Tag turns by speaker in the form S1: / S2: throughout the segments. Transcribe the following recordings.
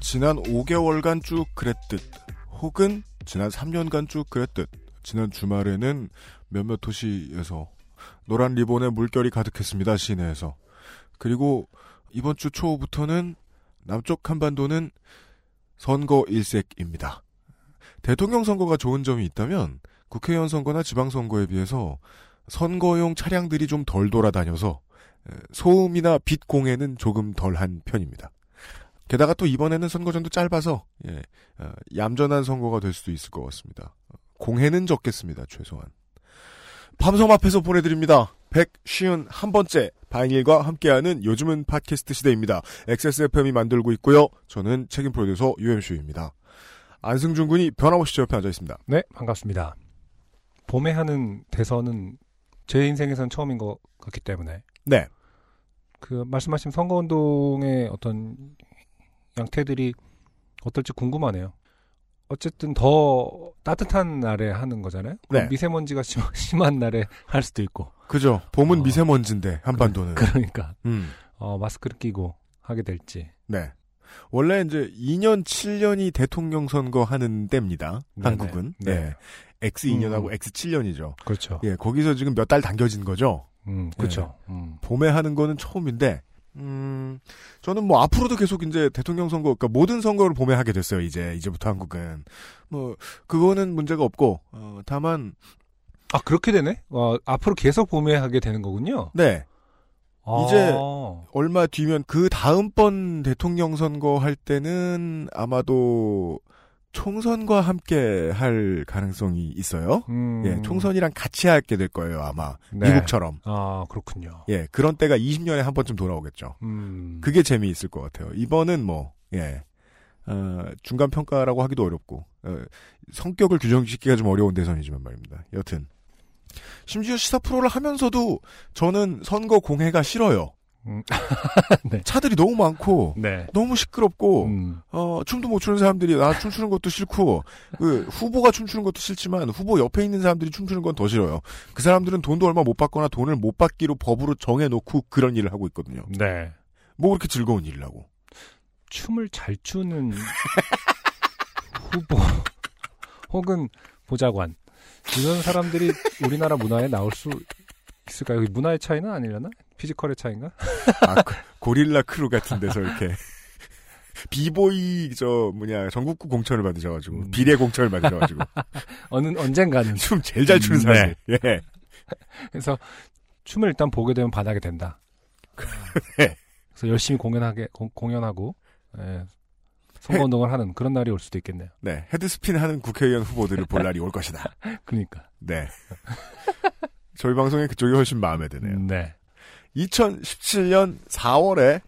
S1: 지난 5개월간 쭉 그랬듯 혹은 지난 3년간 쭉 그랬듯 지난 주말에는 몇몇 도시에서 노란 리본의 물결이 가득했습니다 시내에서 그리고 이번 주 초부터는 남쪽 한반도는 선거 일색입니다 대통령 선거가 좋은 점이 있다면 국회의원 선거나 지방선거에 비해서 선거용 차량들이 좀 덜 돌아다녀서 에, 소음이나 빛 공해는 조금 덜한 편입니다 게다가 또 이번에는 선거전도 짧아서 예, 어, 얌전한 선거가 될 수도 있을 것 같습니다. 공해는 적겠습니다. 최소한. 밤섬 앞에서 보내드립니다. 151번째 바인일과 함께하는 요즘은 팟캐스트 시대입니다. XSFM이 만들고 있고요. 저는 책임 프로듀서 UMC입니다. 안승준 군이 변함없이 제 옆에 앉아 있습니다.
S2: 네, 반갑습니다. 봄에 하는 대선은 제 인생에선 처음인 것 같기 때문에
S1: 네.
S2: 그 말씀하신 선거운동의 어떤 양태들이 어떨지 궁금하네요. 어쨌든 더 따뜻한 날에 하는 거잖아요.
S1: 네.
S2: 미세먼지가 심, 심한 날에 할 수도 있고.
S1: 그죠. 봄은
S2: 어.
S1: 미세먼지인데 한반도는.
S2: 그러니까
S1: 음.
S2: 어, 마스크를 끼고 하게 될지.
S1: 네. 원래 이제 2년 7년이 대통령 선거 하는 때입니다.
S2: 네네.
S1: 한국은.
S2: 네.
S1: 네. X2년하고
S2: 음.
S1: X7년이죠.
S2: 그렇죠.
S1: 예, 거기서 지금 몇 달 당겨진 거죠. 예.
S2: 음, 그렇죠. 음.
S1: 봄에 하는 거는 처음인데, 음, 저는 뭐 앞으로도 계속 이제 대통령 선거, 그러니까 모든 선거를 봄에 하게 됐어요. 이제 이제부터 한국은 뭐 그거는 문제가 없고, 어, 다만
S2: 아 그렇게 되네. 어, 앞으로 계속 봄에하게 되는 거군요.
S1: 네 이제-
S2: 아,
S1: 얼마 뒤면 그 다음번 대통령 선거 할 때는 아마도 총선과 함께 할 가능성이 있어요.
S2: 음.
S1: 예, 총선이랑 같이 하게 될 거예요 아마
S2: 네.
S1: 미국처럼.
S2: 아 그렇군요.
S1: 예, 그런 때가 20년에 한 번쯤 돌아오겠죠.
S2: 음.
S1: 그게 재미있을 것 같아요. 이번은 뭐, 예. 어, 중간 평가라고 하기도 어렵고, 어, 성격을 규정짓기가 좀 어려운 대선이지만 말입니다. 여튼. 심지어 시사 프로를 하면서도 저는 선거 공해가 싫어요.
S2: 음. 네.
S1: 차들이 너무 많고,
S2: 네.
S1: 너무 시끄럽고,
S2: 음.
S1: 어, 춤도 못 추는 사람들이 나 춤추는 것도 싫고, 그, 후보가 춤추는 것도 싫지만, 후보 옆에 있는 사람들이 춤추는 건 더 싫어요. 그 사람들은 돈도 얼마 못 받거나 돈을 못 받기로 법으로 정해놓고 그런 일을 하고 있거든요.
S2: 네.
S1: 뭐 그렇게 즐거운 일이라고.
S2: 춤을 잘 추는 후보 혹은 보좌관 이런 사람들이 우리나라 문화에 나올 수 있을까요? 여기 문화의 차이는 아니려나? 피지컬의 차이인가?
S1: 아, 고- 고릴라 크루 같은 데서 이렇게 비보이 저 뭐냐 전국구 공천을 받으셔가지고
S2: 음.
S1: 비례 공천을 받으셔가지고
S2: 어느 언젠가는
S1: 춤 제일 잘 추는
S2: 음,
S1: 사람 예
S2: 그래서 춤을 일단 보게 되면 반하게 된다. 아,
S1: 네.
S2: 그래서 열심히 공연하게 공- 공연하고 예, 선거운동을 하는 그런 날이 올 수도 있겠네요.
S1: 네, 헤드스핀 하는 국회의원 후보들을 볼 날이 올 것이다
S2: 그러니까
S1: 네 저희 방송에 그쪽이 훨씬 마음에 드네요
S2: 네.
S1: 2017년 4월에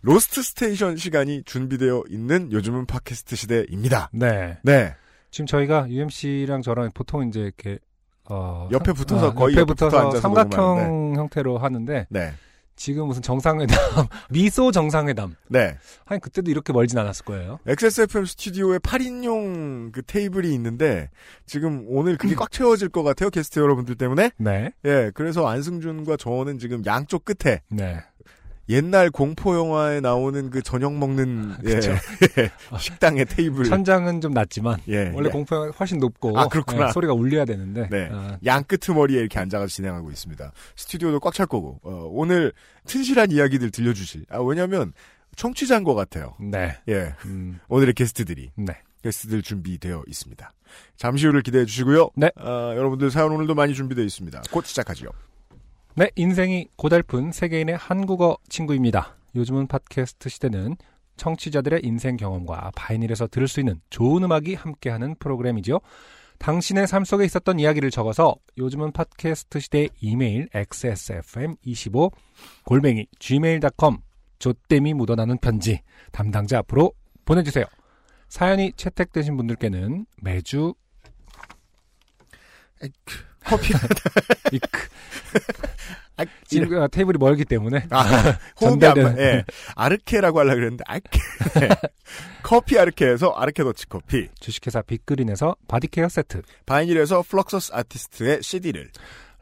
S1: 로스트 스테이션 시간이 준비되어 있는 요즘은 팟캐스트 시대입니다
S2: 네.
S1: 네
S2: 지금 저희가 UMC랑 저랑 보통 이제 이렇게 어,
S1: 옆에
S2: 삼-
S1: 붙어서
S2: 아,
S1: 거의
S2: 옆에
S1: 옆에 붙어
S2: 붙어서
S1: 앉아서
S2: 삼각형
S1: 녹음하는데.
S2: 형태로 하는데
S1: 네,
S2: 지금 무슨 정상회담 미소 정상회담
S1: 네.
S2: 한 그때도 이렇게 멀진 않았을 거예요.
S1: XSFM 스튜디오에 8인용 그 테이블이 있는데 지금 오늘 그게 꽉 채워질 것 같아요 게스트 여러분들 때문에
S2: 네,
S1: 예 그래서 안승준과 저는 지금 양쪽 끝에
S2: 네,
S1: 옛날 공포 영화에 나오는 그 저녁 먹는 예,
S2: 아, 그쵸.
S1: 예, 식당의 테이블
S2: 천장은 좀 낮지만
S1: 예
S2: 원래
S1: 예.
S2: 공포가 훨씬 높고
S1: 아, 그렇구나.
S2: 예, 소리가 울려야 되는데
S1: 네.
S2: 아,
S1: 양 끄트머리에 이렇게 앉아서 진행하고 있습니다. 스튜디오도 꽉 찰 거고 어, 오늘 튼실한 이야기들 들려주실 아 왜냐하면 청취자인 것 같아요.
S2: 네,
S1: 예
S2: 음,
S1: 오늘의 게스트들이
S2: 네.
S1: 게스트들 준비되어 있습니다. 잠시 후를 기대해 주시고요.
S2: 네.
S1: 아, 여러분들 사연 오늘도 많이 준비되어 있습니다. 곧 시작하지요.
S2: 네, 인생이 고달픈 세계인의 한국어 친구입니다. 요즘은 팟캐스트 시대는 청취자들의 인생 경험과 바이닐에서 들을 수 있는 좋은 음악이 함께하는 프로그램이죠. 당신의 삶 속에 있었던 이야기를 적어서 요즘은 팟캐스트 시대 이메일 xsfm25 골뱅이 gmail.com 조땜이 묻어나는 편지 담당자 앞으로 보내주세요. 사연이 채택되신 분들께는 매주
S1: 커피.
S2: 이크
S1: 아,
S2: 지금 아, 테이블이 멀기 때문에
S1: 아, 호흡이 안
S2: 전달되는- 네.
S1: 맞. 예. 아르케라고 하려고 그랬는데 아르케. 네. 커피 아르케에서 아르케 더치 커피.
S2: 주식회사 빅그린에서 바디케어 세트,
S1: 바이닐에서 플럭서스 아티스트의 CD를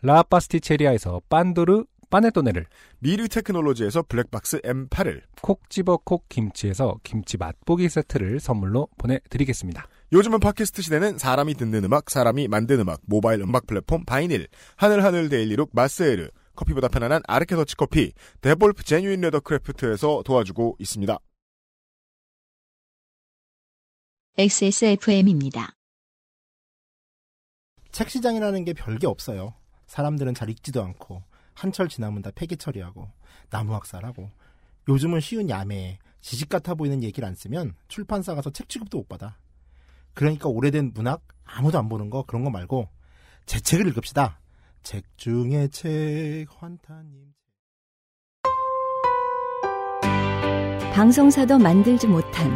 S2: 라파스티체리아에서 빤도르 빠네토네를,
S1: 미르 테크놀로지에서 블랙박스 M8을
S2: 콕 집어 콕 김치에서 김치 맛보기 세트를 선물로 보내드리겠습니다.
S1: 요즘은 팟캐스트 시대는 사람이 듣는 음악, 사람이 만든 음악, 모바일 음악 플랫폼 바이닐, 하늘하늘 데일리룩 마스에르, 커피보다 편안한 아르케 더치 커피, 데볼프 제뉴인 레더 크래프트에서 도와주고 있습니다.
S3: XSFM입니다.
S4: 책 시장이라는 게 별게 없어요. 사람들은 잘 읽지도 않고 한철 지나면 다 폐기 처리하고 나무 학살하고 요즘은 쉬운 야매에 지식 같아 보이는 얘기를 안 쓰면 출판사 가서 책 취급도 못 받아. 그러니까 오래된 문학 아무도 안 보는 거 그런 거 말고 제 책을 읽읍시다. 책 중에 책 환타님
S5: 방송사도 만들지 못한,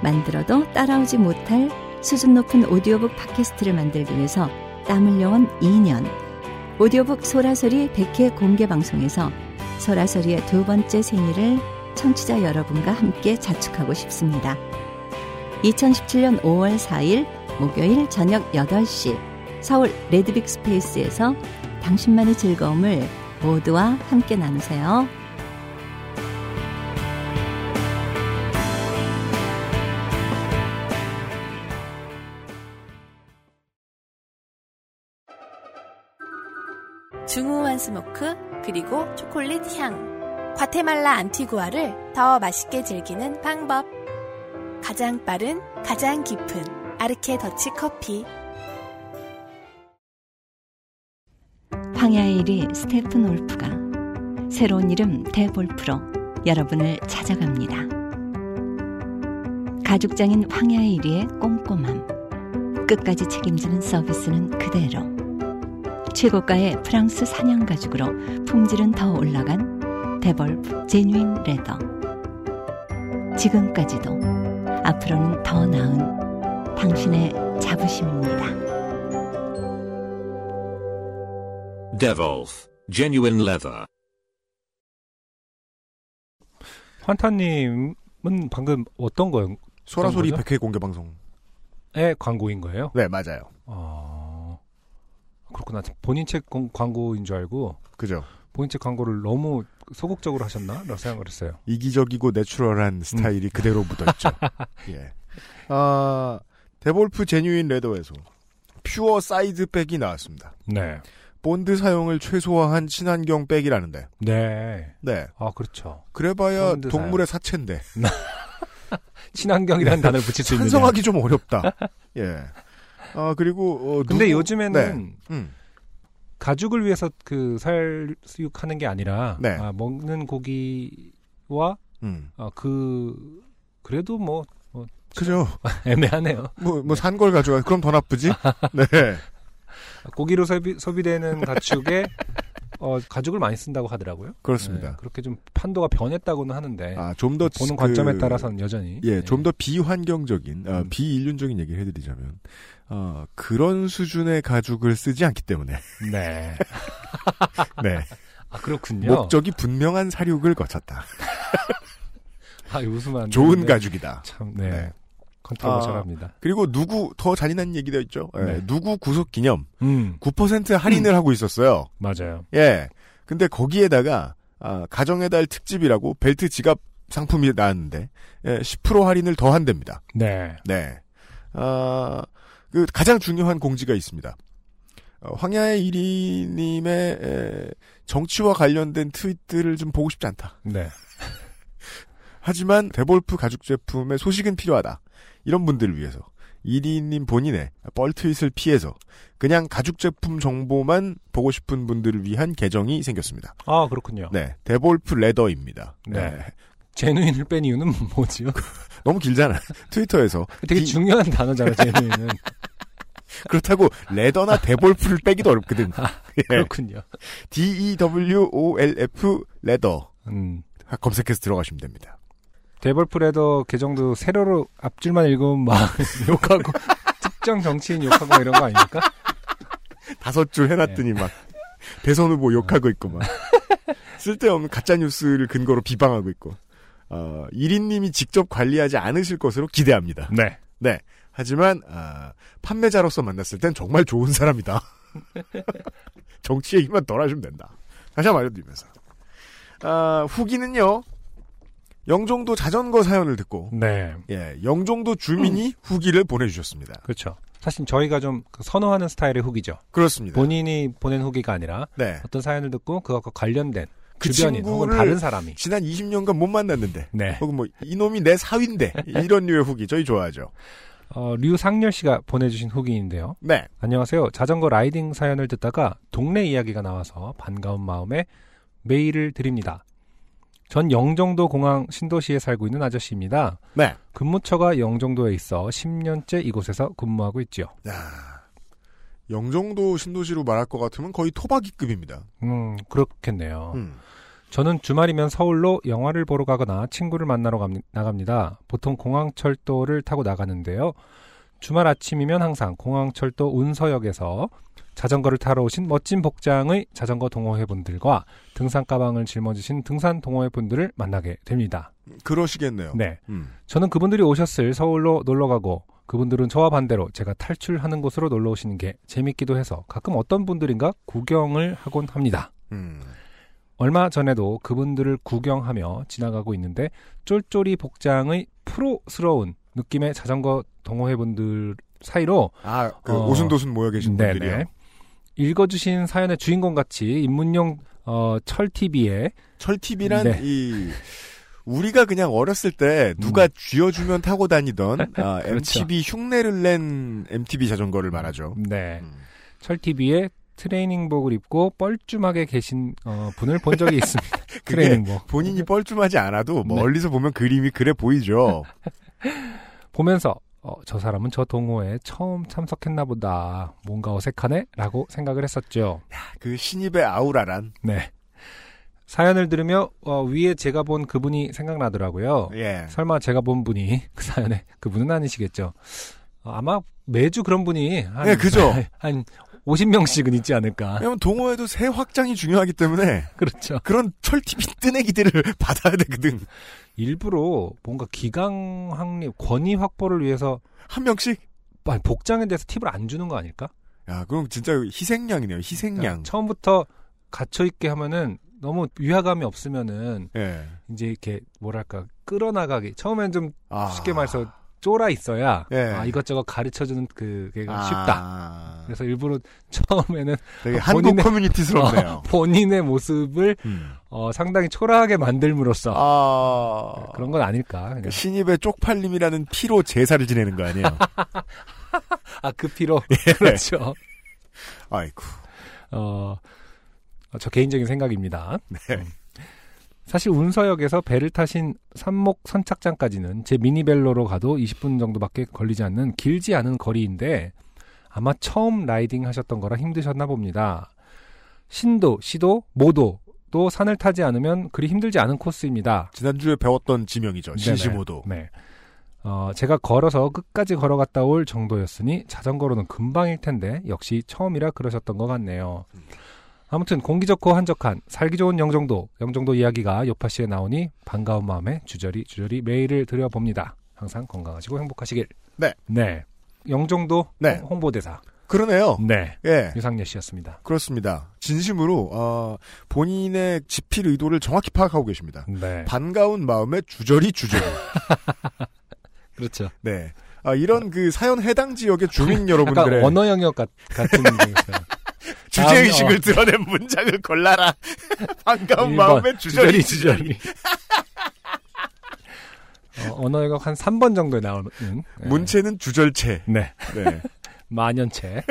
S5: 만들어도 따라오지 못할 수준 높은 오디오북 팟캐스트를 만들기 위해서 땀 흘려온 2년. 오디오북 소라소리 100회 공개 방송에서 소라소리의 두 번째 생일을 청취자 여러분과 함께 자축하고 싶습니다. 2017년 5월 4일 목요일 저녁 8시 서울 레드빅 스페이스에서 당신만의 즐거움을 모두와 함께 나누세요.
S6: 중후한 스모크 그리고 초콜릿 향. 과테말라 안티구아를 더 맛있게 즐기는 방법. 가장 빠른, 가장 깊은 아르케 더치 커피.
S5: 황야의 1위 스테픈 올프가 새로운 이름 대볼프로 여러분을 찾아갑니다. 가죽장인 황야의 1위의 꼼꼼함. 끝까지 책임지는 서비스는 그대로. 최고가의 프랑스 사냥 가죽으로 품질은 더 올라간 데볼프 제뉴인 레더. 지금까지도 앞으로는 더 나은 당신의 자부심입니다.
S7: Devolf, genuine leather.
S2: 환타님은 방금 어떤 거에
S1: 소라소리
S2: 어떤
S1: 100회 공개 방송.
S2: 광고인 거예요?
S1: 네, 맞아요.
S2: 어, 그렇구나. 본인 책 공- 광고인 줄 알고
S1: 그죠.
S2: 본인 책 광고를 너무 소극적으로 하셨나? 라고 생각을 했어요.
S1: 이기적이고 내추럴한 스타일이 그대로 묻어있죠. 음. 예. 아, 데볼프 제뉴인 레더에서 퓨어 사이드 백이 나왔습니다.
S2: 네.
S1: 본드 사용을 최소화한 친환경 백이라는데.
S2: 네.
S1: 네.
S2: 아, 그렇죠.
S1: 그래봐야
S2: 본드
S1: 동물의 사체인데.
S2: 친환경이라는 단어를 붙일 수 있는.
S1: 찬성하기 좀 어렵다.
S2: 음,
S1: 예. 아, 그리고, 어,
S2: 근데
S1: 누구-
S2: 요즘에는
S1: 네. 음.
S2: 가죽을 위해서 그 살육하는 게 아니라
S1: 네.
S2: 아, 먹는 고기와
S1: 음.
S2: 아, 그 그래도 뭐
S1: 그죠.
S2: 애매하네요.
S1: 뭐, 뭐, 산 걸 가져가. 그럼 더 나쁘지? 네.
S2: 고기로 소비, 소비되는 가축에 어, 가죽을 많이 쓴다고 하더라고요. 네,
S1: 그렇습니다.
S2: 그렇게 좀 판도가 변했다고는 하는데
S1: 아, 좀 더.
S2: 네. 보는
S1: 그-
S2: 관점에 따라서는 여전히 네. 음.
S1: 예, 좀 더 비환경적인, 아, 비인륜적인 얘기를 해드리자면, 아, 그런 수준의 가죽을 쓰지 않기 때문에,
S2: 네.
S1: 네.
S2: 아 그렇군요.
S1: 목적이 분명한 사육을 거쳤다.
S2: 아 웃으면 안
S1: 좋은
S2: 되는데.
S1: 가죽이다.
S2: 참 네.
S1: 네.
S2: 컨트롤
S1: 아.
S2: 잘합니다.
S1: 그리고 누구, 더 잔인한 얘기도 있죠? 예,
S2: 네.
S1: 누구 구속 기념,
S2: 음
S1: 9% 할인을 하고 있었어요.
S2: 맞아요.
S1: 예. 근데 거기에다가, 아, 가정의 달 특집이라고 벨트 지갑 상품이 나왔는데, 예, 10% 할인을 더 한답니다.
S2: 네.
S1: 네. 아, 그 가장 중요한 공지가 있습니다. 어, 황야의 1위님의 에, 정치와 관련된 트윗들을 좀 보고 싶지 않다.
S2: 네.
S1: 하지만 데볼프 가죽 제품의 소식은 필요하다. 이런 분들을 위해서 1위님 본인의 뻘 트윗을 피해서 그냥 가죽 제품 정보만 보고 싶은 분들을 위한 계정이 생겼습니다.
S2: 아 그렇군요.
S1: 네, 데볼프 레더입니다.
S2: 네.
S1: 네,
S2: 제누인을 뺀 이유는 뭐지요?
S1: 너무 길잖아. 트위터에서
S2: 되게
S1: 이-
S2: 중요한 단어잖아요. 제누인은
S1: 그렇다고 레더나 데볼프를 빼기도 어렵거든. 예.
S2: 아, 그렇군요.
S1: D E W O L F 레더
S2: 음
S1: 검색해서 들어가시면 됩니다.
S2: 데벌프레더 그 계정도 세로로 앞줄만 읽으면 막 욕하고 특정 정치인 욕하고 막 이런 거 아닙니까?
S1: 다섯 줄 해놨더니
S2: 네.
S1: 막 대선 후보 욕하고 있고 막 쓸데없는 가짜 뉴스를 근거로 비방하고 있고 어, 1인님이 직접 관리하지 않으실 것으로 기대합니다.
S2: 네.
S1: 네. 하지만 아, 판매자로서 만났을 땐 정말 좋은 사람이다. 정치 얘기만 덜 하시면 된다. 다시 한번 알려드리면서 아, 후기는요. 영종도 자전거 사연을 듣고
S2: 네.
S1: 예, 영종도 주민이 후기를 보내주셨습니다.
S2: 그렇죠. 사실 저희가 좀그 선호하는 스타일의 후기죠.
S1: 그렇습니다.
S2: 본인이 보낸 후기가 아니라
S1: 네.
S2: 어떤 사연을 듣고 그것과 관련된
S1: 그
S2: 주변인 혹은
S1: 친구를-
S2: 다른 사람이.
S1: 지난 20년간 못 만났는데
S2: 네.
S1: 혹은 뭐 이놈이 내 사위인데 이런 류의 후기 저희 좋아하죠.
S2: 어, 류상렬 씨가 보내주신 후기인데요.
S1: 네.
S2: 안녕하세요. 자전거 라이딩 사연을 듣다가 동네 이야기가 나와서 반가운 마음에 메일을 드립니다. 전 영종도 공항 신도시에 살고 있는 아저씨입니다.
S1: 네.
S2: 근무처가 영종도에 있어 10년째 이곳에서 근무하고 있지요.
S1: 야, 영종도 신도시로 말할 것 같으면 거의 토박이급입니다.
S2: 음, 그렇겠네요.
S1: 음.
S2: 저는 주말이면 서울로 영화를 보러 가거나 친구를 만나러 갑니- 나갑니다. 보통 공항철도를 타고 나가는데요. 주말 아침이면 항상 공항철도 운서역에서 자전거를 타러 오신 멋진 복장의 자전거 동호회분들과 등산 가방을 짊어지신 등산 동호회분들을 만나게 됩니다.
S1: 그러시겠네요.
S2: 네.
S1: 음.
S2: 저는 그분들이 오셨을 서울로 놀러 가고 그분들은 저와 반대로 제가 탈출하는 곳으로 놀러 오시는 게 재밌기도 해서 가끔 어떤 분들인가 구경을 하곤 합니다.
S1: 음.
S2: 얼마 전에도 그분들을 구경하며 지나가고 있는데 쫄쫄이 복장의 프로스러운 느낌의 자전거 동호회분들 사이로
S1: 아, 그
S2: 어,
S1: 오순도순 모여 계신
S2: 네네.
S1: 분들이요.
S2: 읽어주신 사연의 주인공 같이 인문용 어, 철 TV에
S1: 철팁이란
S2: 네.
S1: 이 우리가 그냥 어렸을 때 누가 쥐어주면 타고 다니던 아,
S2: 음. 그렇죠.
S1: MTB 흉내를 낸 MTB 자전거를 말하죠.
S2: 네,
S1: 음.
S2: 철 TV에 트레이닝복을 입고 뻘쭘하게 계신 어, 분을 본 적이 있습니다.
S1: 그게
S2: 트레이닝복.
S1: 본인이 뻘쭘하지 않아도
S2: 네.
S1: 멀리서 보면 그림이 그래 보이죠.
S2: 보면서 어, 저 사람은 저 동호회에 처음 참석했나 보다. 뭔가 어색하네라고 생각을 했었죠.
S1: 그 신입의 아우라란
S2: 네. 사연을 들으며 어, 위에 제가 본 그분이 생각나더라고요.
S1: 예.
S2: 설마 제가 본 분이 그 사연에 그분은 아니시겠죠. 어, 아마 매주 그런 분이 한,
S1: 네, 그죠.
S2: 한 50명씩은 있지 않을까.
S1: 왜냐면 동호회도 새 확장이 중요하기 때문에
S2: 그렇죠.
S1: 그런 철팁이 뜨내기들을 받아야 되거든.
S2: 일부러 뭔가 기강 확립, 권위 확보를 위해서
S1: 한 명씩?
S2: 아니, 복장에 대해서 팁을 안 주는 거 아닐까? 그러니까
S1: 야, 그럼 진짜 희생양이네요, 희생양.
S2: 처음부터 갇혀 있게 하면은 너무 위화감이 없으면은
S1: 예.
S2: 이제 이렇게 뭐랄까 끌어나가기 처음엔 좀
S1: 아.
S2: 쉽게 말해서 쫄아 있어야
S1: 예.
S2: 아, 이것저것 가르쳐주는 그게
S1: 아.
S2: 쉽다. 그래서 일부러 처음에는
S1: 되게
S2: 아,
S1: 한국
S2: 본인의-
S1: 커뮤니티스럽네요.
S2: 어, 본인의 모습을
S1: 음.
S2: 어, 상당히 초라하게 만들므로써 네,
S1: 아.
S2: 그런 건 아닐까. 그냥.
S1: 신입의 쪽팔림이라는 피로 제사를 지내는 거 아니에요?
S2: 아, 그 피로. 그렇죠.
S1: 예. 아이고.
S2: 어, 어, 저 개인적인 생각입니다.
S1: 네.
S2: 음. 사실 운서역에서 배를 타신 산목 선착장까지는 제 미니벨로로 가도 20분 정도밖에 걸리지 않는 길지 않은 거리인데 아마 처음 라이딩 하셨던 거라 힘드셨나 봅니다. 신도, 시도, 모도 또 산을 타지 않으면 그리 힘들지 않은 코스입니다.
S1: 지난주에 배웠던 지명이죠. 신시모도.
S2: 네네. 네. 어, 제가 걸어서 끝까지 걸어갔다 올 정도였으니 자전거로는 금방일 텐데 역시 처음이라 그러셨던 것 같네요. 아무튼 공기 좋고 한적한 살기 좋은 영종도 영종도 이야기가 요파 씨에 나오니 반가운 마음에 주저리 주저리 메일을 드려봅니다. 항상 건강하시고 행복하시길.
S1: 네.
S2: 네. 영종도
S1: 네.
S2: 홍- 홍보대사.
S1: 그러네요.
S2: 네.
S1: 예.
S2: 유상예 씨였습니다.
S1: 그렇습니다. 진심으로 어, 본인의 집필 의도를 정확히 파악하고 계십니다.
S2: 네.
S1: 반가운 마음에 주저리 주저리.
S2: 그렇죠.
S1: 네. 아, 이런 그 사연 해당 지역의 주민
S2: 약간
S1: 여러분들의
S2: 언어 영역 같, 같은 게 있어요.
S1: 주제 의식을
S2: 어.
S1: 드러낸 문장을 골라라. 반가운
S2: 일 번.
S1: 마음에 주저리 주저리.
S2: 어, 언어가 한 3번 정도에 나오는 네.
S1: 문체는 주절체.
S2: 네
S1: 네.
S2: 만연체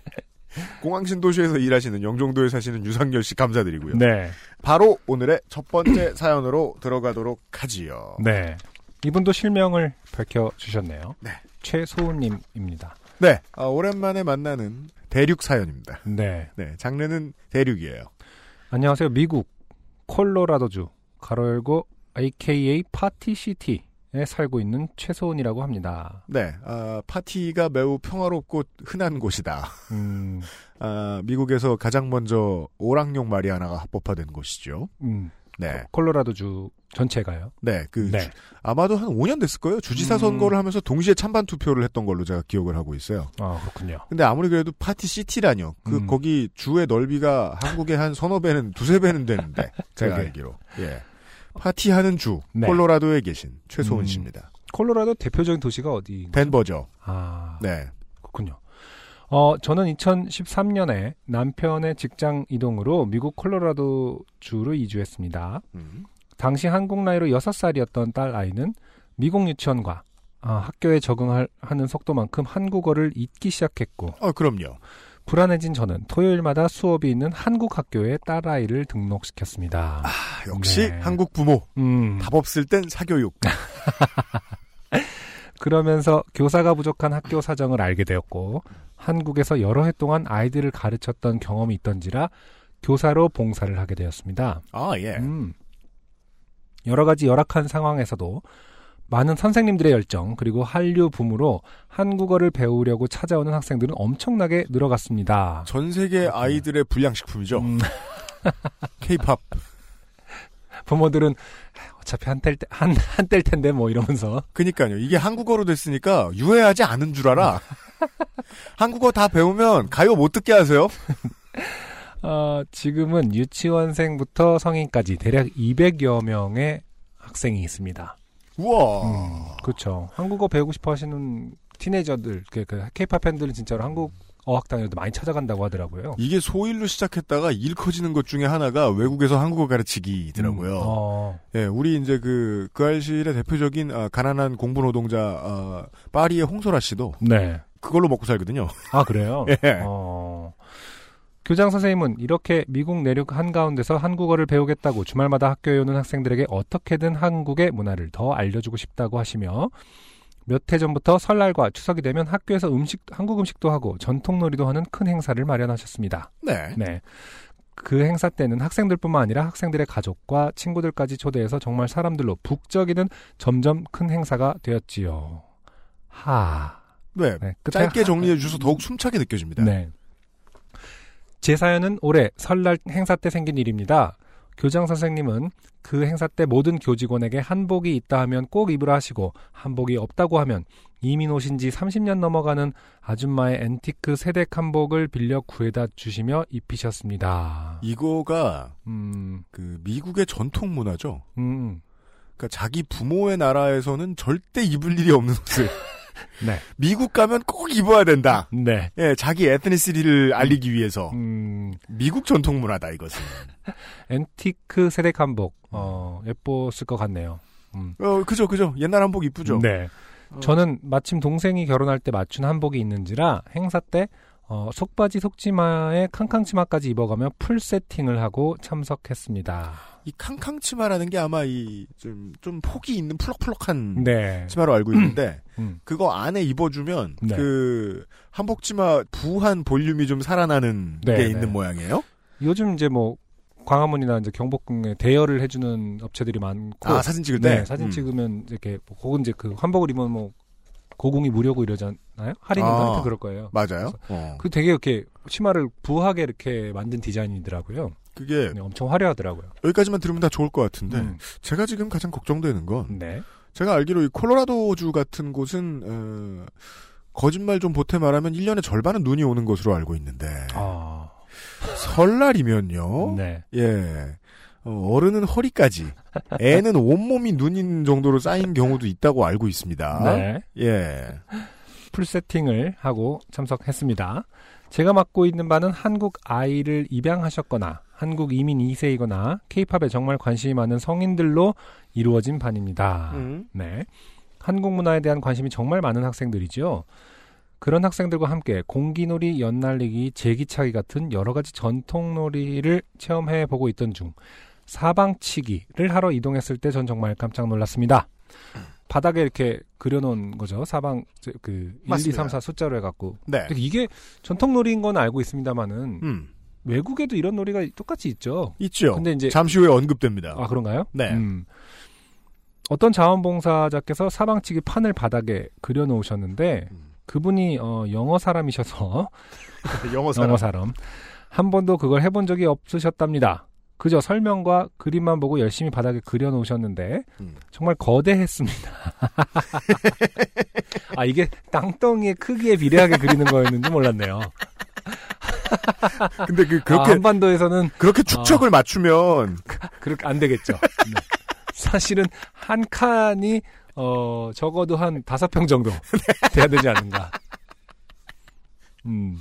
S1: 공항신도시에서 일하시는 영종도에 사시는 유상열 씨 감사드리고요.
S2: 네
S1: 바로 오늘의 첫 번째 사연으로 들어가도록 하지요.
S2: 네. 이분도 실명을 밝혀 주셨네요.
S1: 네.
S2: 최소우님입니다.
S1: 네. 아, 오랜만에 만나는 대륙 사연입니다.
S2: 네.
S1: 네. 장르는 대륙이에요.
S2: 안녕하세요. 미국 콜로라도주 가로 열고 AKA 파티시티에 살고 있는 최소은이라고 합니다.
S1: 네, 아, 파티가 매우 평화롭고 흔한 곳이다.
S2: 음,
S1: 아, 미국에서 가장 먼저 오락용 마리아나가 합법화된 곳이죠.
S2: 음,
S1: 네,
S2: 콜로라도주 전체가요.
S1: 네, 그
S2: 네.
S1: 주- 아마도 한 5년 됐을 거예요. 주지사
S2: 음.
S1: 선거를 하면서 동시에 찬반 투표를 했던 걸로 제가 기억을 하고 있어요.
S2: 아, 그렇군요.
S1: 근데 아무리 그래도 파티 시티라뇨. 그
S2: 음.
S1: 거기 주의 넓이가 한국의 한 서너 배는 두세 배는 되는데 제가
S2: 그러게.
S1: 알기로. 예. 파티하는 주
S2: 네.
S1: 콜로라도에 계신 최소은
S2: 음.
S1: 씨입니다.
S2: 콜로라도 대표적인 도시가 어디?
S1: 덴버죠.
S2: 아,
S1: 네.
S2: 그렇군요. 어, 저는 2013년에 남편의 직장 이동으로 미국 콜로라도 주로 이주했습니다.
S1: 음.
S2: 당시 한국 나이로 6살이었던 딸 아이는 미국 유치원과 아, 학교에 적응하는 속도만큼 한국어를 잊기 시작했고
S1: 어 그럼요.
S2: 불안해진 저는 토요일마다 수업이 있는 한국 학교에 딸 아이를 등록시켰습니다.
S1: 아, 역시
S2: 네.
S1: 한국 부모
S2: 음,
S1: 답 없을 땐 사교육.
S2: 그러면서 교사가 부족한 학교 사정을 알게 되었고 한국에서 여러 해 동안 아이들을 가르쳤던 경험이 있던지라 교사로 봉사를 하게 되었습니다.
S1: 아 예.
S2: 음. 여러 가지 열악한 상황에서도 많은 선생님들의 열정 그리고 한류 붐으로 한국어를 배우려고 찾아오는 학생들은 엄청나게 늘어갔습니다.
S1: 전 세계 아이들의 불량식품이죠.
S2: 음,
S1: 케이팝.
S2: 부모들은 어차피 한때일 때- 한, 한때일 텐데 뭐 이러면서
S1: 그니까요. 이게 한국어로 됐으니까 유해하지 않은 줄 알아. 한국어 다 배우면 가요 못 듣게 하세요.
S2: 어, 지금은 유치원생부터 성인까지 대략 200여 명의 학생이 있습니다.
S1: 우와.
S2: 그렇죠. 한국어 배우고 싶어 하시는 티네이저들, 그, 그, 케이팝 팬들은 진짜로 한국 어학당에도 많이 찾아간다고 하더라고요.
S1: 이게 소일로 시작했다가 일 커지는 것 중에 하나가 외국에서 한국어 가르치기더라고요.
S2: 음, 어,
S1: 예, 우리 이제 그, 그 알실의 대표적인, 아, 가난한 공부 노동자, 아, 파리의 홍소라 씨도
S2: 네.
S1: 그걸로 먹고 살거든요.
S2: 아, 그래요?
S1: 예.
S2: 어, 교장 선생님은 이렇게 미국 내륙 한가운데서 한국어를 배우겠다고 주말마다 학교에 오는 학생들에게 어떻게든 한국의 문화를 더 알려주고 싶다고 하시며 몇 해 전부터 설날과 추석이 되면 학교에서 음식, 한국 음식도 하고 전통놀이도 하는 큰 행사를 마련하셨습니다.
S1: 네.
S2: 네. 그 행사 때는 학생들뿐만 아니라 학생들의 가족과 친구들까지 초대해서 정말 사람들로 북적이는 점점 큰 행사가 되었지요. 하.
S1: 네.
S2: 네, 끝에
S1: 짧게 정리해 주셔서 더욱 숨차게 느껴집니다.
S2: 네. 제 사연은 올해 설날 행사 때 생긴 일입니다. 교장 선생님은 그 행사 때 모든 교직원에게 한복이 있다 하면 꼭 입으라 하시고 한복이 없다고 하면 이민 오신 지 30년 넘어가는 아줌마의 앤티크 세댁 한복을 빌려 구해다 주시며 입히셨습니다.
S1: 이거가,
S2: 음,
S1: 그, 미국의 전통 문화죠.
S2: 음,
S1: 그러니까 자기 부모의 나라에서는 절대 입을 일이 없는 옷을.
S2: 네.
S1: 미국 가면 꼭 입어야 된다.
S2: 네.
S1: 예, 자기 에트니시티를 알리기 위해서.
S2: 음,
S1: 미국 전통 문화다, 아, 이것은.
S2: 앤티크 세댁 한복, 어, 예뻤을 것 같네요. 음.
S1: 어, 그죠, 그죠. 옛날 한복 이쁘죠?
S2: 네.
S1: 어.
S2: 저는 마침 동생이 결혼할 때 맞춘 한복이 있는지라 행사 때 어, 속바지 속치마에 캉캉치마까지 입어가며 풀 세팅을 하고 참석했습니다.
S1: 이 캉캉치마라는 게 아마 이, 좀, 좀 폭이 있는 풀럭풀럭한.
S2: 네.
S1: 치마로 알고 있는데
S2: 음.
S1: 그거 안에 입어주면
S2: 네.
S1: 그 한복 치마 부한 볼륨이 좀 살아나는
S2: 네,
S1: 게
S2: 네.
S1: 있는 모양이에요.
S2: 요즘 이제 뭐 광화문이나 이제 경복궁에 대여를 해주는 업체들이 많고
S1: 아 사진 찍을 때
S2: 네, 사진
S1: 음.
S2: 찍으면 이렇게 뭐 혹은 이제 그 한복을 입으면 뭐 고궁이 무료고 이러잖아요. 할인인가
S1: 아.
S2: 하여튼 그럴 거예요.
S1: 맞아요. 어.
S2: 그 되게 이렇게 치마를 부하게 이렇게 만든 디자인이더라고요.
S1: 그게
S2: 네, 엄청 화려하더라고요.
S1: 여기까지만 들으면 다 좋을 것 같은데
S2: 음.
S1: 제가 지금 가장 걱정되는 건
S2: 네.
S1: 제가 알기로 이 콜로라도주 같은 곳은 어, 거짓말 좀 보태 말하면 1년의 절반은 눈이 오는 것으로 알고 있는데
S2: 아.
S1: 설날이면요.
S2: 네.
S1: 예. 어, 른은 허리까지, 애는 온몸이 눈인 정도로 쌓인 경우도 있다고 알고 있습니다.
S2: 네.
S1: 예.
S2: 풀 세팅을 하고 참석했습니다. 제가 맡고 있는 바는 한국 아이를 입양하셨거나 한국 이민 2세이거나 케이팝에 정말 관심이 많은 성인들로 이루어진 반입니다. 네. 한국 문화에 대한 관심이 정말 많은 학생들이죠. 그런 학생들과 함께 공기놀이, 연날리기, 제기차기 같은 여러 가지 전통놀이를 체험해 보고 있던 중 사방치기를 하러 이동했을 때 전 정말 깜짝 놀랐습니다. 바닥에 이렇게 그려놓은 거죠. 사방 저, 그 1, 2, 3,
S1: 맞습니다.
S2: 4 숫자로 해갖고
S1: 네.
S2: 근데 이게 전통놀이인 건 알고 있습니다만은
S1: 음.
S2: 외국에도 이런 놀이가 똑같이 있죠.
S1: 있죠.
S2: 근데 이제
S1: 잠시 후에 언급됩니다.
S2: 아 그런가요?
S1: 네.
S2: 음. 어떤 자원봉사자께서 사방치기 판을 바닥에 그려놓으셨는데
S1: 음.
S2: 그분이 어, 영어 사람이셔서
S1: 영어 사람.
S2: 영어 사람 한 번도 그걸 해본 적이 없으셨답니다. 그저 설명과 그림만 보고 열심히 바닥에 그려놓으셨는데
S1: 음.
S2: 정말 거대했습니다. 아 이게 땅덩이의 크기에 비례하게 그리는 거였는지 몰랐네요.
S1: 근데 그
S2: 아,
S1: 그렇게
S2: 한반도에서는 아.
S1: 그렇게 축척을 맞추면
S2: 그렇게 안 되겠죠. 네. 사실은 한 칸이 어 적어도 한 다섯 평 정도
S1: 네.
S2: 돼야 되지 않는가. 음.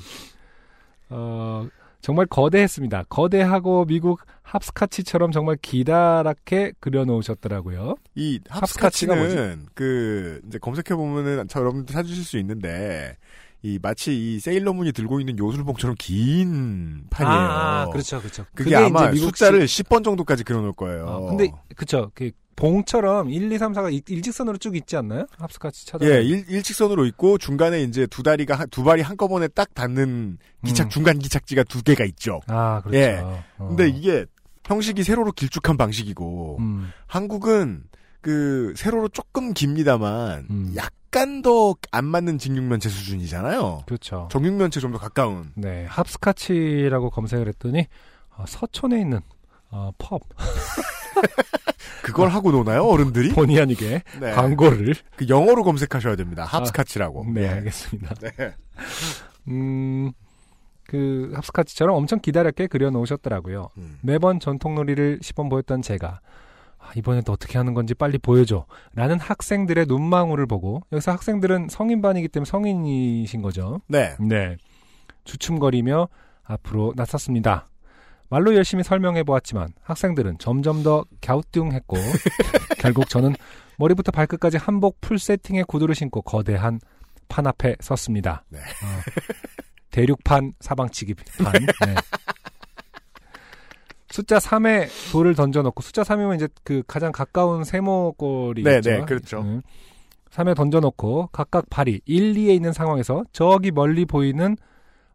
S2: 어 정말 거대했습니다. 거대하고 미국 합스카치처럼 정말 기다랗게 그려놓으셨더라고요.
S1: 이
S2: 합스카치가
S1: 합스카치는 그 이제 검색해 보면은 여러분들 찾으실 수 있는데 이 마치 이 세일러문이 들고 있는 요술봉처럼 긴 판이에요.
S2: 아, 그렇죠.
S1: 그게 아마
S2: 식-
S1: 숫자를 10번 정도까지 그려놓을 거예요.
S2: 어, 근데 그쵸. 그 봉처럼 1, 2, 3, 4가 일직선으로 쭉 있지 않나요? 합스카치 찾아.
S1: 예, 일, 일직선으로 있고 중간에 이제 두 다리가 한- 두 발이 한꺼번에 딱 닿는 기착
S2: 음.
S1: 중간 기착지가 두 개가 있죠.
S2: 아 그렇죠.
S1: 예.
S2: 어.
S1: 근데 이게 형식이 세로로 길쭉한 방식이고
S2: 음.
S1: 한국은 그 세로로 조금 깁니다만
S2: 음.
S1: 약간 더 안 맞는 직육면체 수준이잖아요.
S2: 그렇죠.
S1: 정육면체 좀 더 가까운.
S2: 네, 합스카치라고 검색을 했더니 어, 서촌에 있는 어, 펍
S1: 그걸 하고 노나요 어른들이?
S2: 본의 아니게
S1: 네.
S2: 광고를
S1: 그 영어로 검색하셔야 됩니다. 합스카치라고.
S2: 네
S1: 예.
S2: 알겠습니다.
S1: 네.
S2: 음그 합스카치처럼 엄청 기다랗게 그려놓으셨더라고요.
S1: 음.
S2: 매번 전통놀이를 시범 보였던 제가 아, 이번에도 어떻게 하는 건지 빨리 보여줘 라는 학생들의 눈망울을 보고 여기서 학생들은 성인반이기 때문에 성인이신 거죠.
S1: 네.
S2: 네. 주춤거리며 앞으로 나섰습니다. 말로 열심히 설명해 보았지만 학생들은 점점 더 갸우뚱했고 결국 저는 머리부터 발끝까지 한복 풀 세팅의 구두를 신고 거대한 판 앞에 섰습니다.
S1: 네.
S2: 어, 대륙판 사방치기 판. 네. 숫자 3에 돌을 던져놓고 숫자 3이면 이제 그 가장 가까운 세모꼴이
S1: 네,
S2: 있죠.
S1: 네, 그렇죠.
S2: 3에 던져놓고 각각 발이 1, 2에 있는 상황에서 저기 멀리 보이는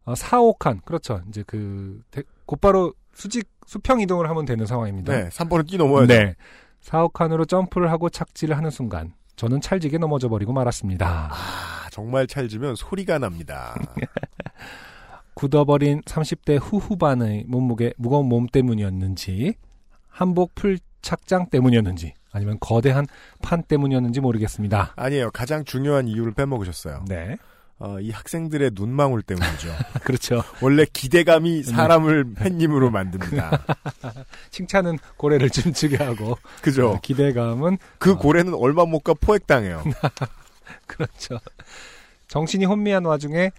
S2: 어, 4, 5칸 그렇죠. 이제 그 대- 곧바로 수직 수평 이동을 하면 되는 상황입니다.
S1: 네. 3번은 끼 넘어야 돼.
S2: 네. 4, 5칸으로 점프를 하고 착지를 하는 순간 저는 찰지게 넘어져 버리고 말았습니다.
S1: 아, 정말 찰지면 소리가 납니다.
S2: 굳어버린 30대 후후반의 몸무게 무거운 몸 때문이었는지 한복 풀 착장 때문이었는지 아니면 거대한 판 때문이었는지 모르겠습니다.
S1: 아니에요. 가장 중요한 이유를 빼먹으셨어요.
S2: 네,
S1: 어, 이 학생들의 눈망울 때문이죠.
S2: 그렇죠. 음.
S1: 원래 기대감이 사람을 팬님으로 만듭니다.
S2: 칭찬은 고래를 춤추게 하고 어,
S1: 그죠?
S2: 기대감은 어,
S1: 그 고래는 얼마 못 가 포획당해요.
S2: 그렇죠. 정신이 혼미한 와중에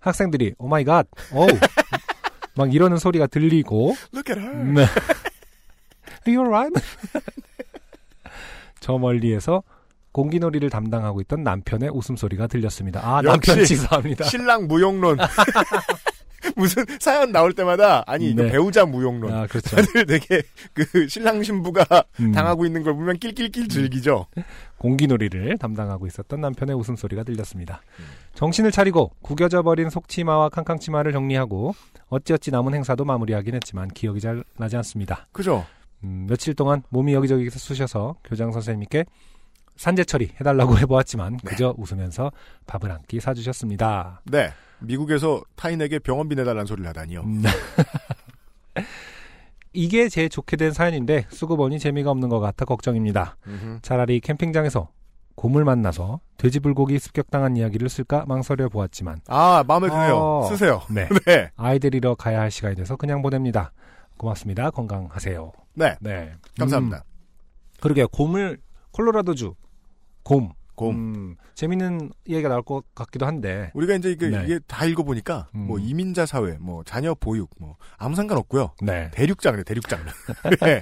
S2: 학생들이 "Oh 오마이갓, 어우 막 이러는 소리가 들리고
S1: Look at her.
S2: 네. Are you alright? 저 멀리에서 공기놀이를 담당하고 있던 남편의 웃음소리가 들렸습니다. 아, 남편
S1: 역시
S2: 치사합니다.
S1: 신랑 무용론. 무슨 사연 나올 때마다 아니 이거
S2: 네.
S1: 배우자 무용론.
S2: 아, 그렇죠.
S1: 다들 되게 그 신랑 신부가
S2: 음.
S1: 당하고 있는 걸 보면 낄낄낄 즐기죠.
S2: 공기놀이를 담당하고 있었던 남편의 웃음소리가 들렸습니다. 정신을 차리고 구겨져 버린 속치마와 캉캉치마를 정리하고 어찌어찌 남은 행사도 마무리하긴 했지만 기억이 잘 나지 않습니다.
S1: 그죠?
S2: 음, 며칠 동안 몸이 여기저기서 쑤셔서 교장 선생님께 산재 처리 해달라고 해보았지만 그저 웃으면서 밥을 한 끼 사주셨습니다.
S1: 네. 미국에서 타인에게 병원비 내달라는 소리를 하다니요.
S2: 음. 이게 제 좋게 된 사연인데 쓰고 보니 재미가 없는 것 같아 걱정입니다.
S1: 음흠.
S2: 차라리 캠핑장에서 곰을 만나서 돼지불고기 습격당한 이야기를 쓸까 망설여 보았지만
S1: 아 마음에 드네요.
S2: 어.
S1: 쓰세요.
S2: 네.
S1: 네.
S2: 아이들이러 가야 할 시간이 돼서 그냥 보냅니다. 고맙습니다. 건강하세요.
S1: 네.
S2: 네.
S1: 감사합니다.
S2: 음, 그러게요. 곰을 콜로라도주 곰.
S1: 곰.
S2: 음, 재밌는 얘기가 나올 것 같기도 한데.
S1: 우리가 이제 이게,
S2: 네.
S1: 이게 다 읽어보니까
S2: 음.
S1: 뭐 이민자 사회, 뭐 자녀 보육, 뭐 아무 상관 없고요.
S2: 네.
S1: 대륙 장르, 대륙 장르. 네.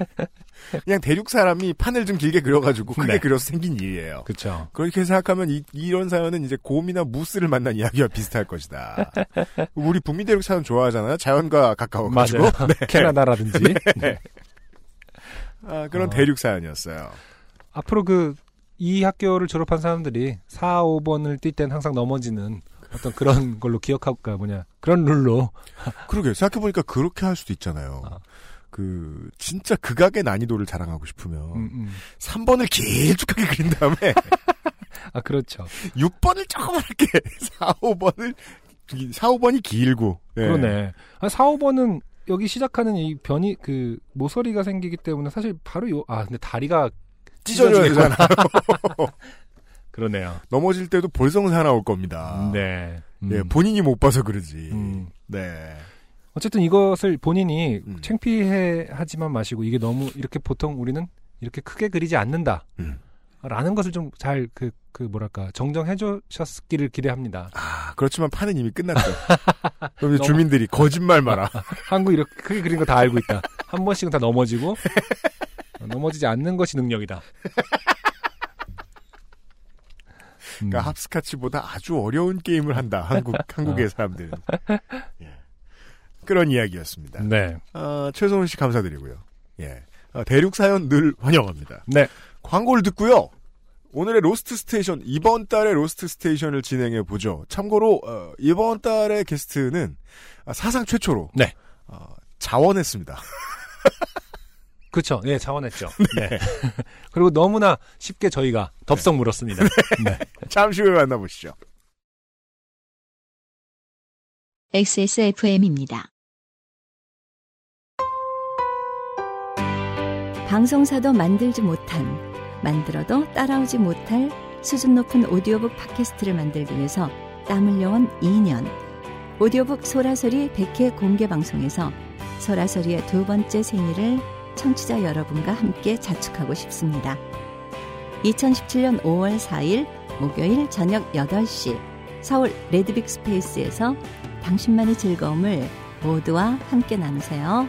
S1: 그냥 대륙 사람이 판을 좀 길게 그려가지고 크게
S2: 네.
S1: 그려서 생긴 일이에요.
S2: 그렇죠.
S1: 그렇게 생각하면 이, 이런 사연은 이제 곰이나 무스를 만난 이야기와 비슷할 것이다. 우리 북미 대륙 사람 좋아하잖아요. 자연과 가까워가지고. 네.
S2: 맞아요. 캐나다라든지.
S1: 아, 그런
S2: 어.
S1: 대륙 사연이었어요.
S2: 앞으로 그 이 학교를 졸업한 사람들이 4, 5번을 뛸 땐 항상 넘어지는 어떤 그런 걸로 기억하고 가 그러니까 뭐냐 그런 룰로
S1: 그러게 생각해보니까 그렇게 할 수도 있잖아요.
S2: 아.
S1: 그 진짜 극악의 난이도를 자랑하고 싶으면
S2: 음, 음.
S1: 3번을 길쭉하게 그린 다음에
S2: 아 그렇죠.
S1: 6번을 조그맣게 4, 5번을 4, 5번이 길고 예.
S2: 그러네. 한 4, 5번은 여기 시작하는 이 변이 그 모서리가 생기기 때문에 사실 바로 요 아 근데 다리가
S1: 찢어져야 되잖아.
S2: 그러네요.
S1: 넘어질 때도 볼성사 나올 겁니다.
S2: 네. 음.
S1: 예, 본인이 못 봐서 그러지.
S2: 음.
S1: 네.
S2: 어쨌든 이것을 본인이
S1: 음.
S2: 창피해 하지만 마시고 이게 너무 이렇게 보통 우리는 이렇게 크게 그리지 않는다.
S1: 음.
S2: 라는 것을 좀 잘 그 그 뭐랄까 정정해 주셨기를 기대합니다.
S1: 아, 그렇지만 판은 이미 끝났죠. 그럼 이제 주민들이 거짓말 마라.
S2: 한국 이렇게 크게 그린 거 다 알고 있다. 한 번씩은 다 넘어지고 어, 넘어지지 않는 것이 능력이다. 음.
S1: 그러니까 합스카치보다 아주 어려운 게임을 한다. 한국
S2: 아.
S1: 한국의 사람들은. 예. 그런 이야기였습니다.
S2: 네,
S1: 아, 최소원 씨 감사드리고요. 예. 아, 대륙 사연 늘 환영합니다.
S2: 네,
S1: 광고를 듣고요. 오늘의 로스트 스테이션 이번 달의 로스트 스테이션을 진행해 보죠. 참고로 어, 이번 달의 게스트는 아, 사상 최초로
S2: 네.
S1: 어, 자원했습니다.
S2: 그렇죠. 예, 자원했죠. 네. 그리고 너무나 쉽게 저희가 덥석 물었습니다. 네.
S1: 잠시 후에 만나보시죠.
S5: XSFM입니다. 방송사도 만들지 못한, 만들어도 따라오지 못할 수준 높은 오디오북 팟캐스트를 만들기 위해서 땀 흘려온 2년. 오디오북 소라소리 100회 공개 방송에서 소라소리의 두 번째 생일을 청취자 여러분과 함께 자축하고 싶습니다. 2017년 5월 4일 목요일 저녁 8시 서울 레드빅 스페이스에서 당신만의 즐거움을 모두와 함께 나누세요.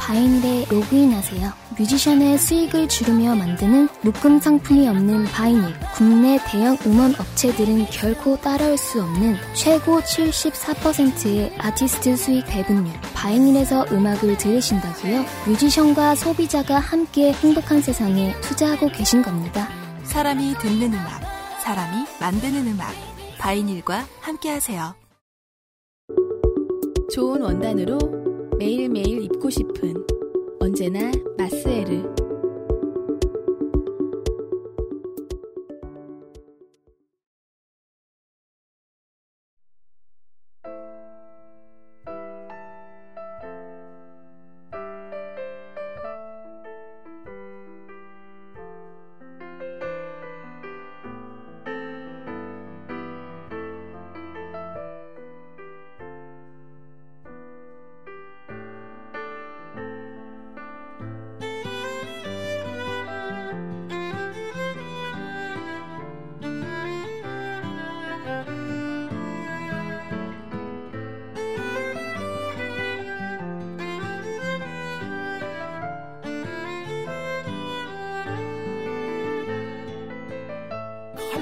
S7: 바이닐에 로그인하세요. 뮤지션의 수익을 줄이며 만드는 묶음 상품이 없는 바이닐. 국내 대형 음원 업체들은 결코 따라올 수 없는 최고 74%의 아티스트 수익 배분율. 바이닐에서 음악을 들으신다고요? 뮤지션과 소비자가 함께 행복한 세상에 투자하고 계신 겁니다.
S6: 사람이 듣는 음악, 사람이 만드는 음악. 바이닐과 함께하세요.
S8: 좋은 원단으로 매일매일 입고 싶은 언제나 마스에르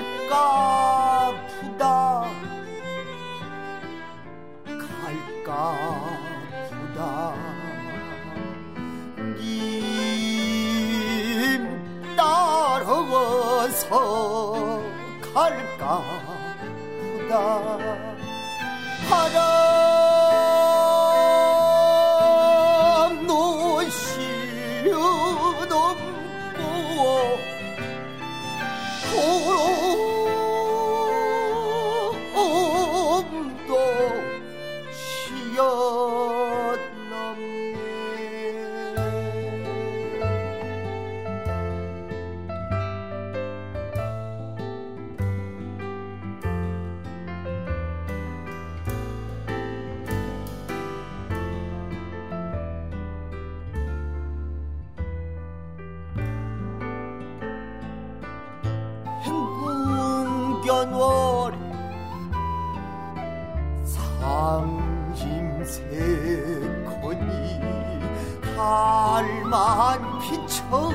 S9: 갈까 부다 갈까 부다 님 따라와서 갈까 부다 바람 노시려 넘보어 고름도 시었넘네
S8: 이
S10: 연월 상심세컨이 달만 비춰도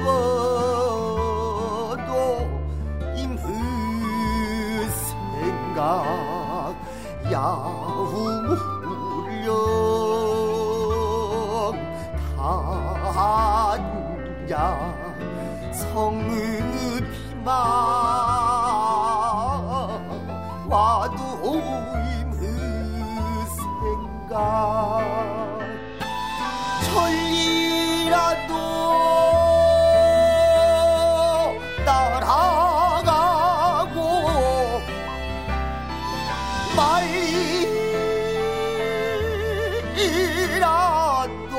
S10: 임의 생각 야후물령 단양 성읍 마 와도 임의 생각 천리라도 따라가고 말이라도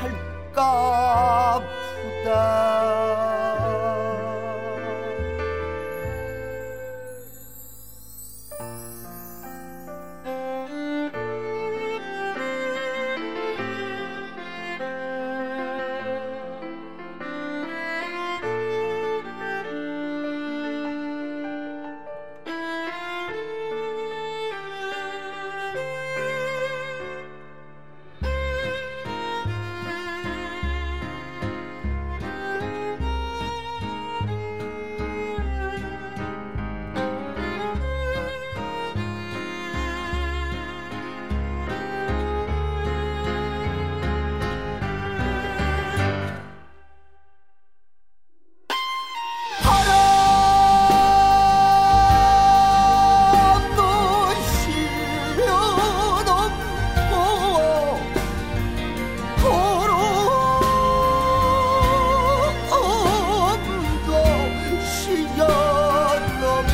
S10: 갈까 보다 바람도 실면 없고 고로움도 실면 없는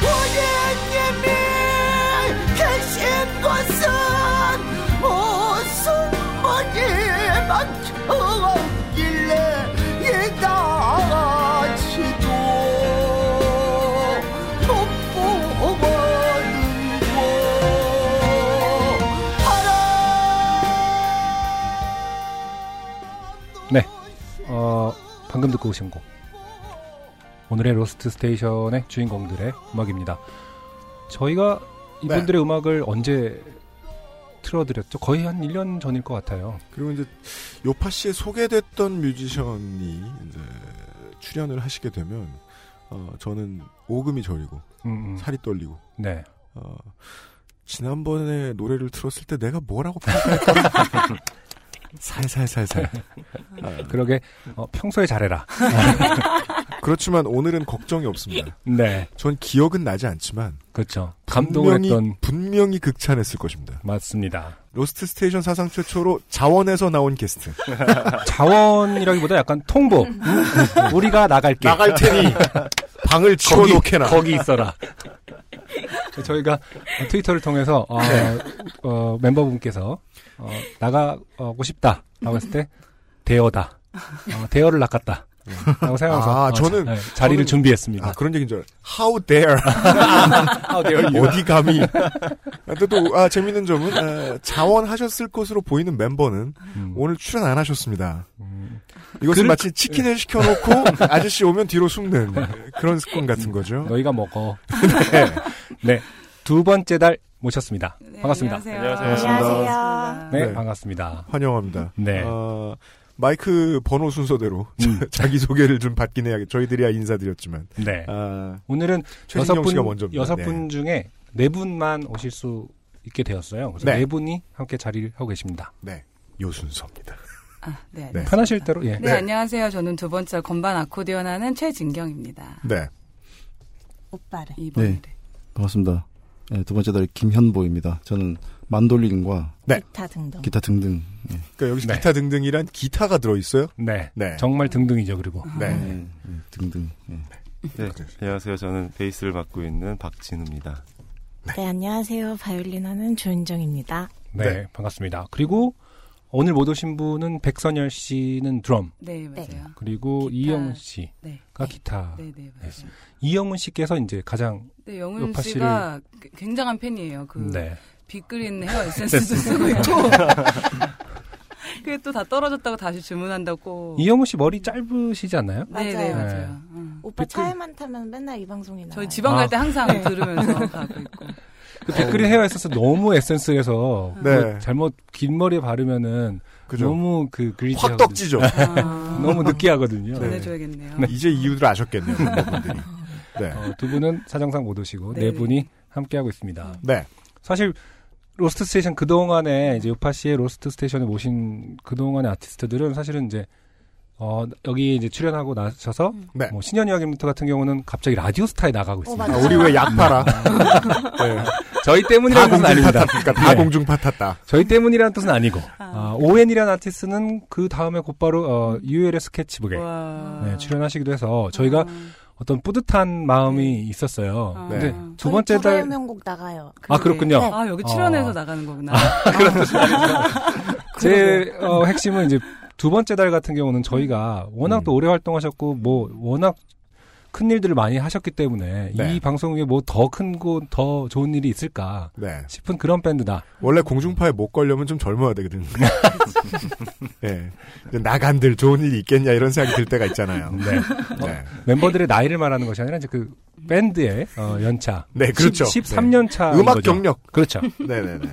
S10: 고객님이 계신 곳은 무슨 문이 막혀있길래 이다치도 돋보는 거
S2: 네. 어, 방금 듣고 오신 곡. 오늘의 로스트 스테이션의 주인공들의 음악입니다. 저희가 이분들의
S1: 네.
S2: 음악을 언제 틀어드렸죠? 거의 한 1년 전일 것 같아요.
S1: 그리고 이제 요파 씨에 소개됐던 뮤지션이 이제 출연을 하시게 되면 어, 저는 오금이 저리고
S2: 음, 음.
S1: 살이 떨리고
S2: 네.
S1: 어, 지난번에 노래를 들었을 때 내가 뭐라고 평가했더라 살살살살 아,
S2: 그러게, 어, 평소에 잘해라.
S1: 그렇지만 오늘은 걱정이 없습니다
S2: 네.
S1: 전 기억은 나지 않지만
S2: 그렇죠. 감동을
S1: 분명히,
S2: 했던,
S1: 분명히 극찬했을 것입니다
S2: 맞습니다.
S1: 로스트 스테이션 사상 최초로 자원에서 나온 게스트
S2: 자원이라기보다 약간 통보. 우리가 나갈게.
S1: 나갈 테니 방을 치워놓게나
S2: 거기 있어라. 저희가 트위터를 통해서 어,
S1: 네.
S2: 어, 멤버분께서 어, 나가고 싶다라고 했을 때 대여다. 어, 대여를 낚았다. 라고 생각해서
S1: 아,
S2: 어, 자-
S1: 저는-
S2: 네, 자리를
S1: 저는-
S2: 준비했습니다.
S1: 아 그런 얘기인 줄 알아요. How dare
S2: 아, 대여 이유.
S1: 어디 감히. 근데 또, 아, 재밌는 점은, 아, 자원하셨을 것으로 보이는 멤버는
S2: 음.
S1: 오늘 출연 안 하셨습니다.
S2: 음. 네.
S1: 이것은
S2: 그럴-
S1: 마치 치킨을 시켜놓고 아저씨 오면 뒤로 숨는 그런 습관 같은 거죠.
S2: 음. 너희가 먹어. 네. 두 번째 달 모셨습니다. 반갑습니다.
S11: 네, 안녕하세요.
S12: 안녕하세요.
S2: 네,
S1: 네.
S2: 반갑습니다.
S1: 환영합니다.
S2: 네.
S1: 어, 마이크 번호 순서대로
S2: 음.
S1: 자기소개를 좀 받긴 해야겠, 저희들이야 인사드렸지만.
S2: 네.
S1: 아,
S2: 오늘은 여섯
S1: 최진영
S2: 분
S1: 씨가 먼저입니다.
S2: 여섯
S1: 네.
S2: 분 중에 네 분만 오실 수 있게 되었어요. 그래서
S1: 네.
S2: 네, 분이 함께 자리를 하고 계십니다.
S1: 요 순서입니다.
S11: 아, 네.
S1: 네.
S2: 편하실 대로 예.
S11: 네, 안녕하세요. 저는 두 번째 건반 아코디언 하는 최진경입니다.
S1: 네.
S11: 오빠를. 이번에.
S13: 네. 반갑습니다. 네, 두 번째 달 김현보입니다. 저는 만돌린과
S14: 기타 등등.
S13: 기타 등등.
S1: 그러니까 여기서
S2: 네.
S1: 기타 등등이란 기타가 들어있어요?
S2: 네.
S1: 네.
S2: 정말 등등이죠, 그리고.
S1: 네.
S13: 네,
S11: 아.
S13: 네,
S2: 음,
S13: 등등.
S2: 예.
S13: 네.
S1: 네.
S15: 안녕하세요. 저는 베이스를 맡고 있는 박진우입니다.
S10: 네, 안녕하세요. 바이올린 하는 조은정입니다.
S2: 네,
S1: 네.
S2: 반갑습니다. 그리고 오늘 못 오신 분은 백선열 씨는 드럼,
S11: 네, 맞아요.
S2: 그리고
S11: 기타.
S2: 이영훈 씨가
S11: 네.
S2: 기타.
S11: 네, 네, 맞아요.
S2: 이영훈 씨께서 이제 가장
S11: 네, 영훈
S2: 요파 씨를-
S11: 씨가 그- 굉장한 팬이에요. 그
S2: 네.
S11: 빅그린 헤어 에센스도 쓰고 있고. 그게 또 다 떨어졌다고 다시 주문한다고.
S2: 이영훈 씨 머리 짧으시지 않나요?
S11: 네, 네, 맞아요. 응.
S9: 오빠
S2: 댓글-
S9: 차에만 타면 맨날 이 방송이 나와요.
S11: 저희 지방
S1: 아.
S11: 갈 때 항상
S9: 네.
S11: 들으면서 가고 있고.
S2: 그 댓글이 해외에 있어서 너무 에센스에서
S1: 네.
S2: 뭐 잘못 긴 머리에 바르면은
S1: 그죠.
S2: 너무 그 그리지
S1: 확 떡지죠.
S2: 너무 느끼하거든요.
S11: 전해줘야겠네요.
S1: 이제 이유를 아셨겠네요. 멤버분들이. 네.
S2: 어, 두 분은 사정상 못 오시고
S11: 네.
S2: 네, 분이 함께 하고 있습니다.
S1: 네.
S2: 사실 로스트 스테이션 그 동안에 이제 요파 씨의 로스트 스테이션에 모신 그 동안의 아티스트들은 사실은 이제 어, 여기 이제 출연하고 나셔서
S9: 음.
S1: 네.
S2: 뭐 신현 이야기부터 같은 경우는 갑자기 라디오 스타에
S9: 어,
S2: 나가고 있습니다.
S1: 아, 우리 왜
S9: 음.
S1: 약 팔아? 네.
S2: 저희 때문이라는
S1: 다
S2: 뜻은
S1: 공중
S2: 아닙니다.
S1: 탓합니까? 다
S2: 네.
S1: 공중 탓했다.
S2: 저희 때문이라는 뜻은 아니고 아, 오엔이라는 아티스트는 그 다음에 곧바로 어, UL의 스케치북에 네, 출연하시기도 해서 저희가 어떤 뿌듯한 마음이 있었어요.
S9: 음. 아.
S1: 네.
S2: 근데 두
S9: 저희
S2: 번째
S9: 초가요
S2: 달
S9: 명곡 나가요.
S2: 아, 그렇군요.
S9: 네.
S11: 아, 여기
S2: 어. 아,
S11: 출연해서 나가는 아, 거구나.
S2: 그런 뜻이 아니죠. 제 어, 핵심은 이제 두 번째 달 같은 경우는 저희가 워낙
S1: 음.
S2: 또 오래 활동하셨고 뭐 워낙 큰 일들을 많이 하셨기 때문에
S1: 네.
S2: 이 방송 위에 뭐 더 큰 곳, 더 좋은 일이 있을까
S1: 네.
S2: 싶은 그런 밴드다.
S1: 원래 공중파에 못 걸려면 좀 젊어야 되거든요. 예. 이제 나간들 좋은 일이 있겠냐 이런 생각이 들 때가 있잖아요.
S2: 네.
S1: 네.
S2: 멤버들의 나이를 말하는 것이 아니라 이제 그 밴드의 어, 연차.
S1: 네, 그렇죠.
S2: 13년 차.
S1: 음악 경력.
S2: 그렇죠.
S1: 네네네.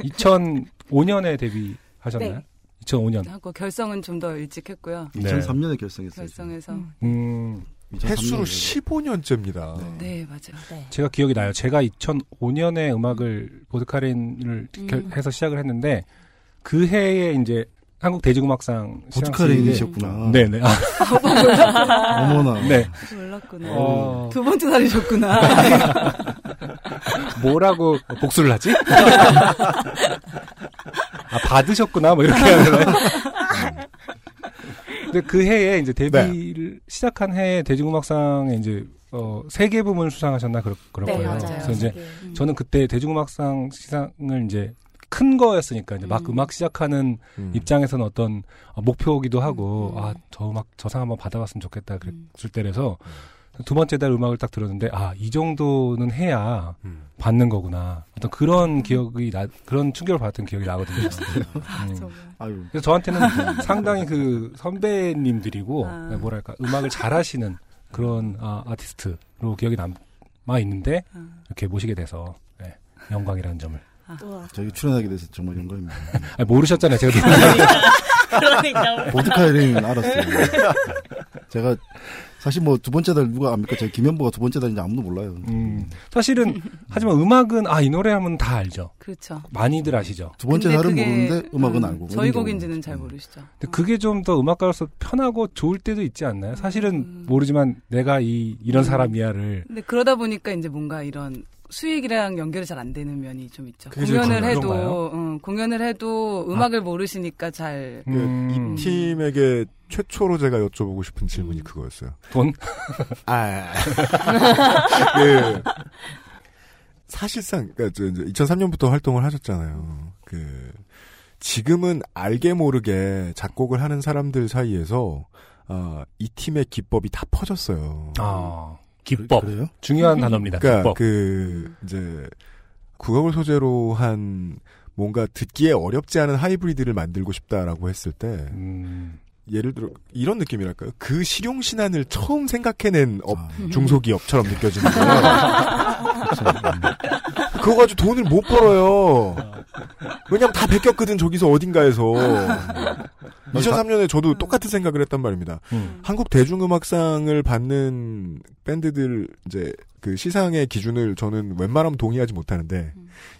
S2: 2005년에 데뷔하셨나요?
S11: 네.
S2: 2005년.
S11: 하고 결성은 좀 더 일찍 했고요.
S2: 네.
S13: 2003년에 결성했어요.
S11: 결성해서
S2: 음,
S1: 횟수로 15년째입니다.
S11: 네 맞아요.
S2: 제가 기억이 나요. 제가 2005년에 음악을 보드카레인을 결-
S11: 음.
S2: 해서 시작을 했는데 그 해에 이제 한국 대중음악상 시상식에-
S13: 보드카레인이셨구나.
S2: 네네. 아,
S13: 어머나.
S2: 네.
S11: 몰랐구나.
S2: 어.
S11: 두 번째 달이셨구나.
S2: 뭐라고 복수를 하지? 아, 받으셨구나, 뭐 이렇게 하는데. 근데 그 해에 이제 데뷔를 시작한 해에 대중음악상에 이제 어, 세계 부문 수상하셨나 그럴, 그럴
S9: 네,
S2: 거예요.
S9: 맞아요.
S2: 그래서 이제
S9: 세계. 음.
S2: 저는 그때 대중음악상 시상을 이제 큰 거였으니까 이제 막 음. 악 시작하는
S9: 음.
S2: 입장에서는 어떤 어, 목표이기도 하고 아 저 음악 저 상 한번 받아봤으면 좋겠다 그랬을 때라서 두 번째 달 음악을 딱 들었는데 아 이 정도는 해야
S9: 음.
S2: 받는 거구나 어떤 그런 기억이 나 그런 충격을 받았던 기억이 나거든요. 음.
S13: 아유.
S2: 그래서 저한테는 상당히 그 선배님들이고 뭐랄까 음악을 잘하시는 그런 아, 아티스트로 기억이 남아 있는데 이렇게 모시게 돼서 예, 영광이라는 점을
S11: 아.
S13: 저희 출연하게 돼서 정말 영광입니다.
S2: 아니, 모르셨잖아요 제가
S9: 그러니까.
S13: 보드카레인 알았어요. 제가 사실 뭐 두 번째 달 누가 압니까? 제가 김현보가 두 번째 달인지 아무도 몰라요.
S2: 음. 사실은 하지만 음악은 아 이 노래 하면 다 알죠.
S11: 그렇죠.
S2: 많이들 아시죠.
S13: 두 번째
S11: 근데
S13: 달은
S11: 그게,
S13: 모르는데 음악은 알고.
S11: 저희 곡인지는 잘 모르시죠.
S2: 근데 그게 좀 더 음악가로서 편하고 좋을 때도 있지 않나요? 사실은
S11: 음.
S2: 모르지만 내가 이 이런 사람이야를
S11: 근데 그러다 보니까 이제 뭔가 이런 수익이랑 연결이 잘 안 되는 면이 좀 있죠.
S2: 그게 제일
S1: 아,
S11: 공연을
S2: 중요한
S11: 해도
S2: 건가요?
S11: 응, 공연을 해도 음악을 모르시니까 잘 음,
S1: 그,
S2: 음.
S1: 이 음. 팀에게 최초로 제가 여쭤보고 싶은 질문이 그거였어요.
S2: 돈?
S1: 아, 아, 아. 그, 사실상, 그러니까 그니까, 2003년부터 활동을 하셨잖아요. 그, 지금은 알게 모르게 작곡을 하는 사람들 사이에서, 어, 이 팀의 기법이 다 퍼졌어요.
S2: 아, 기법.
S13: 그래요?
S2: 중요한 단어입니다.
S1: 그러니까
S2: 기법.
S1: 그 이제 국악을 소재로 한 뭔가 듣기에 어렵지 않은 하이브리드를 만들고 싶다라고 했을 때
S2: 음.
S1: 예를 들어 이런 느낌이랄까요? 그 실용 신안을 처음 생각해낸 업
S2: 아.
S1: 중소기업처럼 느껴지는 거예요. 그거 가지고 돈을 못 벌어요. 왜냐면 다 베꼈거든 저기서 어딘가에서. 2003년에 저도 똑같은 생각을 했단 말입니다.
S2: 음.
S1: 한국 대중음악상을 받는 밴드들 이제 그 시상의 기준을 저는 웬만하면 동의하지 못하는데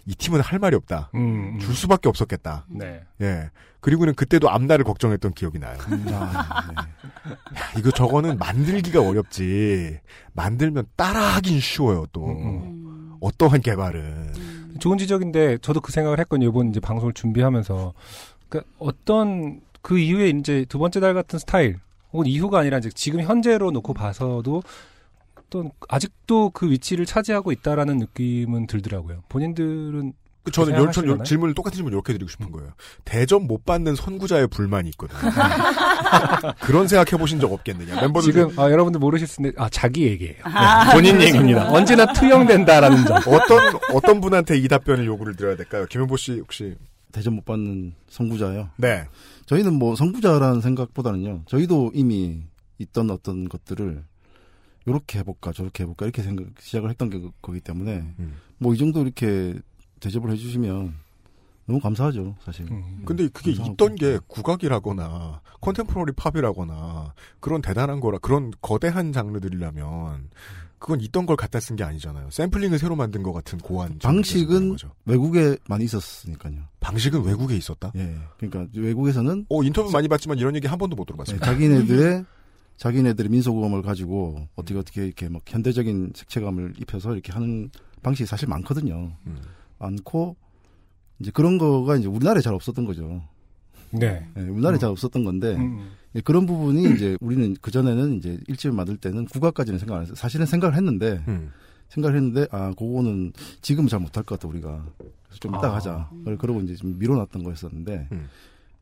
S1: 이 팀은 할 말이 없다.
S2: 음, 음.
S1: 줄 수밖에 없었겠다.
S2: 네.
S1: 예. 그리고는 그때도 앞날을 걱정했던 기억이 나요.
S2: 음.
S13: 아,
S1: 야, 이거 저거는 만들기가 어렵지. 만들면 따라하긴 쉬워요, 또. 어떠한 개발은.
S2: 음, 좋은 지적인데 저도 그 생각을 했거든요. 이번 이제 방송을 준비하면서 그러니까 어떤 그 이후에 이제 두 번째 달 같은 스타일 혹은 이후가 아니라 이제 지금 현재로 놓고 봐서도 어떤 아직도 그 위치를 차지하고 있다라는 느낌은 들더라고요. 본인들은
S1: 그
S2: 그렇게
S1: 저는 열, 전
S2: 생각하시려나요?
S1: 열- 질문을 똑같은 질문 이렇게 드리고 싶은 거예요. 대전 못 받는 선구자의 불만이 있거든요. 그런 생각 해보신 적 없겠느냐. 멤버들
S2: 지금
S1: 중-
S2: 아, 여러분들 모르실 수 있는데 아 자기 얘기예요.
S1: 아,
S2: 네, 본인
S1: 그러시구나.
S2: 얘기입니다. 언제나 투영된다라는 점.
S1: 어떤 어떤 분한테 이 답변을 요구를 드려야 될까요? 김현보 씨 혹시
S13: 대전 못 받는 선구자예요.
S1: 네.
S13: 저희는 뭐 선구자라는 생각보다는요. 저희도 이미 있던 어떤 것들을 요렇게 해볼까 저렇게 해볼까 이렇게 생각 시작을 했던 게 그- 거기 때문에
S1: 음.
S13: 뭐 이 정도 이렇게 대접을 해주시면 너무 감사하죠 사실.
S2: 음.
S1: 근데 그게 있던 게 국악이라거나 컨템포러리 팝이라거나 그런 대단한 거라 그런 거대한 장르들이라면 그건 있던 걸 갖다 쓴 게 아니잖아요. 샘플링을 새로 만든 것 같은 고안
S13: 방식은 외국에 많이 있었으니까요.
S1: 방식은 외국에 있었다.
S13: 예. 그러니까 외국에서는
S1: 어 인터뷰 많이 봤지만 이런 얘기 한 번도 못 들어봤습니다.
S13: 자기네들의 자기네들의 민속음을 가지고 어떻게 어떻게 이렇게 막 현대적인 색채감을 입혀서 이렇게 하는 방식이 사실 많거든요. 많고 이제 그런 거가 이제 우리나라에 잘 없었던 거죠.
S2: 네.
S13: 예, 우리나라에 잘 없었던 건데
S2: 음.
S13: 예, 그런 부분이 이제 우리는 그 전에는 이제 일집을 만들 때는 국악까지는 생각 안 했어요. 사실은 생각을 했는데
S1: 음.
S13: 생각을 했는데 아 그거는 지금 은잘 못할 것 같다 우리가 그래서 좀 이따
S15: 아.
S13: 하자. 그걸 그러고 이제 좀 미뤄놨던 거였었는데
S1: 음.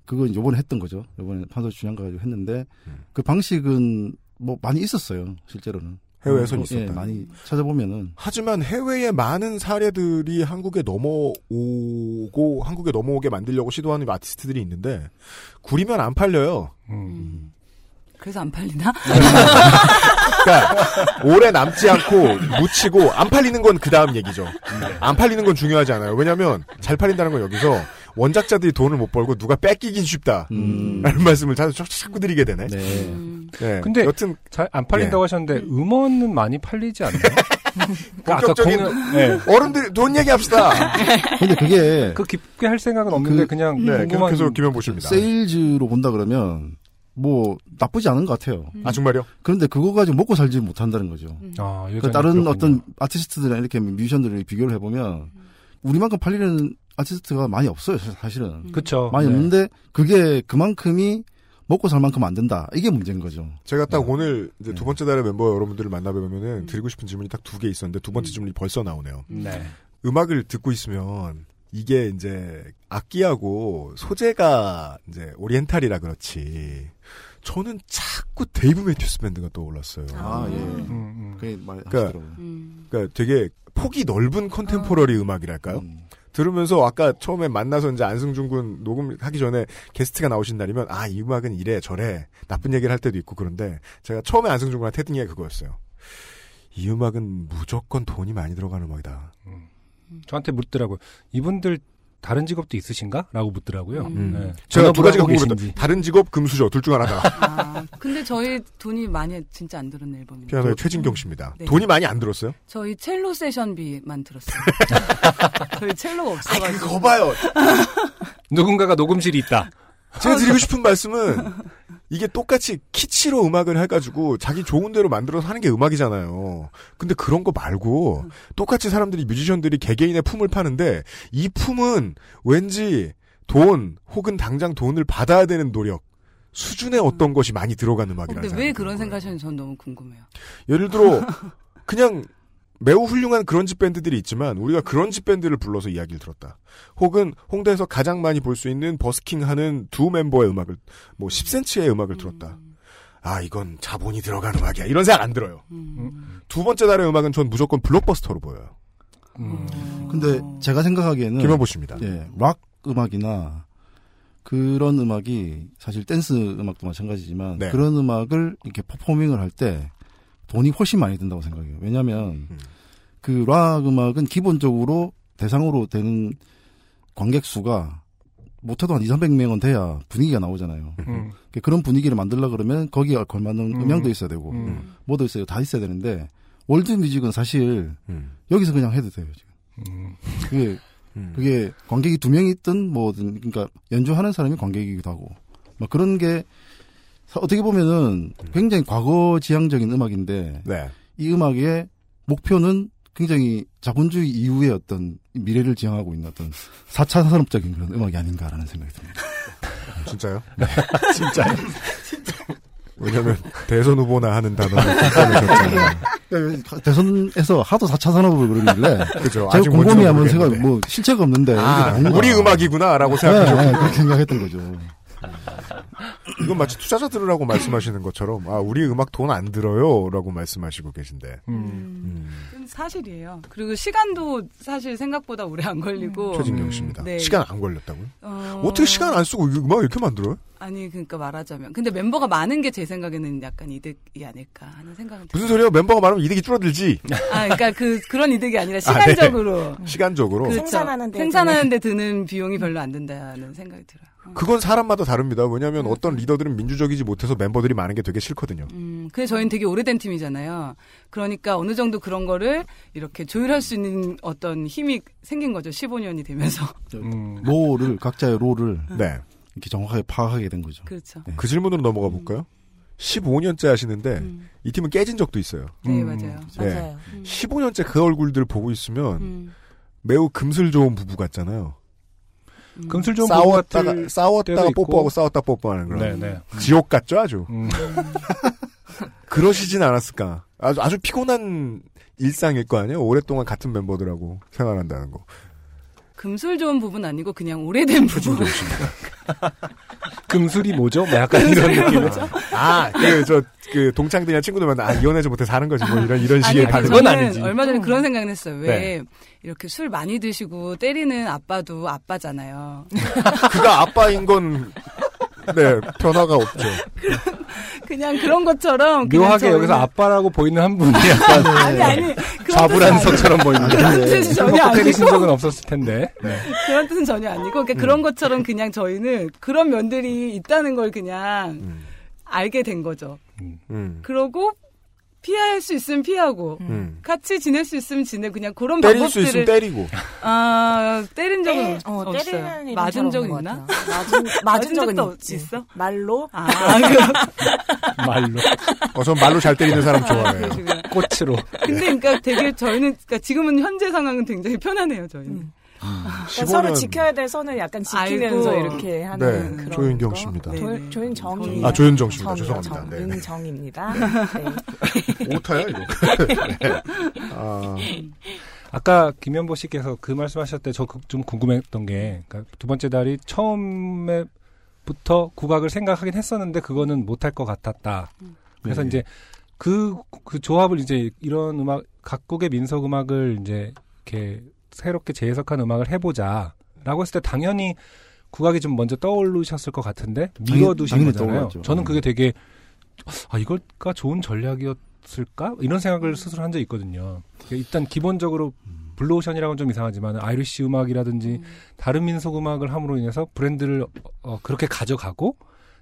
S13: 그건 요번에 했던 거죠. 요번에 판소리 주장가 가지고 했는데
S1: 음.
S13: 그 방식은 뭐 많이 있었어요 실제로는
S1: 해외에선
S13: 어, 예,
S1: 있었다.
S13: 많이 찾아보면은
S1: 하지만 해외의 많은 사례들이 한국에 넘어오고 한국에 넘어오게 만들려고 시도하는 아티스트들이 있는데 구리면 안 팔려요.
S11: 그래서 안 팔리나?
S13: 네.
S1: 그러니까 오래 남지 않고 묻히고 안 팔리는 건 그 다음 얘기죠. 안 팔리는 건 중요하지 않아요. 왜냐하면 잘 팔린다는 건 여기서 원작자들이 돈을 못 벌고 누가 뺏기긴 쉽다라는 말씀을 자꾸 자꾸 드리게 되네. 네.
S2: 근데
S1: 여튼 예.
S2: 잘 안 팔린다고 하셨는데 음원은 많이 팔리지 않나요? 그러니까
S1: 본격적인 어른들 돈 얘기합시다.
S13: 근데 그게
S2: 그 깊게 할 생각은 없는데 그,
S1: 네,
S2: 냥 궁금한
S13: 음. 세일즈로 본다 그러면 뭐 나쁘지 않은 것 같아요.
S1: 아 정말요?
S13: 그런데 그거 가지고 먹고 살지 못한다는 거죠.
S2: 아,
S13: 그 다른 어떤 아티스트들이나 이렇게 뮤지션들을 비교를 해보면 우리만큼 팔리는 아티스트가 많이 없어요. 사- 사실은.
S2: 그쵸.
S13: 많이
S2: 네.
S13: 없는데 그게 그만큼이 먹고 살 만큼 안 된다. 이게 문제인 거죠.
S1: 제가 딱 오늘 이제 두 번째 달의 멤버 여러분들을 만나뵈면은
S2: 음.
S1: 드리고 싶은 질문이 딱 두 개 있었는데 두 번째 질문이 벌써 나오네요.
S2: 네.
S1: 음악을 듣고 있으면 이게 이제 악기하고 소재가 이제 오리엔탈이라 그렇지. 저는 자꾸 데이브 매튜스 밴드가 떠올랐어요.
S13: 아, 예. 그게
S1: 그러니까,
S13: 말하시더라고요.
S1: 그러니까 되게 폭이 넓은
S13: 아.
S1: 컨템포러리 음악이랄까요? 들으면서 아까 처음에 만나서 이제 안승준 군 녹음하기 전에 게스트가 나오신 날이면 아 이 음악은 이래 저래 나쁜 얘기를 할 때도 있고 그런데 제가 처음에 안승준 군한테 했던 얘기가 그거였어요. 이 음악은 무조건 돈이 많이 들어가는 음악이다.
S2: 저한테 묻더라고요. 이분들 다른 직업도 있으신가? 라고 묻더라고요.
S11: 음.
S2: 네.
S1: 제가 두
S2: 전업을
S1: 가지가
S2: 하고
S1: 궁금했다.
S2: 계신지.
S1: 다른 직업 금수저 둘 중 하나다.
S11: 근데 저희 돈이 많이 진짜 안 들었네 앨범이.
S1: 피아노의 최진경 씨입니다.
S11: 음. 네.
S1: 돈이 많이 안 들었어요?
S11: 저희 첼로 세션비만 들었어요. 저희 첼로가 없어가지고.
S1: 그거 봐요.
S2: 누군가가 녹음실이 있다.
S1: 제가 드리고 싶은 말씀은 이게 똑같이 키치로 음악을 해가지고 자기 좋은 대로 만들어서 하는 게 음악이잖아요. 근데 그런 거 말고 똑같이 사람들이 뮤지션들이 개개인의 품을 파는데 이 품은 왠지 돈 혹은 당장 돈을 받아야 되는 노력 수준의 어떤 것이 많이 들어간 음악이라는
S11: 근데
S1: 생각.
S11: 왜 그런 생각하시는지 전 너무 궁금해요.
S1: 예를 들어 그냥 매우 훌륭한 그런지 밴드들이 있지만 우리가 그런지 밴드를 불러서 이야기를 들었다. 혹은 홍대에서 가장 많이 볼 수 있는 버스킹하는 두 멤버의 음악을 뭐 10cm의 음악을 들었다. 아 이건 자본이 들어간 음악이야. 이런 생각 안 들어요. 두 번째 달의 음악은 전 무조건 블록버스터로 보여요.
S13: 근데 제가 생각하기에는
S1: 김현보 씨입니다.
S13: 예, 락 음악이나 그런 음악이 사실 댄스 음악도 마찬가지지만
S1: 네.
S13: 그런 음악을 이렇게 퍼포밍을 할 때 돈이 훨씬 많이 든다고 생각해요. 왜냐하면
S1: 음.
S13: 그 락 음악은 기본적으로 대상으로 되는 관객 수가 못해도 한 2, 300명은 돼야 분위기가 나오잖아요.
S2: 음.
S13: 그러니까 그런 분위기를 만들려 그러면 거기에 걸맞는
S2: 음.
S13: 음. 양도 있어야 되고
S2: 음.
S13: 뭐도 있어요. 다 있어야 되는데 월드뮤직은 사실
S1: 음.
S13: 여기서 그냥 해도 돼요. 지금. 그게 그게 관객이 두 명이 있든 뭐든 그러니까 연주하는 사람이 관객이기도 하고 막 그런 게 사- 어떻게 보면은
S1: 음.
S13: 굉장히 과거 지향적인 음악인데
S1: 네.
S13: 이 음악의 목표는 굉장히 자본주의 이후의 어떤 미래를 지향하고 있는 어떤 4차 산업적인 그런 음악이 아닌가라는 생각이 듭니다.
S1: 아,
S13: 네.
S1: 진짜요? 진짜요? 왜냐면 대선 후보나 하는 단어를 선택하셨잖아요. 네.
S13: 대선에서 하도 4차 산업을 그러길래
S1: 그죠. 아직
S13: 제가 곰곰이
S1: 뭔지는
S13: 하면
S1: 모르겠는데.
S13: 제가 뭐 실체가 없는데
S1: 아,
S13: 이게 뭔가.
S1: 우리 음악이구나라고
S13: 네,
S1: 생각하셨군요.
S13: 네, 그렇게 생각했던 거죠.
S1: 이건 마치 투자자들하고 말씀하시는 것처럼 아 우리 음악 돈 안 들어요라고 말씀하시고 계신데
S11: 그건 사실이에요. 그리고 시간도 사실 생각보다 오래 안 걸리고.
S1: 음. 최진경 씨입니다.
S11: 네.
S1: 시간 안 걸렸다고요?
S11: 어,
S1: 어... 떻게 시간 안 쓰고 이 음악 이렇게 만들어요?
S11: 아니 그러니까 말하자면 근데 멤버가 많은 게 제 생각에는 약간 이득이 아닐까 하는 생각은
S1: 무슨 소리야? 멤버가 많으면 이득이 줄어들지.
S11: 들어요. 아 그러니까 그 그런 이득이 아니라
S1: 아, 네.
S11: 시간적으로
S1: 시간적으로.
S11: 그렇죠.
S9: 생산하는데
S11: 생산하는데 드는 비용이 별로 안 든다는 생각이 들어요.
S1: 그건 사람마다 다릅니다. 왜냐하면 어떤 리더들은 민주적이지 못해서 멤버들이 많은 게 되게 싫거든요.
S11: 음, 그게 저희는 되게 오래된 팀이잖아요. 그러니까 어느 정도 그런 거를 이렇게 조율할 수 있는 어떤 힘이 생긴 거죠. 15년이 되면서.
S13: 롤을 각자의 롤을
S1: 음. 네.
S13: 이렇게 정확하게 파악하게 된 거죠.
S11: 그렇죠.
S1: 그 질문으로 넘어가 볼까요? 15년째 하시는데 이 팀은 깨진 적도 있어요.
S11: 음. 네,
S13: 음.
S11: 맞아요.
S1: 네.
S11: 맞아요. 음.
S1: 15년째 그 얼굴들 보고 있으면 매우 금슬 좋은 부부 같잖아요.
S2: 음. 금슬 좋은 부부
S1: 싸웠다가
S2: 같을
S1: 싸웠다가
S2: 때도 있고.
S1: 뽀뽀하고 싸웠다 뽀뽀하는 그런
S2: 네, 음. 네.
S1: 지옥 같죠 아주. 그러시진 않았을까. 아주 아주 피곤한 일상일 거 아니에요. 오랫동안 같은 멤버들하고 생활한다는 거.
S11: 금술 좋은 부분 아니고 그냥 오래된 부분.
S2: 금술이 뭐죠? 뭐 약간 이런 네.
S11: 금술이
S2: 느낌.
S11: 뭐죠?
S1: 아, 그, 저, 그, 동창들이나 친구들만, 아, 이혼하지 못해 사는 거지, 뭐, 이런, 이런 식의 반응.
S11: 저는 얼마 전에 그런 생각을 했어요. 왜
S1: 네.
S11: 이렇게 술 많이 드시고 때리는 아빠도 아빠잖아요.
S1: 그가 아빠인 건, 네, 변화가 없죠.
S11: 그냥 그런 것처럼 그냥
S2: 묘하게
S11: 네, 저희는-
S2: 여기서 아빠라고 보이는 한 분이 약간
S11: 아니 아니 그런 뜻은
S2: 좌불안석처럼
S11: 아니고.
S2: 보이는데
S11: 그런 뜻이 전혀 아니고
S2: 때리신 적은 없었을 텐데. 네.
S11: 그런 뜻은 전혀 아니고 그러니까 그런 것처럼 그냥 저희는 그런 면들이 있다는 걸 그냥 알게 된 거죠.
S1: 음.
S11: 그러고 피할 수 있으면 피하고
S1: 음.
S11: 같이 지낼 수 있으면 지내 그냥 그런
S1: 때릴 수
S11: 방법들을
S1: 있으면 때리고.
S11: 아 때린 적은
S9: 때-
S11: 없-
S9: 어,
S11: 없어요.
S9: 때리는 일은 잘
S11: 맞은 적
S9: 없는
S11: 있나?
S9: 맞은, 맞은 적은
S11: 적도
S9: 있지.
S11: 있어?
S9: 말로?
S11: 아,
S2: 말로.
S1: 어, 전 말로 잘 때리는 사람 좋아해요.
S11: 그러시구나.
S2: 꽃으로.
S11: 근데 그러니까 되게 저희는 그러니까 지금은 현재 상황은 굉장히 편하네요 저희는.
S9: 그러니까 서로 지켜야 될 선을 약간 지키면서
S11: 알고.
S9: 이렇게
S1: 네,
S9: 하는 그런
S1: 조윤경
S9: 거?
S1: 씨입니다.
S9: 조-
S1: 네네.
S9: 조윤정입니다.
S1: 아, 조윤정 씨입니다.
S9: 정이요,
S1: 죄송합니다.
S9: 정,
S1: 네네.
S9: 윤정입니다. 네.
S1: 오타야, 이거. 네. 아,
S2: 아까 김현보 씨께서 그 말씀하셨을 때 저 좀 궁금했던 게, 그러니까 두 번째 달이 처음에 부터 국악을 생각하긴 했었는데 그거는 못할 것 같았다. 그래서
S13: 네.
S2: 이제 그, 그 조합을 이제 이런 음악, 각국의 민속 음악을 이제 이렇게 새롭게 재해석한 음악을 해보자. 라고 했을 때 당연히 국악이 좀 먼저 떠오르셨을 것 같은데
S13: 당연-
S2: 미뤄두신
S13: 당연히
S2: 거잖아요.
S13: 떠올랐죠. 음.
S2: 저는 그게 되게 아 이걸까 좋은 전략이었을까 이런 생각을 스스로 한 적이 있거든요. 그러니까 일단 기본적으로 블루오션이라고는 좀 이상하지만 아이리시 음악이라든지 다른 민속 음악을 함으로 인해서 브랜드를 어, 그렇게 가져가고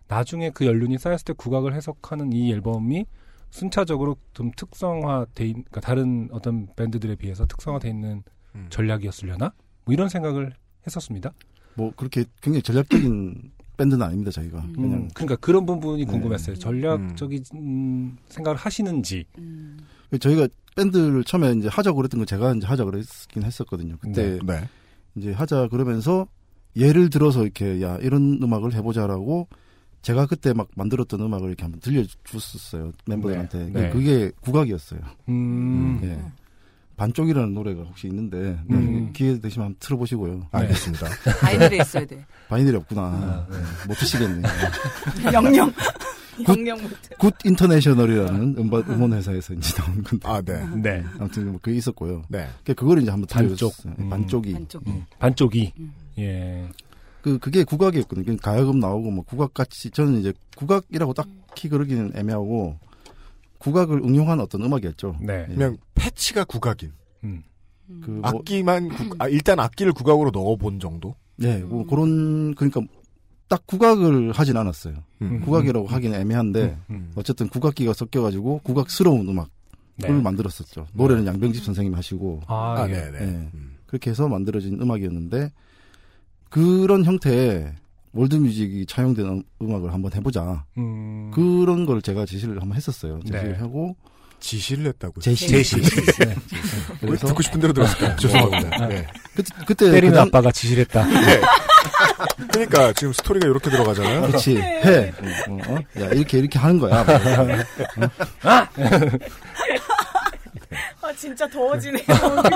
S2: 나중에 그 연륜이 쌓였을 때 국악을 해석하는 이 앨범이 순차적으로 좀 특성화돼 있, 그러니까 다른 어떤 밴드들에 비해서 특성화돼 있는
S13: 음.
S2: 전략이었으려나 뭐 이런 생각을 했었습니다.
S13: 뭐 그렇게 굉장히 전략적인 밴드는 아닙니다 저희가. 그냥 네.
S2: 음, 그러니까 그런 부분이 궁금했어요. 전략적인 음, 생각을 하시는지.
S13: 저희가 밴드를 처음에 이제 하자고 그랬던 건 제가 이제 하자고 그랬긴 했었거든요. 그때
S1: 네.
S13: 이제 하자 그러면서 예를 들어서 이렇게 야 이런 음악을 해보자라고 제가 그때 막 만들었던 음악을 이렇게 한번 들려줬었어요 멤버들한테.
S2: 네. 네.
S13: 그게 국악이었어요.
S2: 음.
S13: 예. 반쪽이라는 노래가 혹시 있는데 나중에 기회 되시면 한번 틀어보시고요.
S1: 음. 네.
S13: 네.
S1: 알겠습니다.
S11: 아이들이 있어야 돼.
S13: 바이닐이 없구나. 예, 못 드시겠네.
S11: 영영 영영 못해.
S13: 굿 인터내셔널이라는 음반 음원 회사에서 이제 나온 건데.
S1: 아, 네.
S2: 네.
S13: 아무튼 뭐 그게 있었고요.
S1: 네.
S13: 그 그걸 이제 한번
S2: 반쪽.
S13: 들려줬어요. 네,
S2: 음.
S13: 반쪽이. 음.
S11: 반쪽.
S2: 반쪽이. 예.
S13: 그 그게 국악이었거든요. 그러니까 가야금 나오고 뭐 국악 같이 저는 이제 국악이라고 딱히 그러기는 애매하고 국악을 응용한 어떤 음악이었죠.
S2: 네. 음.
S13: 예.
S1: 그냥 패치가 국악인.
S13: 그 뭐-
S1: 악기만 국, 아, 일단 악기를 국악으로 넣어본 정도?
S13: 네, 뭐 그런 그러니까 딱 국악을 하진 않았어요.
S1: 음.
S13: 국악이라고 하긴 애매한데
S1: 음.
S13: 어쨌든 국악기가 섞여가지고 국악스러운 음악을
S2: 네.
S13: 만들었었죠. 노래는 양병집 선생님이 하시고
S2: 아,
S1: 아,
S2: 예.
S1: 네, 네.
S13: 예. 그렇게 해서 만들어진 음악이었는데 그런 형태의 월드뮤직이 차용된 음- 음악을 한번 해보자.
S2: 음.
S13: 그런 걸 제가 제시를 한번 했었어요.
S2: 네.
S13: 제시를 하고
S1: 지시를 했다고요.
S13: 제시.
S1: 네. 왜
S13: 그래서
S1: 듣고 싶은 대로 들었을까요? 죄송합니다. 네.
S13: 그, 그때
S2: 때리는
S13: 그 당-
S2: 아빠가 지시했다.
S1: 그러니까 지금 스토리가 이렇게 들어가잖아요.
S13: 그렇지 해. 어, 어, 어? 야 이렇게 이렇게 하는 거야.
S1: 네.
S13: 어?
S1: 아!
S2: 아!
S9: 아, 진짜 더워지네요.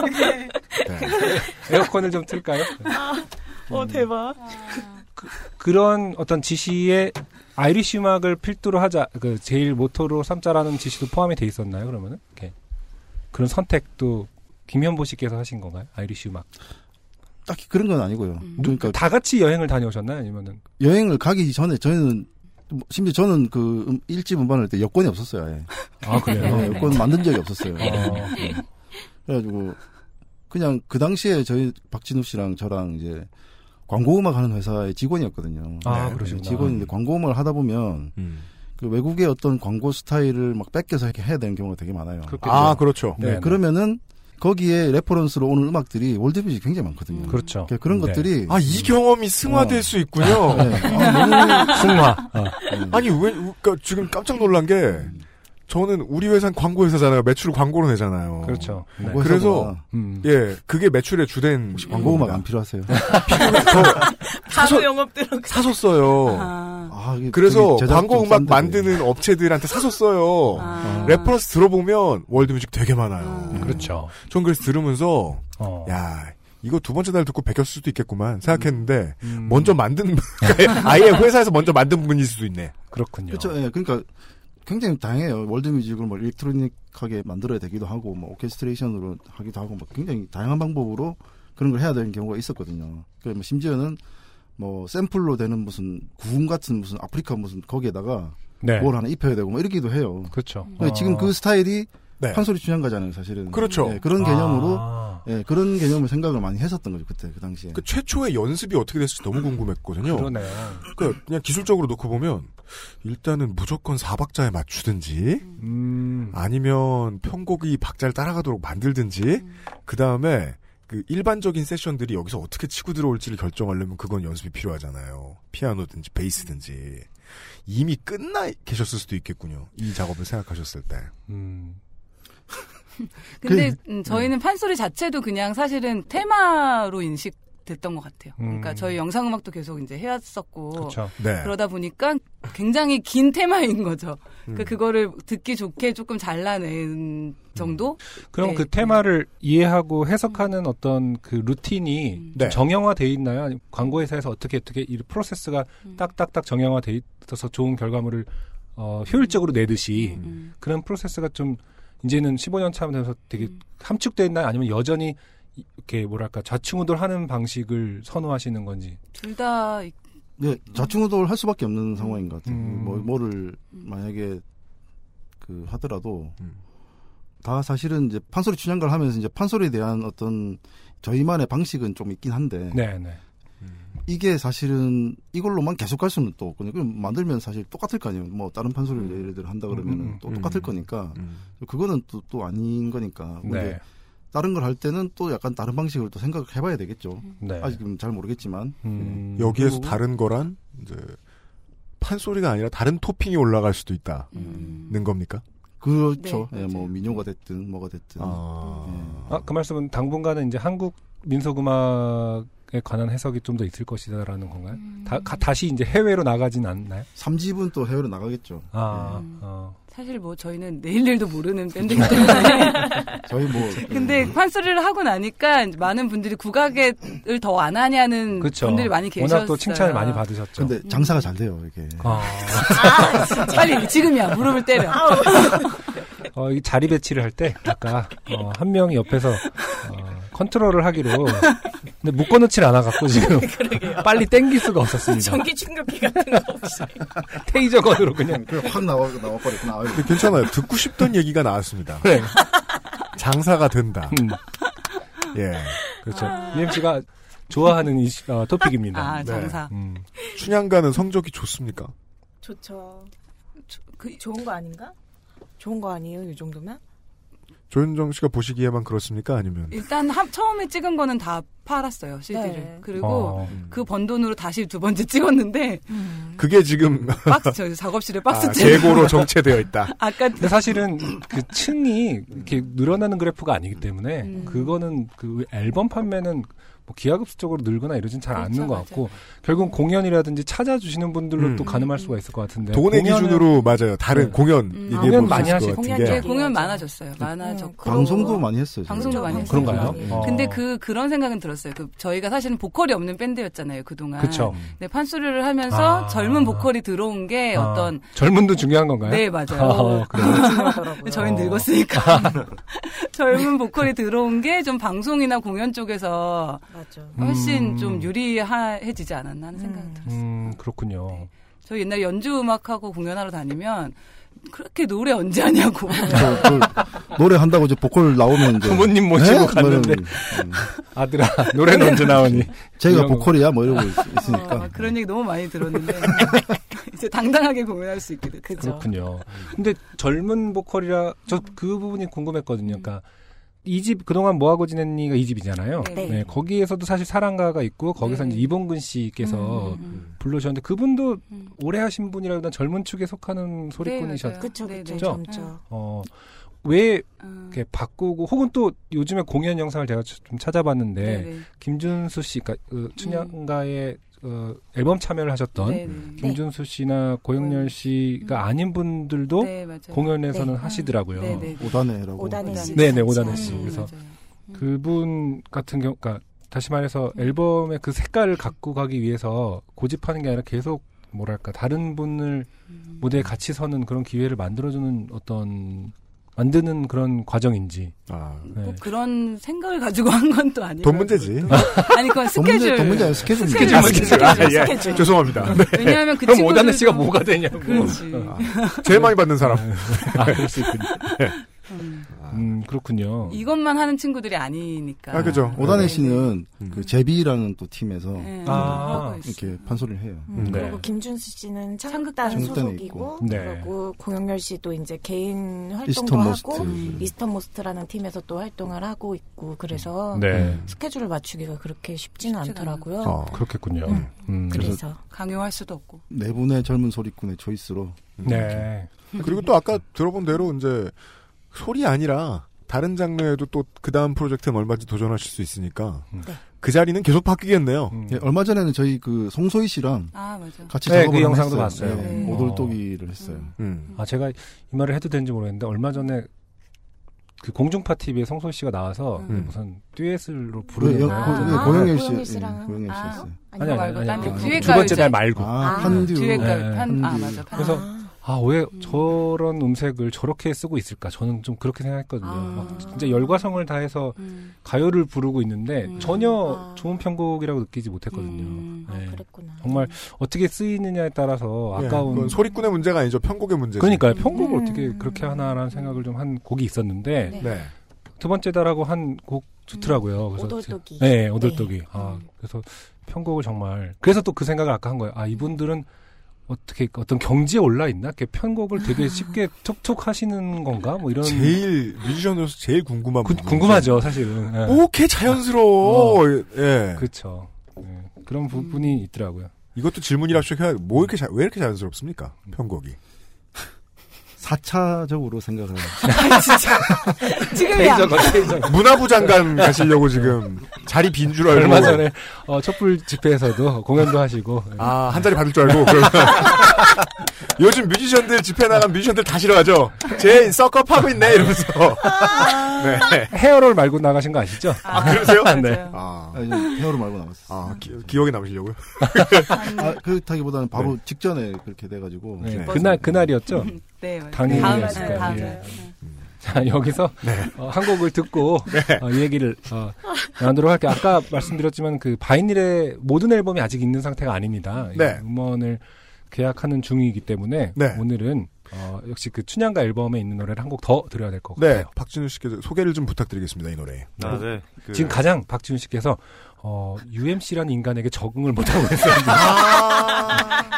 S9: 근데.
S2: 에어컨을 좀
S9: 아,
S2: 틀까요?
S9: 어, 대박.
S2: 그런 어떤 지시의 아이리시 음악을 필두로 하자 그 제일 모토로 삼자라는 지시도 포함이 돼 있었나요? 그러면은 이렇게 그런 선택도 김현보 씨께서 하신 건가요? 아이리시 음악
S13: 딱히 그런 건 아니고요. 그러니까
S2: 다 같이 여행을 다녀오셨나요? 아니면은
S13: 여행을 가기 전에 저희는 뭐 심지어 저는 그 음- 일집 음반을 할 때 여권이 없었어요. 아예.
S2: 아, 그래요?
S13: 네, 여권 만든 적이 없었어요.
S2: 아, 네.
S13: 그래가지고 그냥 그 당시에 저희 박진우 씨랑 저랑 이제 광고 음악 하는 회사의 직원이었거든요.
S2: 아, 그러시구나.
S13: 직원인데 광고 음악을 하다 보면 그 외국의 어떤 광고 스타일을 막 뺏겨서 이렇게 해야 되는 경우가 되게 많아요.
S1: 그렇겠죠. 아, 그렇죠.
S13: 네,
S1: 네.
S13: 그러면은 거기에 레퍼런스로 오는 음악들이 월드뮤직 굉장히 거든요.
S2: 그렇죠.
S13: 그런
S1: 네.
S13: 것들이 어.
S1: 아, 이 경험이 승화될 수 있군요.
S13: 네. 어. 아, 너무
S2: 승화.
S1: 아니 왜 그러니까 지금 깜짝 놀란 게 저는 우리 회사는 광고 회사잖아요. 매출을 광고로 내잖아요.
S2: 그렇죠. 네.
S1: 그래서
S2: 음.
S1: 예 그게 매출의 주된 혹시
S13: 광고 음악 안 필요하세요?
S9: 바로 아. 영업 들어가.
S1: 샀었어요.
S2: 아,
S1: 그래서 광고 음악 만드는 업체들한테 사줬어요. 네. 레퍼런스 들어보면 월드뮤직 되게 많아요. 네.
S2: 그렇죠.
S1: 전 그래서 들으면서
S2: 어.
S1: 야 이거 두 번째 날 듣고 베꼈을 수도 있겠구만 생각했는데
S2: 음.
S1: 먼저 만든 아예 회사에서 먼저 만든 분일 수도 있네.
S2: 그렇군요.
S13: 그렇죠. 예, 그러니까 굉장히 다양해요. 월드뮤직을 뭐 일렉트로닉하게 만들어야 되기도 하고, 뭐 오케스트레이션으로 하기도 하고, 뭐 굉장히 다양한 방법으로 그런 걸 해야 되는 경우가 있었거든요. 그래서 심지어는 뭐 샘플로 되는 무슨 구음 같은 무슨 아프리카 무슨 거기에다가
S2: 네.
S13: 뭘 하나 입혀야 되고 뭐 이러기도 해요.
S2: 그렇죠.
S13: 근데 지금
S2: 아.
S13: 그 스타일이
S2: 네.
S13: 판소리 춘향가잖아요, 사실은.
S1: 그렇죠.
S13: 예, 그런 개념으로
S1: 아.
S13: 예, 그런 개념을 생각을 많이 했었던 거죠 그때 그 당시에.
S1: 그 최초의 연습이 어떻게 됐을지 너무 궁금했거든요.
S2: 그러네요.
S1: 그러니까 그냥 기술적으로 놓고 보면 일단은 무조건 4박자에 맞추든지 아니면 편곡이 박자를 따라가도록 만들든지 그다음에 그 일반적인 세션들이 여기서 어떻게 치고 들어올지를 결정하려면 그건 연습이 필요하잖아요. 피아노든지 베이스든지 이미 끝나 계셨을 수도 있겠군요. 이 작업을 생각하셨을 때.
S13: 음,
S11: 근데
S1: 그-
S11: 음, 저희는 판소리 자체도 그냥 사실은 테마로 인식됐던 것 같아요. 그러니까
S2: 음.
S11: 저희 영상음악도 계속 이제 해왔었고
S2: 그렇죠.
S1: 네.
S11: 그러다 보니까 굉장히 긴 테마인 거죠.
S2: 음.
S11: 그 그거를 듣기 좋게 조금 잘라낸 정도.
S2: 그럼
S11: 네.
S2: 그 테마를 이해하고 해석하는 어떤 그 루틴이 좀
S11: 네.
S2: 정형화돼 있나요? 아니면 광고회사에서 어떻게 어떻게 이 프로세스가 딱딱딱 정형화돼 있어서 좋은 결과물을 어, 효율적으로 내듯이 그런 프로세스가 좀 이제는 15년 차 되면서 되게 함축돼 있나요? 아니면 여전히 이- 이렇게 뭐랄까 좌충우돌하는 방식을 선호하시는 건지?
S11: 둘 다
S13: 네, 좌충우돌 할 수밖에 없는 상황인 것 같아요.
S2: 음.
S13: 뭐, 뭐를 만약에 그 하더라도
S2: 음.
S13: 다 사실은 이제 판소리 춘향가를 하면서 이제 판소리에 대한 어떤 저희만의 방식은 좀 있긴 한데
S2: 네, 네.
S13: 이게 사실은 이걸로만 계속 갈 수는 또 없거든요. 그럼 만들면 사실 똑같을 거 아니에요. 뭐 다른 판소리를 예를 들어 한다 그러면
S2: 음, 음,
S13: 또
S2: 음.
S13: 똑같을 거니까 그거는 또 또 아닌 거니까.
S2: 네.
S13: 근데 다른 걸 할 때는 또 약간 다른 방식으로 또 생각을 해봐야 되겠죠.
S2: 네. 음.
S13: 아직은 잘 모르겠지만 예.
S1: 여기에서
S13: 그리고-
S1: 다른 거란 이제 판소리가 아니라 다른 토핑이 올라갈 수도 있다는
S13: 음.
S1: 겁니까?
S13: 그렇죠. 예, 뭐 민요가 됐든 뭐가 됐든.
S2: 아, 그 말씀은 당분간은 이제 한국 민속음악에 관한 해석이 좀 더 있을 것이다라는 건가요?
S9: 음.
S2: 다, 시 이제 해외로 나가진 않나요?
S13: 3집은 또 해외로 나가겠죠.
S2: 아,
S9: 음.
S2: 어.
S11: 사실 뭐 저희는 내일 일도 모르는 밴드이기 때문에
S13: 저희 뭐
S1: 음.
S11: 근데 판소리를 하고 나니까 이제 많은 분들이 국악을 더 안 하냐는
S13: 그쵸.
S11: 분들이 많이 계셨어요. 음.
S2: 워낙 또 칭찬을 많이 받으셨죠.
S13: 근데 장사가 잘 돼요 이게.
S11: 아, 진짜. 빨리 지금이야 무릎을 때려.
S2: 어, 이 자리 배치를 할 때 아까 어, 한 명이 옆에서 어, 컨트롤을 하기로 근데 묶어놓질 않아갖고 지금 빨리 땡길 수가 없었습니다.
S9: 전기 충격기 같은 거 없이.
S2: 테이저건으로 그냥
S13: 확 나와 나와 버렸구나. 아유.
S1: 근데 괜찮아요. 듣고 싶던 얘기가 나왔습니다.
S11: 네.
S1: 장사가 된다.
S11: 음.
S1: 예.
S2: 그렇죠. UMC가 좋아하는 이, 시- 어, 토픽입니다. 음.
S11: 아, 장사.
S1: 네. 음. 춘향가는 성적이 좋습니까?
S9: 좋죠. 그, 좋은 거 아닌가? 좋은 거 아니에요? 이 정도면?
S1: 조윤정 씨가 보시기에만 그렇습니까? 아니면
S11: 일단 한- 처음에 찍은 거는 다 팔았어요 CD를.
S2: 네.
S11: 그리고
S1: 어.
S11: 그 번 돈으로 다시 두 번째 찍었는데
S1: 그게 지금
S11: 음. 박스 저 작업실에 박스
S1: 아,
S11: 째려.
S1: 재고로 정체되어 있다.
S11: 아까
S2: 근데 사실은 그
S11: 음.
S2: 층이 이렇게 늘어나는 그래프가 아니기 때문에 그거는 그 앨범 판매는 뭐 기하급수적으로 늘거나 이러진 잘 않는
S1: 그렇죠,
S2: 것
S1: 맞아요.
S2: 같고 결국 공연이라든지 찾아주시는 분들로
S1: 음.
S2: 또 가늠할 수가 있을 것 같은데
S1: 돈의
S2: 공연은-
S1: 기준으로 맞아요. 다른 공연
S11: 음,
S1: 이게
S2: 공연
S1: 뭐
S2: 많이
S1: 있을 것
S2: 하실
S1: 같은
S11: 공연
S1: 게.
S11: 예, 공연 많아졌어요. 많아졌고
S13: 방송도 많이 했어요, 저희가.
S11: 방송도 많이 했어요.
S13: 그런가요?
S11: 네.
S2: 아.
S13: 어.
S11: 근데 그 그런 생각은 들었어요. 그 저희가 사실은 보컬이 없는 밴드였잖아요 그 동안.
S2: 그쵸.
S11: 네 판소리를 하면서
S2: 아.
S11: 젊은 보컬이 들어온 게
S2: 아,
S11: 어떤
S2: 젊은도 중요한 건가요?
S11: 네 맞아요. 그러니까.
S2: 어, 그래요? 어.
S11: 저희 는 늙었으니까 젊은 보컬이 들어온 게 좀 방송이나 공연 쪽에서 훨씬
S2: 음.
S11: 좀 유리해지지 않았나 하는 생각이 들어요.
S2: 음 그렇군요.
S11: 저 옛날 연주 음악하고 공연하러 다니면 그렇게 노래 언제 하냐고.
S13: 그 노래 한다고 이제 보컬 나오면 이제
S2: 부모님 모시고
S13: 뭐
S2: 갔는데
S13: 이런-
S2: 아들아 노래는 언제 나오니?
S13: 제가
S2: 이런 거.
S13: 보컬이야 뭐 이러고 있-
S2: 아,
S13: 있으니까.
S11: 어, 막 그런 얘기 너무 많이 들었는데 이제 당당하게 공연할 수 있게 됐죠. 음.
S2: 그렇군요. 근데 젊은 보컬이라 저 그 부분이 궁금했거든요. 그러니까 이 집 그동안 뭐 하고 지냈니가 이 집이잖아요.
S11: 네.
S2: 거기에서도 사실 사랑가가 있고 거기서 이제 이봉근
S11: 음,
S2: 씨께서 불러주셨는데 그분도 오래 하신 분이라기보다 젊은 축에 속하는 소리꾼이셨죠.
S11: 네,
S9: 네,
S11: 맞아요. 그쵸, 그쵸,
S2: 그죠?
S11: 젊죠.
S2: 어. 왜
S11: 어.
S2: 이렇게 바꾸고 혹은 또 요즘에 공연 영상을 제가 좀 찾아봤는데
S11: 네네. 음.
S2: 김준수 씨가 그 춘향가의 어, 앨범 참여를 하셨던
S11: 네네. 음.
S2: 김준수 씨나 고영렬 씨가 아닌 분들도
S11: 네, 맞아요.
S2: 공연에서는
S11: 네.
S2: 하시더라고요.
S11: 네네. 아,
S13: 오다네라고. 오다네 씨 같이
S2: 네네, 오다네
S13: 하는
S2: 씨.
S13: 거.
S2: 그래서 그분 같은 경우, 그러니까 다시 말해서 앨범의 그 색깔을 갖고 가기 위해서 고집하는 게 아니라 계속 뭐랄까 다른 분을
S13: 음.
S2: 무대에 같이 서는 그런 기회를 만들어주는 어떤 만드는 그런 과정인지.
S13: 아.
S2: 네.
S11: 꼭뭐 그런 생각을 가지고 한 건 또
S13: 그
S11: 아니고.
S2: 돈 문제지.
S11: 아니 그건
S2: 돈 문제-
S1: 예.
S11: 스케줄.
S2: 돈 문제 아니라 스케줄입니다.
S11: 스케줄,
S2: 아, 스케줄. 아,
S11: 스케줄,
S2: 예.
S11: 스케줄.
S1: 죄송합니다.
S2: 네.
S11: 왜냐하면 그
S2: 그럼
S11: 친구들도-
S2: 오다네 씨가 뭐가 되냐고.
S11: 그렇지.
S1: 아, 제일 많이 받는 사람. 예.
S2: 아, 그럴 수 있군요. 네.
S11: 음.
S2: 음, 그렇군요.
S11: 이것만 하는 친구들이 아니니까.
S13: 오다네 씨는 그 제비라는 또 팀에서
S11: 네.
S2: 음. 아.
S13: 이렇게 판소리를 해요.
S2: 음, 네.
S16: 그리고 김준수 씨는 창극단
S13: 창극단에
S16: 소속이고
S13: 있고. 네.
S16: 그리고 공영열 씨도 이제 개인 활동도
S13: 이스턴 모스트.
S16: 하고
S13: 음.
S16: 이스턴 모스트라는 팀에서 또 활동을 하고 있고 그래서
S2: 네.
S16: 스케줄을 맞추기가 그렇게 쉽지는 않더라고요.
S2: 어, 그렇겠군요.
S13: 음.
S2: 음.
S13: 그래서
S11: 강요할 수도 없고.
S13: 네 분의 젊은 소리꾼의 초이스로.
S2: 네.
S1: 그리고 또 아까 들어본 대로 이제 소리 아니라 다른 장르에도 또 그 다음 프로젝트는 얼마든지 도전하실 수 있으니까
S2: 음.
S1: 그 자리는 계속 바뀌겠네요.
S13: 예, 얼마 전에는 저희 그 송소희 씨랑 같이
S2: 네,
S13: 작업을 한번
S2: 그 영상도
S13: 했어요.
S2: 봤어요.
S13: 예,
S2: 음.
S13: 오돌토기를 했어요. 음.
S2: 아 제가 이 말을 해도 되는지 모르겠는데 얼마 전에 그 공중파 TV에 성솔 씨가 나와서
S13: 음.
S2: 무슨 듀엣으로 부르는
S13: 네,
S2: 거예요.
S13: 고- 네, 고영일 씨, 고영일 씨랑 예, 고영일
S2: 어. 아,
S13: 씨였어요.
S2: 아니 아니
S13: 말고
S2: 아니,
S13: 딴
S2: 아니,
S13: 데.
S2: 아니.
S13: 듀엣
S2: 두 번째
S13: 가요제.
S2: 날 말고
S13: 아, 판 듀엣. 듀엣 가요,
S2: 네.
S13: 판- 아, 판 맞아, 듀엣. 판.
S2: 그래서 아왜 저런 음색을 저렇게 쓰고 있을까 저는 좀 그렇게 생각했거든요.
S13: 아.
S2: 막 진짜 열과성을 다해서
S13: 음.
S2: 가요를 부르고 있는데 전혀
S13: 아.
S2: 좋은 편곡이라고 느끼지 못했거든요.
S13: 음.
S2: 네. 정말 어떻게 쓰이느냐에 따라서
S1: 예,
S2: 아까운
S1: 그건 소리꾼의 문제가 아니죠. 편곡의 문제죠.
S2: 그러니까요.
S13: 음.
S2: 편곡을 어떻게 그렇게 하나라는 생각을 좀 한 곡이 있었는데
S1: 네.
S2: 두 번째다라고 한 곡 좋더라고요.
S13: 음.
S2: 그래서
S16: 오돌독이. 음.
S2: 네, 네, 오돌독이. 아, 그래서 편곡을 정말 그래서 또 그 생각을 아까 한 거예요. 아, 이분들은 어떻게 어떤 경지에 올라 있나? 이렇게 편곡을
S16: 아.
S2: 되게 쉽게 툭툭 하시는 건가? 뭐 이런
S1: 제일 뮤지션으로서 제일 궁금한
S2: 구-
S1: 부분이죠.
S2: 궁금하죠, 사실은. 예.
S1: 오케이 자연스러워.
S2: 어.
S1: 예.
S2: 그렇죠. 그런 부분이 있더라고요.
S1: 이것도 질문이라고 해야 뭐 이렇게 자, 왜 이렇게 자연스럽습니까? 편곡이.
S13: 4차적으로 생각을.
S11: 진짜.
S1: 네.
S11: 지금이야.
S1: 문화부 장관 가시려고 지금 자리 빈 줄 알고
S2: 네. 얼마 전에 어, 촛불 집회에서도 공연도 하시고
S1: 아, 한 자리 받을 줄 알고. 그러면. 요즘 뮤지션들 집회 나간 뮤지션들 다 싫어하죠. 쟤 썩업 하고 있네 이러면서. 네.
S2: 헤어롤 말고 나가신 거 아시죠?
S1: 아, 그러세요?
S2: 네.
S1: 아,
S13: 헤어로 말고 나왔어요.
S1: 아, 기, 기억에 남으시려고요?
S13: 아, 그렇다기보다는 바로 직전에 그렇게 돼가지고.
S2: 네. 음. 그날 그날이었죠.
S11: 네, 맞아요. 네. 다음 날,
S2: 당일이었을 거예요.
S11: 다음
S2: 예.
S11: 날.
S2: 자 여기서
S1: 네.
S2: 어, 한 곡을 듣고 어, 이 얘기를 어, 나누도록 할게요. 아까 말씀드렸지만 그 바이닐의 모든 앨범이 아직 있는 상태가 아닙니다. 이
S1: 네.
S2: 음원을 계약하는 중이기 때문에 오늘은 어, 역시 그 춘향가 앨범에 있는 노래를 한 곡 더 드려야 될 것 같아요. 뭐,
S1: 네, 박진우 씨께서 소개를 좀 부탁드리겠습니다 이 노래.
S15: 아, 네. 그-
S2: 지금 가장
S1: 아.
S2: 박지훈 씨께서 어, UMC라는 인간에게 적응을 못하고 있어요.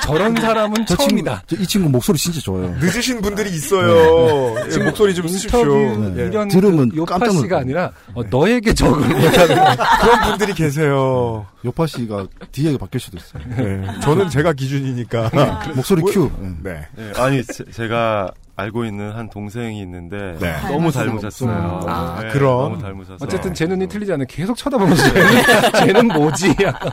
S2: 저런 사람은
S13: 아, 네. 저 친구-
S2: 처음이다.
S13: 저이 친구 목소리 진짜 좋아요. 네.
S1: 늦으신 분들이 있어요. 예,
S2: 지금
S1: 목소리 좀 쓰십시오.
S13: 인터뷰
S1: 예.
S2: 이런
S13: 들으면
S2: 그 요파
S13: 깜짝 놀-
S2: 씨가 아니라 어, 너에게 적을 못하는
S1: 그런 분들이 계세요.
S13: 요파 씨가 뒤에 바뀔 수도 있어요.
S1: 네, 저는 제가 기준이니까.
S2: 아,
S13: 목소리
S1: 뭐-
S13: 큐.
S1: 네.
S15: 네, 아니 제, 가 알고 있는 한 동생이 있는데
S1: 네.
S15: 너무
S2: 닮았어요.
S15: 닮으셨어요.
S2: 아,
S15: 네,
S2: 그럼.
S15: 너무 닮으셔서
S2: 어쨌든 제 눈이 틀리지 않아요. 계속 쳐다보면서 쟤는- 쟤는 뭐지? 약간.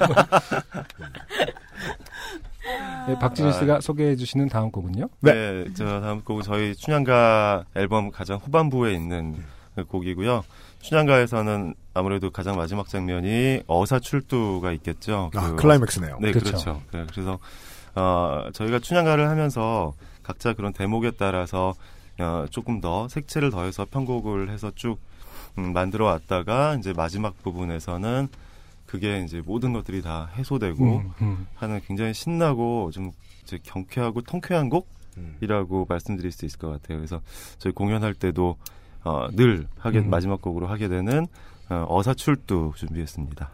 S2: 네, 박진희
S15: 아.
S2: 씨가 소개해 주시는 다음 곡은요.
S15: 네, 저 다음 곡은 저희 춘향가 앨범 가장 후반부에 있는 그 곡이고요. 춘향가에서는 아무래도 가장 마지막 장면이 어사 출두가 있겠죠.
S1: 아,
S15: 그-
S1: 클라이맥스네요.
S15: 네,
S1: 그렇죠.
S15: 그렇죠. 네, 그래서 어, 저희가 춘향가를 하면서 각자 그런 대목에 따라서 어, 조금 더 색채를 더해서 편곡을 해서 쭉 음, 만들어 왔다가 이제 마지막 부분에서는 그게 이제 모든 것들이 다 해소되고
S2: 음, 음.
S15: 하는 굉장히 신나고 좀 이제 경쾌하고 통쾌한 곡이라고 말씀드릴 수 있을 것 같아요. 그래서 저희 공연할 때도 어, 늘 하게
S2: 음.
S15: 마지막 곡으로 하게 되는 어, 어사출두 준비했습니다.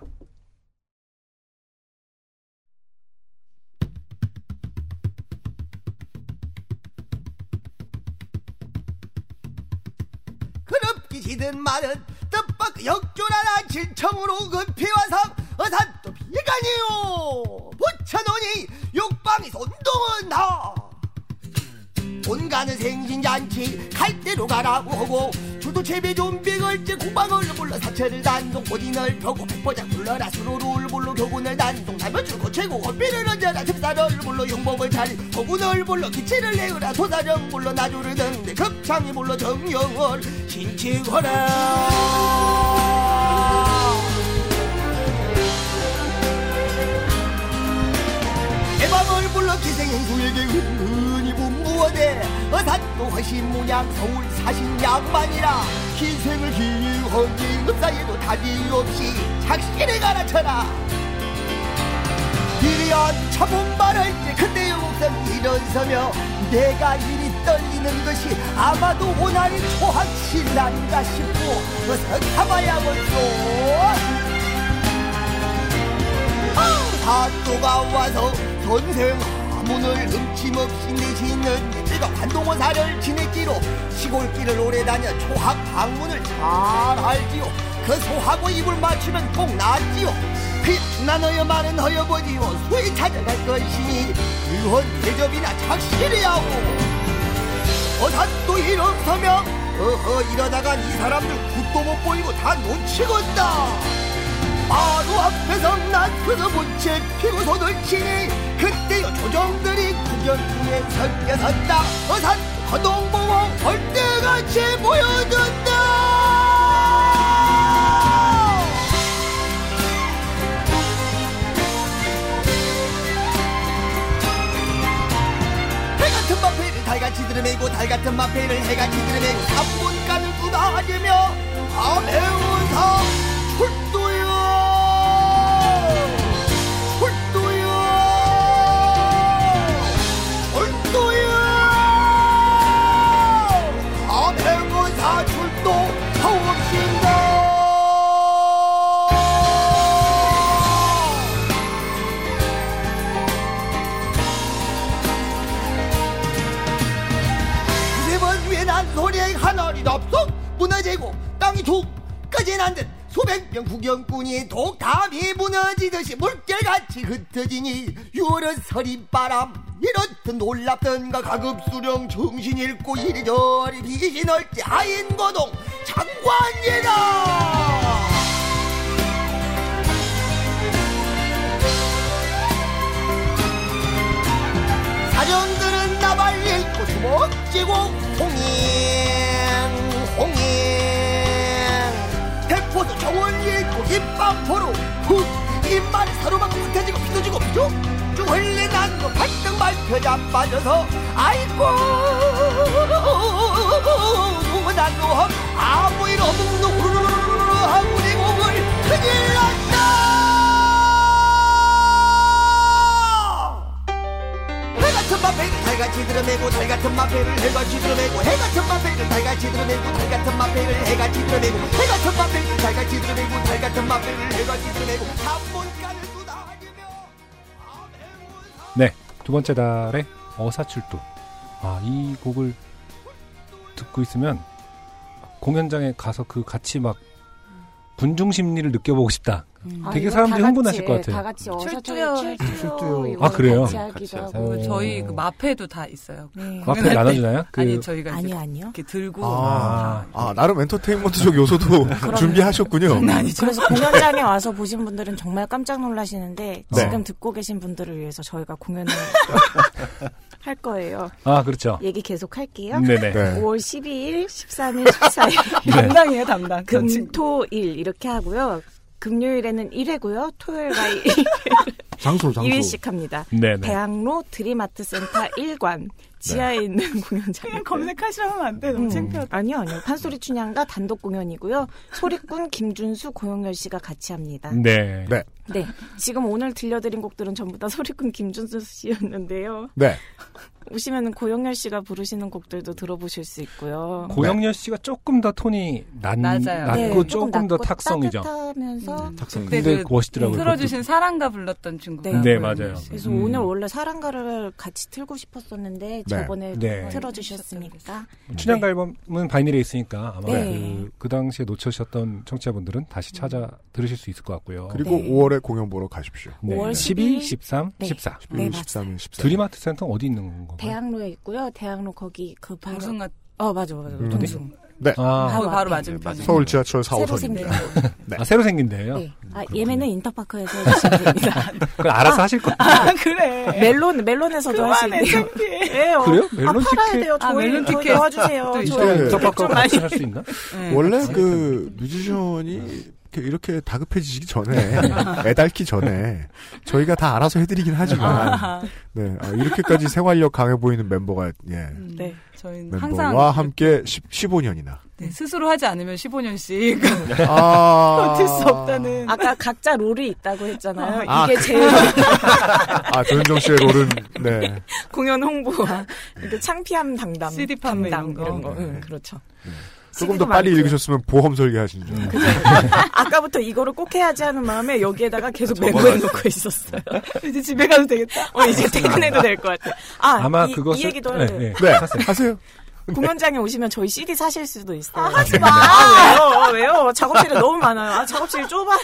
S10: 그럽기 시든 말은 뜻밖 역조나라 질청으로 그 급피와상 어산도 비간이요 부처노니 육방이 손동은 나 온갖은 생신잔치 갈대로 가라고 하고 주도 채비 좀비걸지 공방을 불러 사체를 단동 보디널 펴고 백보장 불러라 수로를 불러 교군을 단동 달면 줄고 최고 건비를 얹어라 집사를 불러 용법을 차리 호군을 불러 기체를 내으라 소사령 불러 나주를 등대 급창이 불러 정영을 신치거라 대밤을 불러 기생행수에게 은근히 분부하되 어산도 허신 문양 서울 사신 양반이라 기생을 기유하기 읍사에도 답이 없이 작신을 갈아쳐라 이리한 차분 말할 때 근데요 목사님 일어서며 내가 이리 떨리는 것이 아마도 오나니 초학신난가 싶고 어서 가봐야 벌써 사또가 와서 선생 가문을 흠침없이 내시는 제가 관동원사를 지냈기로 시골길을 오래 다녀 초학 방문을 잘 알지요 그 소하고 입을 맞추면 꼭 낫지요 그 중난 어여 많은 허여버지요 소에 찾아갈 것이니 의원 대접이나 착실히 하고 어사또 일어서면 어허 이러다간 이 사람들 굿도 못 보이고 다 놓치겠다 바로 앞에서 난그저 본체 피고 손을 치니 그때요 조정들이 구경꾼에 설계선다 어산 허동봉홍 벌떼같이 모여든다 해 같은 마페를 달같이 들이매고 달같은 마페를 해같이 들이매고 3분간을 구다하며 아매운사 출도요 출도요 출도요 아매운사 출도 서울신다 세번 위에 난 소리의 하늘이 덥석 무너지고 땅이 툭 꺼진 한듯 수백 명 구경꾼이 독담이 무너지듯이 물결같이 흩어지니 유월은 서린바람 이렇듯 놀랍던가 가급수령 정신 잃고 이리저리 비신 얼지 하인고동 장관이라 사령들은 나발 잃고 주먹쥐고 홍행 홍행 백포도 정원 잃고 입방포로 훗 입만이 사로막고 붙어지고 비도지고 비도 쭉 흘리난 거 발등 발표자 빠져서 아이고 난로 아무 일 없는 우르르르르 하고 우리 몸을 큰일 났다 해같은 마페를 달같이 드러내고 달같은 마페를 해같이 드러내고 해같은 마페를 달같이 드러내고 달같은 마페를 해같이 드러내고 해같은 마페를 달같이 드러내고 달같은 마페를 해같이 드러내고 한번
S2: 네, 두 번째 달에 어사출두. 아, 이 곡을 듣고 있으면 공연장에 가서 그 같이 막 군중 심리를 느껴보고 싶다.
S16: 아,
S2: 되게
S16: 이거
S2: 사람들이
S16: 다
S2: 흥분하실
S16: 같이,
S2: 것 같아요.
S16: 다 같이 어서
S11: 출두요.
S16: 출두요. 이거
S2: 아, 그래요?
S16: 같이 하기도 하고.
S11: 그 저희 그 마패도 다 있어요. 네.
S2: 마패 나눠주나요? 그-
S11: 아니 저희가
S16: 아니요,
S11: 아니요. 이렇게 들고
S1: 아, 아, 나름 엔터테인먼트적 요소도 준비하셨군요.
S16: 그래서 공연장에 와서 보신 분들은 정말 깜짝 놀라시는데
S2: 네.
S16: 지금 듣고 계신 분들을 위해서 저희가 공연을 할 거예요.
S2: 아, 그렇죠.
S16: 얘기 계속 할게요.
S2: 네네. 네.
S16: 5월 12일, 13일, 14일.
S11: 네. 담당이에요, 담당.
S16: 금, 토, 일 이렇게 하고요. 금요일에는 1회고요. 토요일과
S2: 그
S13: 장소, 장소.
S16: 2회씩 합니다.
S13: 네네.
S16: 대학로 드림아트 센터 1관 지하에
S2: 네.
S16: 있는 공연장에
S11: 검색하시면 안 돼. 너무 창피하다.
S16: 아니요, 아니요. 판소리 춘향가 단독 공연이고요. 소리꾼 김준수, 고영열 씨가 같이 합니다.
S2: 네.
S1: 네.
S16: 네. 지금 오늘 들려드린 곡들은 전부 다 소리꾼 김준수 씨였는데요.
S1: 네.
S16: 오시면은 고영열 씨가 부르시는 곡들도 들어보실 수 있고요.
S2: 고영렬 씨가 조금 더 톤이 난,
S11: 낮아요.
S2: 낮고
S16: 네,
S2: 조금,
S16: 조금
S2: 더
S16: 낮고
S2: 탁성이죠.
S16: 따뜻하면서
S2: 탁성이죠.
S11: 그때
S2: 근데
S11: 그
S2: 멋있더라고요.
S11: 틀어주신 사랑가 불렀던 친구.
S2: 네, 네, 맞아요.
S16: 그래서
S2: 음.
S16: 오늘 원래 사랑가를 같이 틀고 싶었었는데 저번에
S2: 네.
S16: 틀어주셨으니까
S1: 네.
S2: 춘향가 앨범은 바이닐에 있으니까 아마
S16: 네.
S2: 그, 그 당시에 놓쳐셨던 청취자분들은 다시 찾아 들으실 수 있을 것 같고요.
S1: 그리고 5월에 공연 보러 가십시오.
S2: 네.
S16: 5월 12,
S2: 12, 13,
S16: 네.
S2: 14.
S16: 네,
S1: 12, 13, 14.
S2: 드림아트 센터 어디 있는 건가요?
S16: 대학로에 있고요. 대학로 거기 그 바로
S11: 동승 같-
S16: 어 맞아 맞아
S2: 음.
S16: 동승.
S1: 네.
S11: 바로, 바로 맞은 편.
S1: 서울 지하철
S16: 새로
S1: 4호선입니다.
S16: 생긴 거.
S2: 아, 새로 생긴 데예요 음,
S16: 네. 아, 예매는 인터파크에서 해주시면 됩니다.
S2: 그건 알아서 하실 거예요.
S16: 아,
S11: 그래.
S16: 멜론 멜론에서도 할 수
S11: 그만해,
S16: 있네요. 왜요?
S2: 그래요? 멜론
S16: 아, 팔아야
S2: 티켓?
S16: 돼요.
S11: 아,
S16: 저희
S11: 멜론
S16: 저희
S11: 티켓.
S16: 도와주세요.
S11: 또
S16: 저희
S1: 네.
S16: 좀 많이- 네.
S2: 있나?
S1: 원래 그 뮤지션이 이렇게, 이렇게 다급해지기 전에 애달기 전에 저희가 다 알아서 해드리긴 하지만 네 아, 이렇게까지 생활력 강해 보이는 멤버가 예
S16: 음.
S11: 네, 저희는 항상
S1: 멤버와 함께 10, 15년이나
S11: 네, 스스로 하지 않으면 15년씩
S1: 아.
S11: 버틸 수 없다는.
S16: 아까 각자 롤이 있다고 했잖아요.
S1: 아,
S16: 이게
S1: 그-
S16: 제일
S1: 아 조현정 씨의 롤은 네
S16: 공연 홍보와 아, 이렇게 창피함 당담,
S11: CD 판매
S16: 담당
S11: 이런
S16: 이런
S11: 거.
S16: 거. 응, 그렇죠.
S1: 조금 더 빨리 읽으셨으면 보험 설계하신
S16: 음,
S1: 줄 알았어요.
S16: 아까부터 이거를 꼭 해야지 하는 마음에 여기에다가 계속 메모해 놓고 있었어요. 이제 집에 가도 되겠다. 어, 이제 퇴근해도 될 것 같아. 아,
S2: 아마
S16: 이,
S2: 그것을-
S16: 이 얘기도
S2: 네,
S16: 해야 돼.
S2: 네.
S1: 네 하세요
S16: 공연장에 오시면 저희 CD 사실 수도 있어요. 네.
S1: 하지 마!
S16: 아, 왜요? 왜요? 작업실이 너무 많아요. 아, 작업실 좁아요.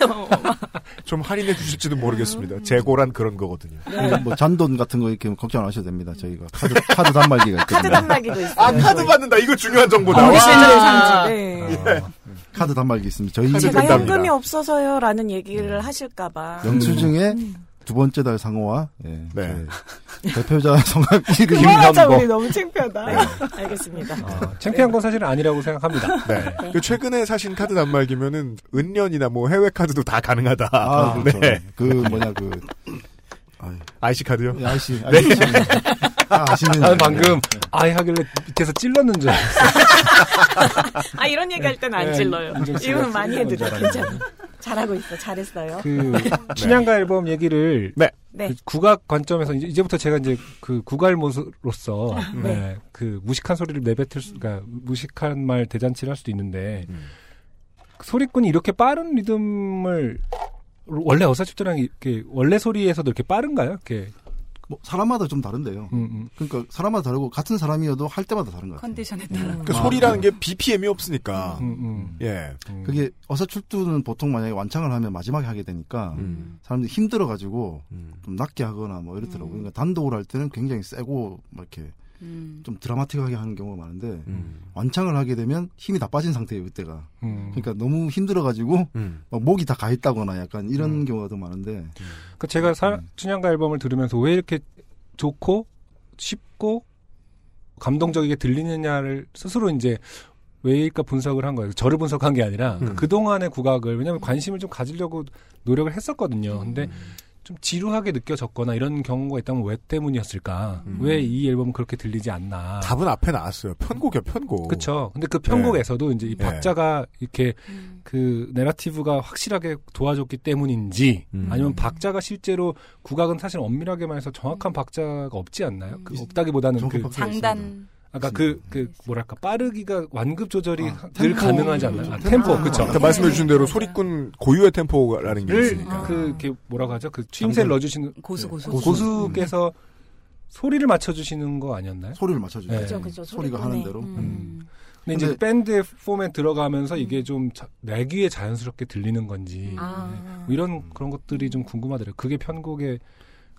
S1: 좀 할인해 주실지도 모르겠습니다 재고란 그런 거거든요
S13: 네, 뭐 잔돈 같은 거 이렇게 걱정 안 하셔도 됩니다. 저희가 카드, 카드 단말기가 있거든요.
S16: 카드 단말기도 있어요. 아,
S1: 아 카드 받는다 이거 중요한 정보다
S16: 어르신들
S1: 와.
S16: 상지. 네.
S1: 예.
S13: 카드 단말기 있습니다. 저희
S1: 카드
S16: 제가
S1: 된답니다.
S16: 현금이 없어서요. 라는 얘기를 하실까봐. 음.
S13: 영수증에 두 번째 달 상호와 예,
S1: 네.
S13: 저희 대표자 성함 이름
S16: 그만하자,
S13: 김남보
S16: 우리 너무 창피하다. 알겠습니다.
S2: 창피한 건 사실은 아니라고 생각합니다.
S1: 네. 그 최근에 사신 카드 단말기면은 은년이나 뭐 해외 카드도 다 가능하다.
S13: 아, 그렇죠.
S1: 네.
S13: 그 뭐냐 그
S1: IC 카드요?
S13: 예, 아이씨
S1: 네.
S13: 아이씨 아, 아시는
S2: 나는 방금 아이 하길래 밑에서 찔렀는 줄 알았어.
S16: 아, 이런 얘기 할 땐 안
S2: 네,
S16: 찔러요.
S2: 인정 씨가
S16: 이건 많이
S2: 찔리는
S16: 해드려.
S2: 줄
S16: 괜찮아. 잘하고 있어. 잘했어요.
S2: 그
S11: 네.
S2: 춘향가 앨범 얘기를
S16: 네.
S2: 그 국악 관점에서 이제, 이제부터 제가 이제 그 국알모로서
S16: 네.
S2: 네, 그 무식한 소리를 내뱉을 수, 그러니까 무식한 말 대잔치를 할 수도 있는데 그 소리꾼이 이렇게 빠른 리듬을 원래 어사십조랑 이렇게 원래 소리에서도 이렇게 빠른가요? 이렇게
S13: 뭐 사람마다 좀 다른데요. 그러니까 사람마다 다르고 같은 사람이어도 할 때마다 다른 것 같아요. 아, 네.
S11: 컨디션에 따라.
S1: 그 소리라는 게 BPM이 없으니까. 예.
S13: 음. 그게 어사출두는 보통 만약에 완창을 하면 마지막에 하게 되니까
S1: 음.
S13: 사람들이 힘들어 가지고 좀 낮게 하거나 뭐 이렇더라고요.
S16: 음.
S13: 그러니까 단독을 할 때는 굉장히 세고 막 이렇게
S11: 음.
S13: 좀 드라마틱하게 하는 경우가 많은데 완창을 하게 되면 힘이 다 빠진 상태예요 그때가.
S2: 음.
S13: 그러니까 너무 힘들어 가지고
S1: 음.
S13: 목이 다 가 있다거나 약간 이런 경우가 더 많은데
S2: 음.
S13: 음.
S2: 그 제가 사, 춘향가 앨범을 들으면서 왜 이렇게 좋고 쉽고 감동적이게 들리느냐를 스스로 이제 왜일까 분석을 한 거예요. 저를 분석한 게 아니라 그 동안의 국악을 왜냐하면 관심을 좀 가지려고 노력을 했었거든요. 근데 좀 지루하게 느껴졌거나 이런 경우가 있다면 왜 때문이었을까? 왜 이 앨범은 그렇게 들리지 않나?
S1: 음. 답은 앞에 나왔어요. 편곡이요, 편곡.
S2: 그렇죠. 근데 그 편곡에서도 이제 이
S1: 네.
S2: 박자가 이렇게
S11: 음.
S2: 그 내러티브가 확실하게 도와줬기 때문인지
S1: 음.
S2: 아니면 박자가 실제로 국악은 사실 엄밀하게 말해서 정확한 박자가 없지 않나요? 그 없다기보다는 그
S11: 음. 장단.
S2: 아까
S1: 음.
S2: 그, 그, 뭐랄까, 빠르기가, 완급 조절이
S1: 아,
S2: 늘 가능하지 않나요? 아, 템포, 그쵸.
S1: 아까 말씀해주신 대로 소리꾼 고유의 템포라는 게
S2: 를,
S1: 있으니까.
S2: 그, 이렇게 뭐라고 하죠? 그, 추임새를 넣어주시는
S11: 고수 고수.
S2: 고수께서 소리를 맞춰주시는 거 아니었나요?
S13: 소리를 맞춰주죠.
S2: 네.
S13: 음. 그죠, 그죠. 소리가 소리뿐에. 하는 대로. 음.
S2: 근데 이제 밴드 폼에 들어가면서 이게 좀 자- 내 귀에 자연스럽게 들리는 건지
S16: 아.
S2: 뭐 이런 그런 것들이 좀 궁금하더라고요. 그게 편곡의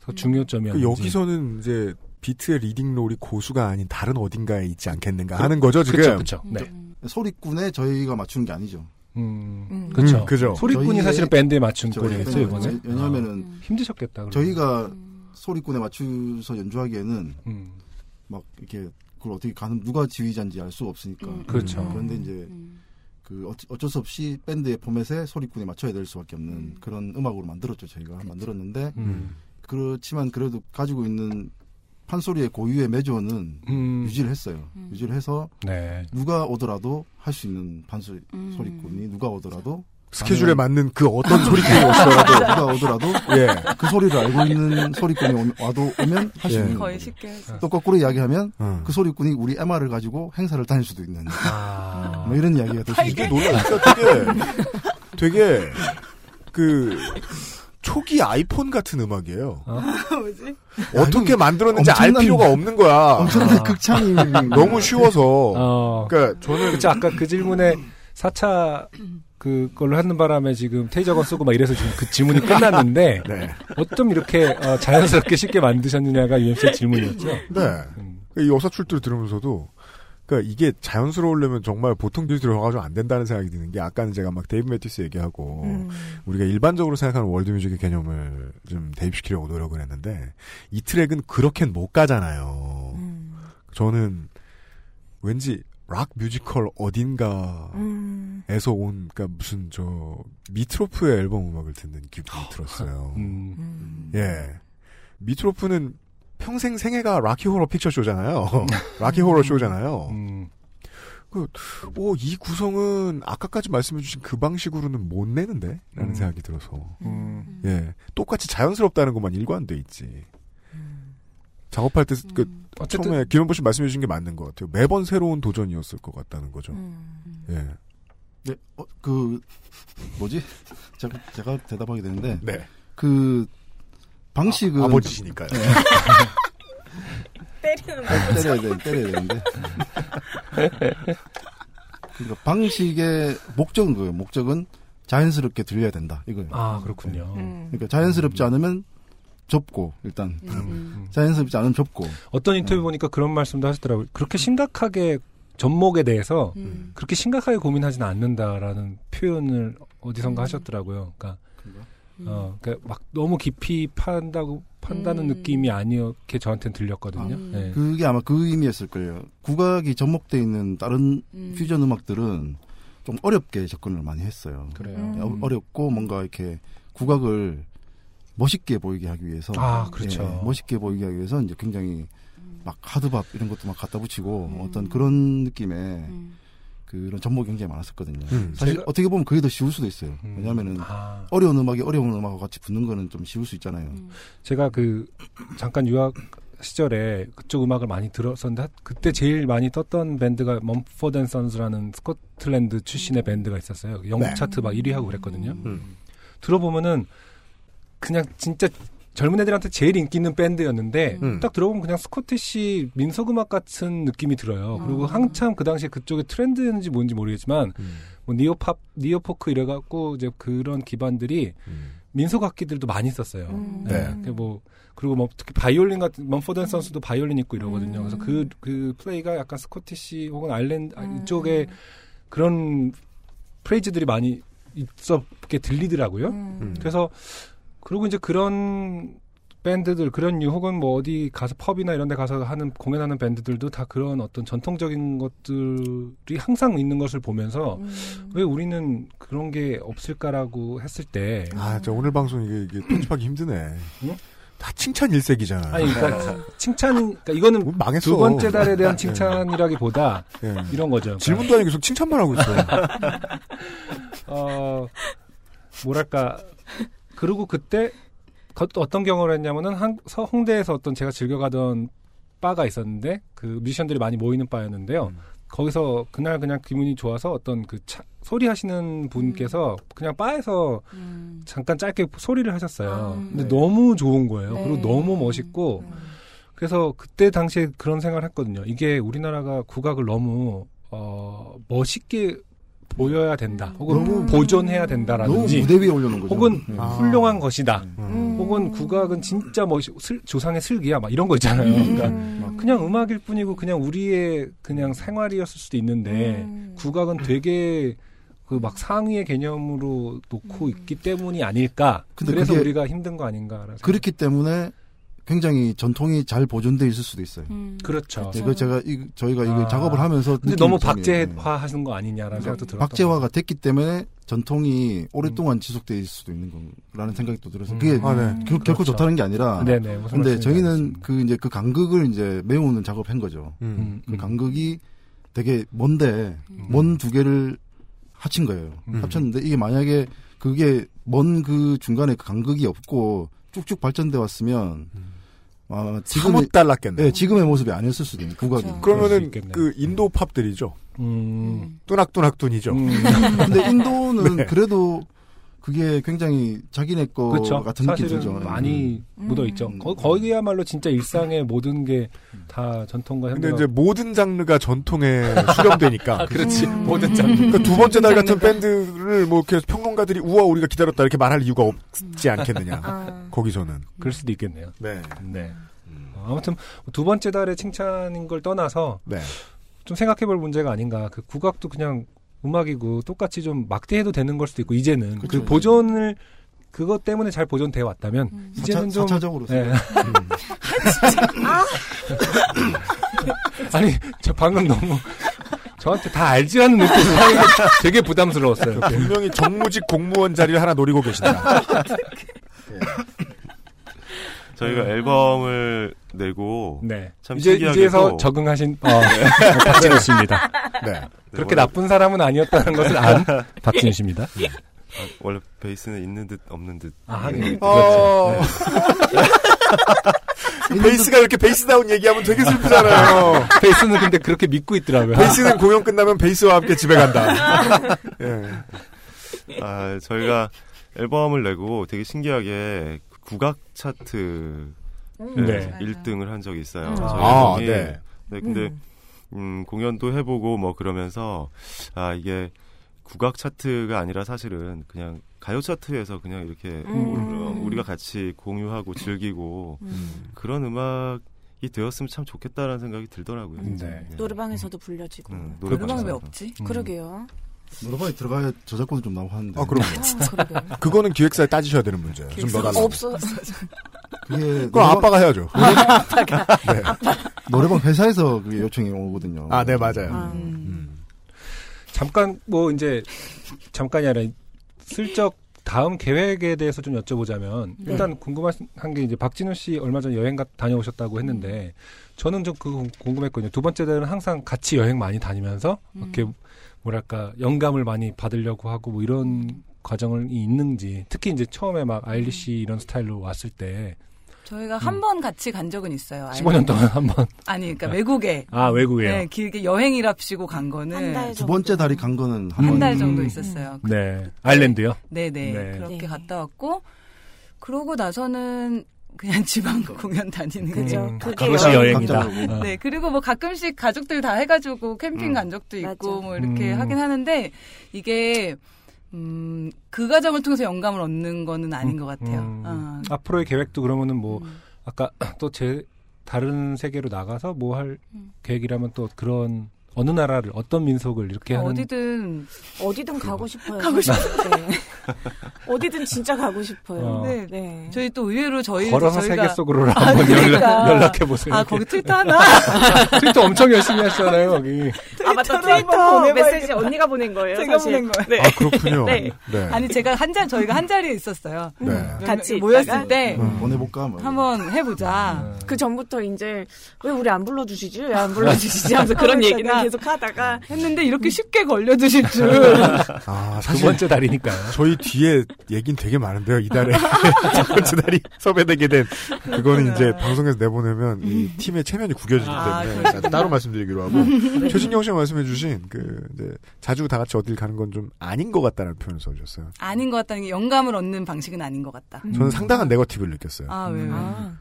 S2: 더 중요점이
S1: 그 여기서는 이제 비트의 리딩 롤이 고수가 아닌 다른 어딘가에 있지
S2: 그
S1: 않겠는가 하는 거죠 지금.
S2: 네.
S13: 음. 소리꾼에 저희가 맞추는 게 아니죠.
S2: 음. 그쵸. 소리꾼이 사실은 밴드에 맞춘 꼴이었어요, 이거는.
S13: 왜냐하면은
S2: 힘드셨겠다. 그러면.
S13: 저희가 소리꾼에 맞춰서 연주하기에는
S2: 음.
S13: 막 이렇게 그걸 어떻게 가는 누가 지휘자인지 알 수 없으니까.
S2: 그렇죠.
S13: 그런데 이제 그 어찌- 어쩔 수 없이 밴드의 포맷에 소리꾼에 맞춰야 될 수밖에 없는 그런 음악으로 만들었죠 저희가
S1: 그렇죠.
S13: 만들었는데
S2: 음.
S13: 그렇지만 그래도 가지고 있는 판소리의 고유의 매조는
S1: 음.
S13: 유지를 했어요. 유지를 해서
S2: 네.
S13: 누가 오더라도 할 수 있는 판소리 소리꾼이 누가 오더라도
S1: 스케줄에
S13: 나는-
S1: 맞는 그 어떤 소리꾼이 오더라도
S13: 누가 오더라도
S1: 예.
S13: 그 소리를 알고 있는 소리꾼이 오- 와도 오면 할 수
S1: 예. 음.
S13: 있는
S11: 거의
S13: 거죠.
S11: 쉽게 해서.
S13: 또 거꾸로 이야기하면 그 소리꾼이 우리 MR을 가지고 행사를 다닐 수도 있는
S1: 아.
S13: 뭐 이런 이야기가 될수
S1: 이게 놀라. 그러니까 되게 되게 그 초기 아이폰 같은 음악이에요.
S16: 뭐지?
S1: 어떻게 만들었는지 알
S16: 엄청난-
S1: 필요가 없는 거야. 아.
S2: 엄청난
S13: 극찬이
S1: 너무 쉬워서. 그러니까 저는
S2: 어. 그쵸, 아까 그 질문에 4차 그걸로 하는 바람에 지금 테이저건 쓰고 막 이래서 지금 그 질문이 끝났는데
S1: 네.
S2: 어쩜 이렇게 어, 자연스럽게 쉽게 만드셨느냐가 UMC 의 질문이었죠.
S1: 네. 이 여사 출두를 들으면서도 그러니까 이게 자연스러우려면 정말 보통 길 들어가가지고 안 된다는 생각이 드는 게 아까는 제가 막 데이브 매티스 얘기하고
S2: 어.
S11: 음.
S1: 우리가 일반적으로 생각하는 월드뮤직의 개념을 좀 대입시키려고 노력을 했는데 이 트랙은 그렇게는 못 가잖아요. 저는 왠지 락 뮤지컬 어딘가에서 온 그러니까 무슨 저 미트로프의 앨범 음악을 듣는 기분이 들었어요. 예. 미트로프는 평생 생애가 라키 호러 픽처 쇼잖아요. 라키 호러 쇼잖아요. 그, 오, 이 구성은 아까까지 말씀해주신 그 방식으로는 못 내는데? 라는
S2: 음.
S1: 생각이 들어서. 예. 똑같이 자연스럽다는 것만 일관돼 있지. 작업할 때, 그,
S2: 어쨌든-
S1: 처음에 김현보 씨 말씀해주신 게 맞는 것 같아요. 매번 새로운 도전이었을 것 같다는 거죠.
S2: 음.
S1: 예.
S13: 네, 어, 그 뭐지? 제가, 제가 대답하게 되는데,
S1: 네.
S13: 그 방식은 네.
S1: 아, 아버지시니까요.
S16: 때리는
S13: 때려야 돼, 때려야 되는데. 그러니까 방식의 목적은 그거예요. 목적은 자연스럽게 들려야 된다. 이거예요.
S2: 아, 그렇군요.
S13: 그러니까 자연스럽지 않으면 좁고 일단
S1: 음.
S13: 자연스럽지 않으면 좁고
S2: 어떤 인터뷰 보니까 그런 말씀도 하시더라고요. 그렇게 심각하게 접목에 대해서
S1: 음.
S2: 그렇게 심각하게 고민하지는 않는다라는 표현을
S1: 음.
S2: 어디선가 하셨더라고요. 그러니까, 어, 그러니까 막 너무 깊이 판다고 판다는
S1: 음.
S2: 느낌이 아니었게 저한테는 들렸거든요. 예.
S13: 그게 아마 그 의미였을 거예요. 국악이 접목돼 있는 다른 퓨전 음악들은 좀 어렵게 접근을 많이 했어요.
S2: 그래요.
S13: 어- 어렵고 뭔가 이렇게 국악을 멋있게 보이게 하기 위해서
S2: 아, 그렇죠.
S13: 예, 멋있게 보이게 하기 위해서 이제 굉장히 막 하드밥 이런 것도 막 갖다 붙이고 어떤 그런 느낌의 그런 접목이 굉장히 많았었거든요.
S1: 음,
S13: 사실
S1: 제가-
S13: 어떻게 보면 그게 더 쉬울 수도 있어요.
S2: 음.
S13: 왜냐하면은
S2: 아.
S13: 어려운 음악이 어려운 음악과 같이 붙는 거는 좀 쉬울 수 있잖아요.
S2: 제가 그 잠깐 유학 시절에 그쪽 음악을 많이 들었었는데 하- 그때 제일 많이 떴던 밴드가 먼포드 앤 선즈라는 스코틀랜드 출신의 밴드가 있었어요. 그 영국
S15: 네.
S2: 차트 막 1위 하고 그랬거든요. 들어보면은 그냥 진짜 젊은 애들한테 제일 인기 있는 밴드였는데 딱 들어보면 그냥 스코티시 민속음악 같은 느낌이 들어요. 그리고 한참 그 당시에 그쪽의 트렌드인지 뭔지 모르겠지만 뭐 니오팝, 니오포크 이래갖고 이제 그런 기반들이 민속 악기들도 많이 썼어요. 네. 그뭐 그리고 뭐 특히 바이올린 같은 먼포드 앤 선수도 바이올린 있고 이러거든요. 그래서 그 그 플레이가 약간 스코티시 혹은 아일랜드 아, 이쪽에 그런 프레이즈들이 많이 있었게 들리더라고요. 그래서 그리고 이제 그런 밴드들 그런 유 혹은 뭐 어디 가서 펍이나 이런 데 가서 하는 공연하는 밴드들도 다 그런 어떤 전통적인 것들이 항상 있는 것을 보면서 왜 우리는 그런 게 없을까라고 했을 때
S1: 아, 저 오늘 방송 이게, 이게 편집하기 힘드네. 다 칭찬 네. 일색이잖아.
S2: 아니, 그러니까 칭찬, 그러니까 이거는
S1: 예. 어. 뭐 망했어.
S2: 두 번째 달에 대한 칭찬이라기보다
S1: 예.
S2: 이런 거죠. 그러니까
S1: 질문도 아니고 계속 칭찬만 하고 있어요.
S2: 어, 뭐랄까. 그리고 그때 그- 어떤 경험을 했냐면은 한, 서- 홍대에서 어떤 제가 즐겨가던 바가 있었는데 그 뮤지션들이 많이 모이는 바였는데요. 거기서 그날 그냥 기분이 좋아서 어떤 그 차- 소리 하시는 분께서 그냥 바에서 잠깐 짧게 소리를 하셨어요. 근데 너무 좋은 거예요. 그리고 너무 멋있고 그래서 그때 당시에 그런 생각을 했거든요. 이게 우리나라가 국악을 너무 어, 멋있게 보여야 된다. 혹은
S13: 너무-
S2: 보존해야 된다라든지.
S13: 너무 무대 위에 올려놓은 거죠. 음.
S2: 혹은
S13: 네.
S2: 훌륭한 것이다. 혹은 국악은 진짜 멋이 슬- 조상의 슬기야. 막 이런 거
S13: 음.
S2: 있잖아요. 그러니까 그냥 음악일 뿐이고 그냥 우리의 그냥 생활이었을 수도 있는데
S13: 음.
S2: 국악은 되게 그 막 상위의 개념으로 놓고 있기 때문이 아닐까.
S13: 근데
S2: 그래서
S13: 그게-
S2: 우리가 힘든 거 아닌가라는 생각.
S13: 그렇기 때문에 굉장히 전통이 잘 보존돼 있을 수도 있어요. 네,
S2: 그렇죠.
S13: 이거 제가 이- 저희가 이거
S2: 아.
S13: 작업을 하면서
S2: 근데
S13: 느낀
S2: 너무
S13: 점이에요. 네. 예,
S2: 박제화하는 거 아니냐라는 생각도 들었던
S13: 음.
S2: 음.
S13: 박제화가 됐기 때문에 전통이 오랫동안 지속돼 있을 수도 있는 거라는 생각이 또 들어서 그게 음,
S2: 아, 네.
S13: 결,
S2: 그렇죠.
S13: 코 좋다는 게 아니라
S2: 네네, 무슨
S13: 근데
S2: 말씀인지
S13: 저희는 그 이제 그 간극을 이제 메우는 작업한 거죠.
S2: 음.
S13: 그 간극이 되게 먼데 먼 두 개를 합친 거예요.
S2: 음.
S13: 합쳤는데 이게 만약에 그게 먼 그 중간에 그 간극이 없고 쭉쭉 발전돼 왔으면
S2: 음.
S13: 아,
S1: 사뭇 달랐겠네요.
S13: 네, 지금의 모습이 아니었을 수도 있는 국악이.
S2: 그렇죠.
S1: 그러면은 그 인도 팝들이죠.
S2: 음.
S1: 뚜낙뚜낙뚜니죠.
S13: 근데 인도는
S1: 네.
S13: 그래도 그게 굉장히 자기네 거
S2: 그렇죠.
S13: 같은 느낌이
S2: 사실은
S13: 들죠.
S2: 많이
S1: 음.
S2: 묻어 있죠. 거, 거기야말로 진짜 일상의 모든 게 다 전통과
S1: 근데 이제
S2: 현대.
S1: 모든 장르가 전통에 네, 수렴되니까.
S2: 아, 그렇지. 모든 장르.
S1: 그러니까 두 번째 날 같은
S2: 장르가.
S1: 밴드를 뭐 이렇게 평론가들이 우와 우리가 기다렸다 이렇게 말할 이유가 없지 않겠느냐.
S2: 아.
S1: 거기서는.
S2: 그럴 수도 있겠네요.
S1: 네.
S2: 네. 어, 아무튼 두 번째 달의 칭찬인 걸 떠나서
S1: 네.
S2: 좀 생각해볼 문제가 아닌가. 그 국악도 그냥 음악이고 똑같이 좀 막대해도 되는 걸 수도 있고 이제는 그
S13: 그렇죠.
S2: 보존을 그것 때문에 잘 보존돼 왔다면 이제는
S13: 사차-
S2: 좀
S13: 사차적으로
S2: 네.
S13: 생각-
S2: 아니 저 방금 너무 저한테 다 알지라는 느낌으로 되게 부담스러웠어요.
S1: 분명히 정무직 공무원 자리를 하나 노리고 계신다.
S15: 저희가
S1: 음.
S15: 앨범을 내고
S2: 네.
S15: 참
S2: 이제
S15: 신기하게도-
S2: 이제서 적응하신 어, 박진우 씨입니다.
S15: 네.
S2: 그렇게
S15: 원래-
S2: 나쁜 사람은 아니었다는 것을 안 박진우 씨입니다.
S15: 네. 아, 원래 베이스는 있는 듯 없는 듯. 네.
S2: 아, 그렇죠. 네.
S15: 하긴
S1: 어.
S2: 하긴.
S1: 베이스가 이렇게 베이스다운 얘기하면 되게 슬프잖아요.
S2: 베이스는 근데 그렇게 믿고 있더라고요.
S1: 베이스는 공연 끝나면 베이스와 함께 집에 간다. 예.
S15: 아, 저희가 앨범을 내고 되게 신기하게 국악 차트
S2: 음, 네.
S15: 1등을 한 적이 있어요.
S2: 음.
S15: 저희
S2: 아,
S15: 앨범이.
S2: 네.
S15: 네, 근데
S2: 음.
S15: 음, 공연도 해보고 뭐 그러면서 아 이게 국악 차트가 아니라 사실은 그냥 가요 차트에서 그냥 이렇게
S2: 음.
S15: 우- 우리가 같이 공유하고 즐기고 그런 음악이 되었으면 참 좋겠다라는 생각이 들더라고요.
S11: 음,
S15: 네.
S16: 노래방에서도 불려지고.
S15: 음, 노래방에서.
S16: 노래방 왜 없지?
S15: 음.
S16: 그러게요.
S13: 노래방에 들어가야 저작권도 좀 나오고 하는데.
S1: 아, 그럼. 그거는 기획사에 따지셔야 되는 문제예요. 좀
S16: 기획사가
S1: 넣어달라.
S16: 없어.
S13: 그게
S1: 그럼 아빠가 해야죠. 네.
S16: 아빠가. 아빠.
S13: 노래방 회사에서 그게 요청이 오거든요.
S1: 아, 네, 맞아요.
S2: 음. 잠깐 뭐 이제 잠깐이 아니라 슬쩍 다음 계획에 대해서 좀 여쭤보자면
S17: 네.
S2: 일단 궁금한 게 이제 박진우 씨 얼마 전에 여행 가, 다녀오셨다고 했는데 저는 좀 그거 궁- 궁금했거든요. 두 번째 달은 항상 같이 여행 많이 다니면서 이렇게 뭐랄까 영감을 많이 받으려고 하고 뭐 이런 과정이 있는지 특히 이제 처음에 막 아일리 씨 이런 스타일로 왔을 때
S11: 저희가 한 번 같이 간 적은 있어요.
S2: 음. 15년 동안 한 번.
S11: 아니, 그러니까 외국에.
S2: 아, 외국에요?
S11: 네, 길게 여행이랍시고 간 거는
S13: 두 번째 달이 간 거는 한
S11: 네, 한
S13: 번. 음.
S11: 달 정도 있었어요.
S2: 네. 아일랜드요?
S11: 네네 그렇게 갔다 왔고 그러고 나서는 그냥 지방 공연 다니는
S2: 음. 그죠.
S11: 거.
S2: 그게 그것이 여행. 여행이다. 어.
S11: 네 그리고 뭐 가끔씩 가족들 다 해가지고 캠핑
S2: 음.
S11: 간 적도 있고 뭐 이렇게
S2: 음.
S11: 하긴 하는데 이게 음, 그 과정을 통해서 영감을 얻는 거는 아닌 것 같아요.
S2: 음.
S11: 아,
S2: 앞으로의 계획도 그러면은 뭐
S11: 음.
S2: 아까 또 제 다른 세계로 나가서 뭐 할
S11: 음.
S2: 계획이라면 또 그런 어느 나라를 어떤 민속을 이렇게 하는
S11: 아, 어디든
S16: 어디든 가고 싶어요.
S11: 가고
S16: 싶은데 어디든 진짜 가고 싶어요.
S2: 어.
S16: 네,
S11: 저희 또 의외로 저희
S2: 걸어서
S11: 저희가- 그러니까.
S2: 세계 속으로를 한번 연락- 연락해보세요,
S11: 아
S2: 이렇게.
S11: 거기 트위터 하나?
S2: 트위터 엄청 열심히 하시잖아요 거기
S16: 아 맞다 트위터 메시지 언니가 보낸 거예요.
S11: 제가
S16: 사실.
S11: 보낸 거예요.
S16: 네.
S1: 아, 그렇군요.
S11: 네.
S1: 네.
S11: 아니 제가 한 자리 저희가 한 자리에 있었어요.
S1: 네. 음.
S11: 몇
S16: 같이
S11: 명이 모였을
S16: 있다가?
S11: 때
S13: 보내볼까? 뭐.
S11: 한번 해보자.
S16: 그 전부터 이제 왜 우리 안 불러주시지? 왜 안 불러주시지? 하면서 그런
S11: 아, 그러니까. 하고 있다가
S16: 얘기는 계속 하다가
S11: 했는데 이렇게 쉽게 걸려드실 줄.
S1: 아,
S2: 두 번째 달이니까.
S1: 저희 뒤에 얘긴 되게 많은데요. 이달에 첫 번째 달이 섭외되게 된 그거는 이제 방송에서 내보내면 이 팀의 체면이 구겨지기
S2: 네. 아, 네.
S1: 때문에
S2: 그렇구나.
S1: 따로 말씀드리기로 하고 최진영 씨가 말씀해주신 그 이제 자주 다 같이 어딜 가는 건 좀 아닌 것 같다는 표현을
S2: 아,
S1: 써주셨어요.
S2: 음.
S11: 아닌 것 같다는 게 영감을 얻는 방식은 아닌 것 같다.
S1: 저는 상당한 네거티브를 느꼈어요. 음.
S11: 아 왜? 왜?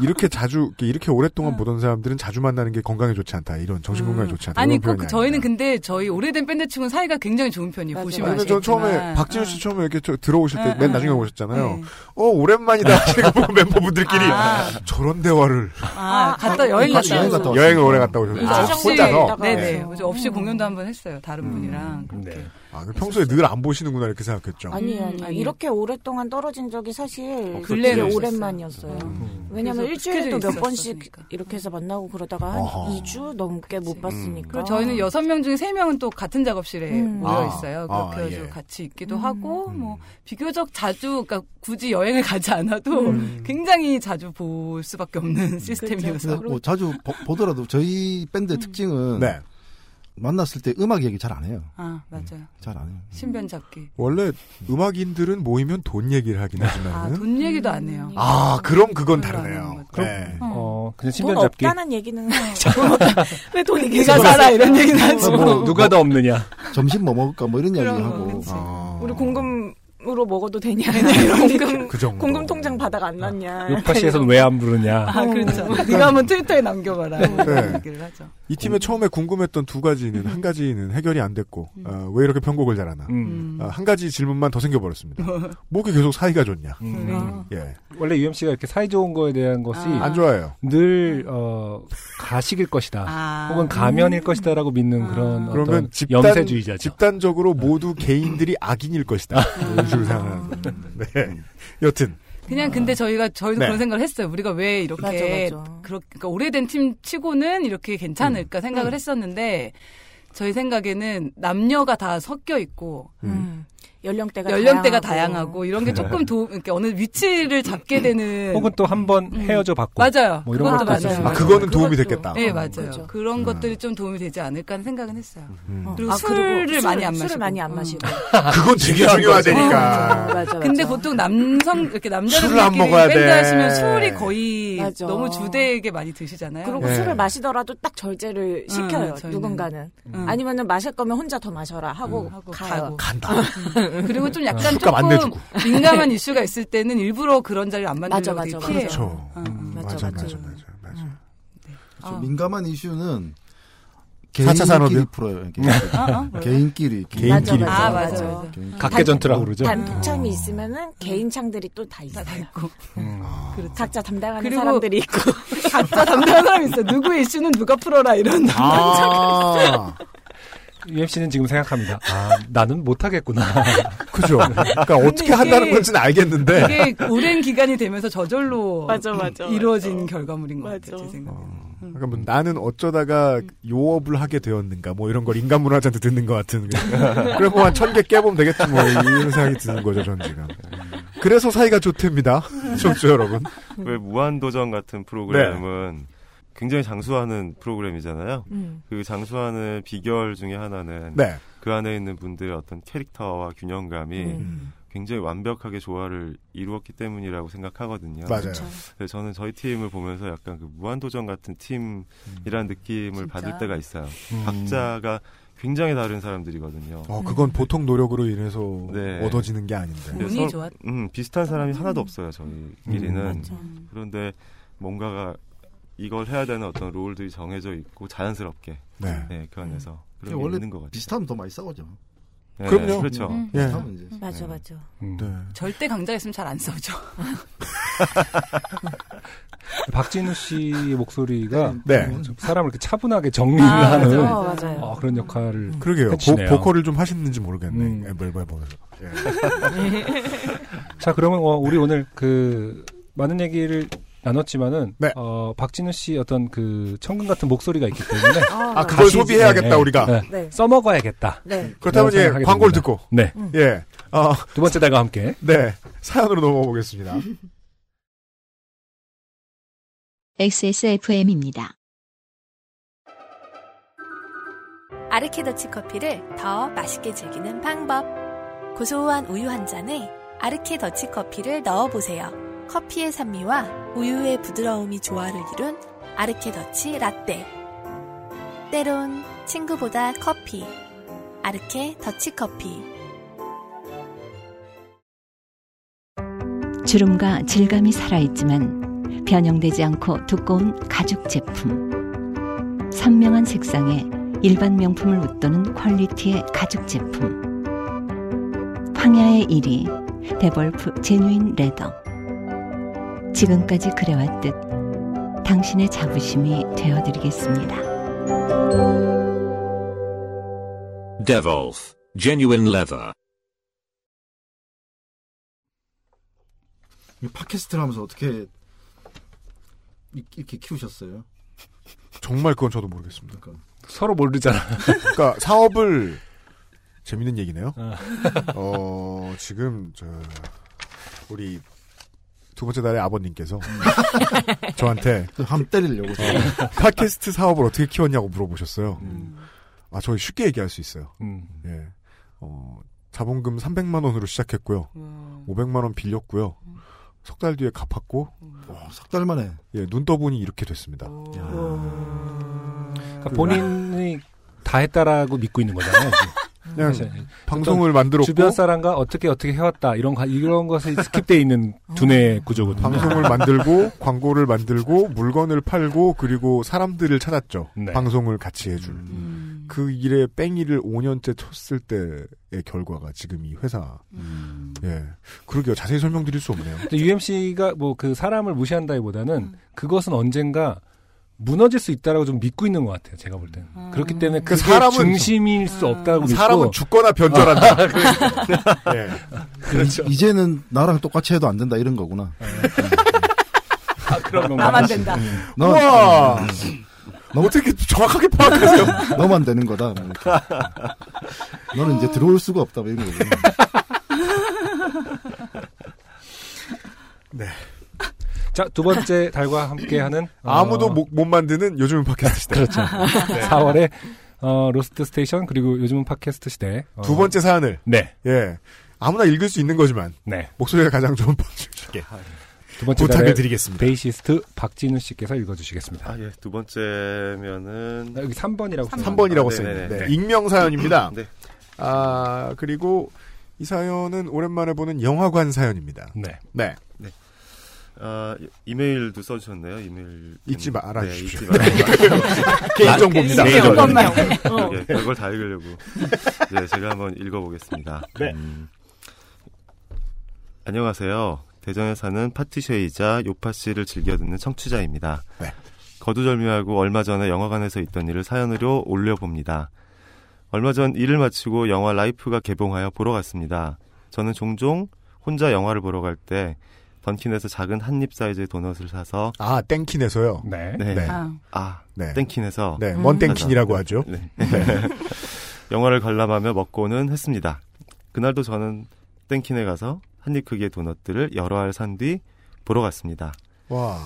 S1: 이렇게 자주 이렇게
S2: 네.
S1: 오랫동안 보던 사람들은 자주 만나는 게 건강에 좋지 않다. 이런 정신 건강에
S2: 음.
S1: 좋지 않다.
S11: 아니,
S1: 이런
S11: 그,
S1: 표현이 아니에요.
S11: 저희는 근데 저희 오래된 밴드층은 사이가 굉장히 좋은 편이에요. 보시면
S1: 아니,
S11: 아시겠지만. 네.
S1: 저 처음에 박진우 씨 처음에 이렇게 저- 들어오실 때
S11: 응,
S1: 맨
S11: 응.
S1: 나중에 오셨잖아요.
S11: 네.
S1: 어 오랜만이다. 제가 보고 멤버분들끼리 저런 대화를
S11: 아, 갔다 여행 갔다
S1: 여행
S11: 오셨어요.
S1: 여행을 오래 갔다 오셨어요.
S11: 아,
S1: 아,
S11: 없이,
S1: 혼자서.
S11: 네네. 그래서 없이 공연도 한 번 했어요. 다른 분이랑.
S1: 네. 아, 평소에 늘 안 보시는구나 이렇게 생각했죠.
S16: 아니에요, 아니에요. 이렇게 오랫동안 떨어진 적이 사실
S1: 없었지. 음.
S16: 되게
S1: 없었어요.
S16: 네, 오랜만이었어요. 왜냐면
S11: 그래서
S16: 일주일에도
S11: 스케줄이
S16: 몇 번씩 이렇게 해서 만나고 그러다가 한 2주 넘게 못 봤으니까.
S11: 그리고 저희는 여섯 명 중에 세명은또 같은 작업실에
S16: 아. 음.
S11: 모여
S16: 아,
S11: 있어요.
S16: 아,
S11: 그렇게 해서
S16: 예.
S11: 같이 있기도 하고,
S1: 음.
S11: 뭐, 비교적 자주, 그러니까 굳이 여행을 가지 않아도
S16: 음.
S11: 굉장히 자주 볼 수밖에 없는 시스템이어서.
S13: 음.
S11: 음.
S13: 근데 뭐 자주 보, 더라도 저희 밴드의 특징은
S1: 네.
S13: 만났을 때 음악 얘기 잘 안 해요.
S11: 아, 맞아요.
S13: 잘 안 해요.
S11: 신변 잡기.
S1: 원래 음악인들은 모이면 돈 얘기를 하긴
S11: 아,
S1: 하지만은
S11: 돈 얘기도 안 해요.
S1: 아, 그럼 그건 다르네요.
S2: 그럼,
S1: 네.
S2: 어,
S16: 돈
S2: 그냥 신변 잡기.
S16: 없다는 얘기는 뭐- 왜 돈이 계속
S13: 그래서
S16: 많아 음. 이런
S13: 뭐-
S16: 얘기는 하지.
S13: 뭐- 뭐-
S2: 누가 더 없느냐.
S13: 점심 뭐 먹을까 뭐 이런 이야기
S16: 그런 거,
S13: 하고. 아,
S11: 뭐.
S16: 우리 공금으로 먹어도 되냐 이런 공금
S13: 그 정도.
S16: 공금 통장 바닥 안 났냐.
S2: 아,
S16: 음.
S2: 요파시에서는 왜 안 부르냐. 어. 그러니까
S11: 아, 그렇죠.
S1: 약간-
S11: 네가 한번 트위터에 남겨봐라. 이런
S1: 네.
S11: 얘기를 하죠. 음.
S1: 이 팀의 처음에 궁금했던 두 가지는 한 가지는 해결이 안 됐고 어, 왜 이렇게 편곡을 잘하나
S2: 음.
S1: 어, 한 가지 질문만 더 생겨버렸습니다. 뭐게 계속 사이가 좋냐? 예.
S2: 음. 원래 UMC가 이렇게 사이좋은 거에 대한 것이
S1: 아. 안 좋아요.
S2: 늘 어, 가식일 것이다. 혹은 가면일 것이다라고 믿는 그런 어떤
S1: 그러면 집단
S2: 염세주의자죠. 아.
S1: 집단적으로 모두 개인들이 악인일 것이다. 이런 식으로 생각하는. 거예요. 네. 여튼
S11: 그냥
S2: 아.
S11: 근데 저희가 저희도
S1: 네.
S11: 그런 생각을 했어요. 우리가 왜 이렇게 그렇게 그러니까 오래된 팀 치고는 이렇게 괜찮을까
S2: 음.
S16: 음.
S11: 생각을 했었는데 저희 생각에는 남녀가 다 섞여 있고
S2: 음.
S16: 연령대가
S11: 연령대가
S16: 다양하고.
S11: 다양하고 이런 게 조금 도 이렇게 어느 위치를 잡게 되는
S2: 네. 음.
S11: 음.
S2: 혹은 또 한 번 헤어져 봤고.
S11: 맞아요.
S2: 뭐 이런 것도
S11: 그것도
S2: 있었어요.
S11: 맞아요.
S1: 아, 그거는 도움이 됐겠다. 음, 그렇죠.
S11: 네 맞아요.
S16: 그죠.
S11: 그런 것들이 좀 도움이 되지 않을까 하는 생각은 했어요. 음. 그리고
S16: 아, 그리고
S11: 술을 많이
S16: 술을-
S11: 안 마시고 음.
S16: 술을 많이 안 마시고.
S1: 그건 되게 중요하다니까.
S11: 근데 보통 남성 이렇게
S1: 술을 안
S11: 남자들끼리
S1: 먹어야
S11: 밴드
S1: 돼.
S11: 하시면 술이 거의
S16: 맞아.
S11: 너무 주되게 많이 드시잖아요.
S16: 그리고
S11: 네.
S16: 술을 마시더라도 딱 절제를 시켜요.
S11: 음, 저희는.
S16: 누군가는
S11: 음.
S16: 아니면은 마실 거면 혼자 더 마셔라 하고 가요.
S11: 가고. 음.
S1: 간다.
S11: 그리고 좀 약간
S16: 술값 안
S11: 조금
S16: 내주고.
S11: 민감한 이슈가 있을 때는 일부러 그런 자리를 안
S16: 맞아,
S11: 만들려고
S16: 맞아,
S11: 되게 피해요.
S1: 그렇죠.
S11: 어.
S1: 맞아, 맞아, 맞아.
S16: 아.
S13: 그렇죠. 민감한 이슈는
S1: 사차 산업이요?
S13: 개인끼리 풀어요. 개인끼리.
S16: 아, 아, 뭐요?
S13: 개인끼리.
S1: 개인끼리
S13: 개인끼리.
S16: 아, 맞아, 맞아.
S13: 개인끼리.
S2: 각계전투라고 그러죠.
S16: 단톡창이 있으면은 개인 창들이 또 다 있어요. 각자 담당하는
S11: 음. 그렇죠. 그리고-
S16: 사람들이 있고
S11: 각자 담당하는 사람이 있어요. 누구의 이슈는 누가 풀어라 이런
S1: 아.
S11: 담당자가 있어요.
S2: UMC는 지금 생각합니다. 아, 나는 못하겠구나.
S1: 그죠. 그러니까
S11: 근데 이게-
S1: 알겠는데.
S2: 네.
S11: 이게 오랜 기간이 되면서 저절로
S16: 맞아, 맞아,
S11: 이루어진 결과물인 것 같아요. 제 생각에.
S1: 그러니까 뭐 나는 어쩌다가 요업을 하게 되었는가 뭐 이런 걸 인간문화자한테 듣는 것 같은 그냥 그래 뭐한 천 개 깨보면 되겠지 뭐 이런 생각이 드는 거죠 전 지금 그래서 사이가 좋답니다 청취자 여러분
S15: 왜 무한도전 같은 프로그램은
S1: 네.
S15: 굉장히 장수하는 프로그램이잖아요.
S16: 음.
S15: 그 장수하는 비결 중에 하나는
S1: 네.
S15: 그 안에 있는 분들의 어떤 캐릭터와 균형감이
S1: 음.
S15: 굉장히 완벽하게 조화를 이루었기 때문이라고 생각하거든요.
S1: 맞아요. 그쵸.
S15: 그래서 저는 저희 팀을 보면서 약간 그 무한도전 같은 팀이라는 느낌을 받을 때가 있어요.
S1: 음.
S15: 각자가 굉장히 다른 사람들이거든요.
S1: 어 그건 보통 노력으로 인해서
S15: 네.
S1: 얻어지는 게 아닌데
S15: 네, 서로- 음, 비슷한 사람이 하나도 없어요 저희끼리는. 그런데 뭔가가 이걸 해야 되는 어떤 롤들이 정해져 있고 자연스럽게
S1: 네.
S15: 그 안에서 그런 게
S13: 원래
S15: 있는 것 같아요.
S13: 비슷하면 더 많이 싸우죠.
S15: 네,
S13: 그럼요.
S15: 그렇죠.
S13: 음.
S15: 예.
S13: 비슷하면 이제.
S16: 맞아 맞아.
S11: 네.
S2: 네.
S11: 절대 강자 있으면 잘 안 써죠.
S2: 박진우 씨 목소리가
S1: 네.
S2: 좀 사람을 이렇게 차분하게
S1: 아,
S2: 정리하는
S1: 맞아요, 맞아요.
S2: 어, 그런 역할을
S1: 음. 그러게요
S2: 해주시네요. 음.
S1: 보, 보컬을 좀 하시는지 모르겠네 예, 뭐, 앨범에 보면서
S2: 자, 그러면 어, 우리 오늘 그 많은 얘기를 나눴지만은
S1: 네.
S2: 어, 박진우 씨 어떤 그 청금 같은 목소리가 있기 때문에
S1: 아, 아, 그걸
S2: 다시-
S1: 소비해야겠다,
S2: 네,
S1: 우리가.
S2: 네.
S1: 네.
S2: 써먹어야겠다.
S1: 네. 그렇다면
S2: 그런
S1: 예,
S2: 생각하게
S1: 광고를
S2: 됩니다.
S1: 듣고.
S2: 네.
S1: 예.
S2: 두 번째 달과 함께
S1: 네 사연으로 넘어가 보겠습니다
S3: XSFM입니다.
S6: 아르케더치 커피를 더 맛있게 즐기는 방법. 고소한 우유 한 잔에 아르케더치 커피를 넣어보세요. 커피의 산미와 우유의 부드러움이 조화를 이룬 아르케더치 라떼. 때론 친구보다 커피. 아르케 더치 커피.
S5: 주름과 질감이 살아있지만 변형되지 않고 두꺼운 가죽 제품. 선명한 색상에 일반 명품을 웃도는 퀄리티의 가죽 제품. 황야의 1위 데볼프 제뉴인 레더. 지금까지 그래왔듯 당신의 자부심이 되어드리겠습니다.
S17: Devolf, genuine leather.
S13: 이 팟캐스트를 하면서 어떻게 이- 이렇게 키우셨어요?
S1: 정말 그건 저도 모르겠습니다.
S13: 그러니까
S2: 서로 모르잖아.
S1: 그러니까 사업을 재밌는 얘기네요. 어, 지금 저 우리 두 번째 날의 아버님께서 저한테
S13: 함 때리려고
S1: 어, 팟캐스트 사업을 어떻게 키웠냐고 물어보셨어요.
S13: 음.
S1: 아, 저 쉽게 얘기할 수 있어요. 예. 어, 자본금 300만 원으로 시작했고요. 500만 원 빌렸고요. 석 달 뒤에 갚았고
S13: 석달 만에
S1: 예, 눈 떠보니 이렇게 됐습니다.
S2: 그러니까 본인이 다 했다라고 믿고 있는 거잖아요. 지금.
S1: 그냥
S2: 사실.
S1: 네. 방송을
S2: 어떤
S1: 만들었고
S2: 주변 사람과 어떻게 어떻게 해왔다 이런 거- 이런 것에 스킵돼 있는 두뇌 구조거든요.
S1: 어.
S15: 네.
S1: 방송을 만들고 광고를 만들고 물건을 팔고 그리고 사람들을 찾았죠.
S15: 네.
S1: 방송을 같이 해줄
S15: 음.
S1: 그 일에 뺑이를 5년째 쳤을 때의 결과가 지금 이 회사.
S15: 음.
S1: 예, 그러게요. 자세히 설명드릴 수 없네요.
S2: 근데 UMC가 뭐 그 사람을 무시한다기보다는 그것은 언젠가 무너질 수 있다라고 좀 믿고 있는 것 같아요. 제가 볼 때는 그렇기 때문에
S1: 그러니까
S2: 그게
S1: 사람은- 그
S2: 중심일 수 없다고 믿고
S1: 사람은 죽거나 변절한다.
S2: 그러니까.
S1: 예.
S2: 그렇죠.
S13: 아, 그러니까. 이- 이제는 나랑 똑같이 해도 안 된다 이런 거구나.
S1: 예.
S2: 아, 그런 건가?
S13: 나만 된다. 우와! 어떻게
S1: 정확하게 파악하세요?
S13: 예. 너만 되는 거다. 뭐 이렇게. 너는 이제 들어올 수가 없다 뭐 이런 거요
S1: 네.
S2: 자, 두 번째 달과 함께하는 어,
S1: 아무도 못, 못 만드는 요즘은 팟캐스트 시대.
S2: 그렇죠.
S1: 네.
S2: 4월에 어, 로스트 스테이션 그리고 요즘은 팟캐스트 시대 어,
S1: 두 번째 사안을
S2: 네.
S1: 예. 아무나 읽을 수 있는 거지만
S2: 네.
S1: 목소리가 가장 좋은 방송 중에
S2: 두 번째
S1: 부탁을
S2: 달의
S1: 드리겠습니다.
S2: 베이시스트 박진우 씨께서 읽어주시겠습니다.
S15: 아, 예. 두 번째면은
S2: 여기 3번이라고
S1: 3번이라고
S15: 아,
S1: 써있는데 익명 사연입니다.
S15: 네.
S1: 아 그리고 이 사연은 오랜만에 보는 영화관 사연입니다.
S2: 네.
S1: 네.
S15: 네. 아, 이메일도 써주셨네요. 이메일
S1: 잊지 말아 주십시오.
S15: 네, 잊지 말아.
S1: 개인정보입니다.
S15: 나-
S1: 개인정보입니다.
S15: 개인정보.
S1: 어.
S15: 예, 별걸 다 읽으려고. 네, 제가 한번 읽어보겠습니다.
S2: 네.
S15: 음. 안녕하세요. 대전에 사는 파티셰이자 요파 씨를 즐겨 듣는 청취자입니다.
S1: 네.
S15: 거두절미하고 얼마 전에 영화관에서 있던 일을 사연으로 올려봅니다. 얼마 전 일을 마치고 영화 라이프가 개봉하여 보러 갔습니다. 저는 종종 혼자 영화를 보러 갈 때 던킨에서 작은 한입 사이즈의 도넛을 사서
S1: 아 땡킨에서요.
S2: 네.
S15: 아, 음.
S1: 네.
S15: 땡킨에서
S1: 네, 먼 땡킨이라고 하죠.
S15: 네.
S1: 네.
S15: 영화를 관람하며 먹고는 했습니다. 그날도 저는 땡킨에 가서 한입 크기의 도넛들을 여러 알 산 뒤 보러 갔습니다.
S1: 와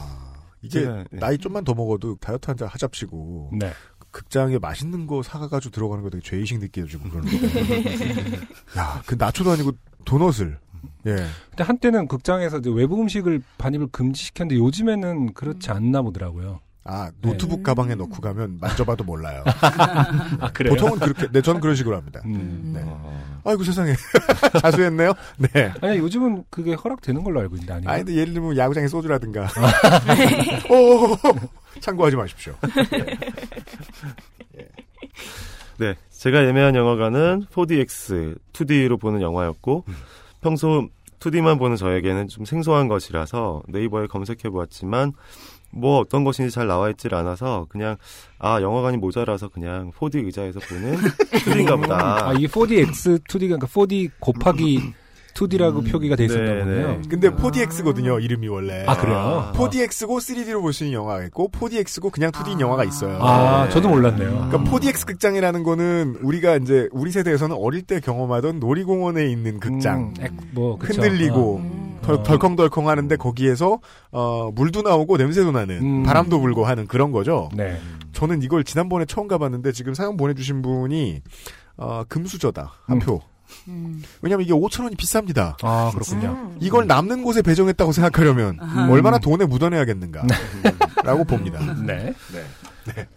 S1: 이게
S15: 제가, 네.
S1: 나이 좀만 더 먹어도 다이어트 한잔 하잡시고
S2: 네.
S1: 극장에 맛있는 거 사가가지고 들어가는 거 되게 죄의식 느껴지고 그러는 거. 야그 나초도 아니고 도넛을
S2: 네.
S1: 예.
S2: 근데 한때는 극장에서 이제 외부 음식을 반입을 금지시켰는데 요즘에는 그렇지 않나 보더라고요. 네.
S1: 아 노트북 가방에 넣고 가면 만져봐도 몰라요.
S2: 아, 그래요? 음, 어.
S1: 보통은 그렇게 네 저는 그런 식으로 합니다. 네. 아이고 세상에 자수했네요. 네.
S2: 아니 요즘은 그게 허락되는 걸로 알고 있는데 아니요.
S1: 아니 근데 예를 들면 야구장에 소주라든가. 오, 참고하지 마십시오.
S15: 네, 제가 예매한 영화관은 4DX, 2D로 보는 영화였고 평소 2D만 보는 저에게는 좀 생소한 것이라서 네이버에 검색해 보았지만 뭐 어떤 것인지 잘 나와 있질 않아서 그냥 아 영화관이 모자라서 그냥 4D 의자에서 보는 2D인가 보다.
S2: 아, 이게 4DX 2D가 그러니까 4D 곱하기 2D라고 표기가 돼 있었던 음, 거네요.
S1: 근데 4DX거든요 이름이 원래.
S2: 아, 그래요?
S1: 4DX고 3D로 볼 수 있는 영화가 있고 4DX고 그냥 2D 영화가 있어요.
S2: 아,
S1: 네.
S2: 저도 몰랐네요.
S1: 그러니까 4DX 극장이라는 거는 우리가 이제 우리 세대에서는 어릴 때 경험하던 놀이공원에 있는 극장.
S2: 뭐 그쵸. 어. 음.
S1: 흔들리고 덜, 덜컹덜컹 하는데 거기에서 어, 물도 나오고 냄새도 나는 바람도 불고 하는 그런 거죠.
S2: 음. 네.
S1: 저는 이걸 지난번에 처음 가봤는데 지금 사연 보내주신 분이 어, 금수저다
S2: 음.
S1: 한 표. 왜냐면 이게 5천 원이 비쌉니다.
S2: 아 그렇군요.
S1: 이걸 남는 곳에 배정했다고 생각하려면
S15: 음.
S1: 얼마나 돈에 묻어내야겠는가라고 봅니다.
S2: 네.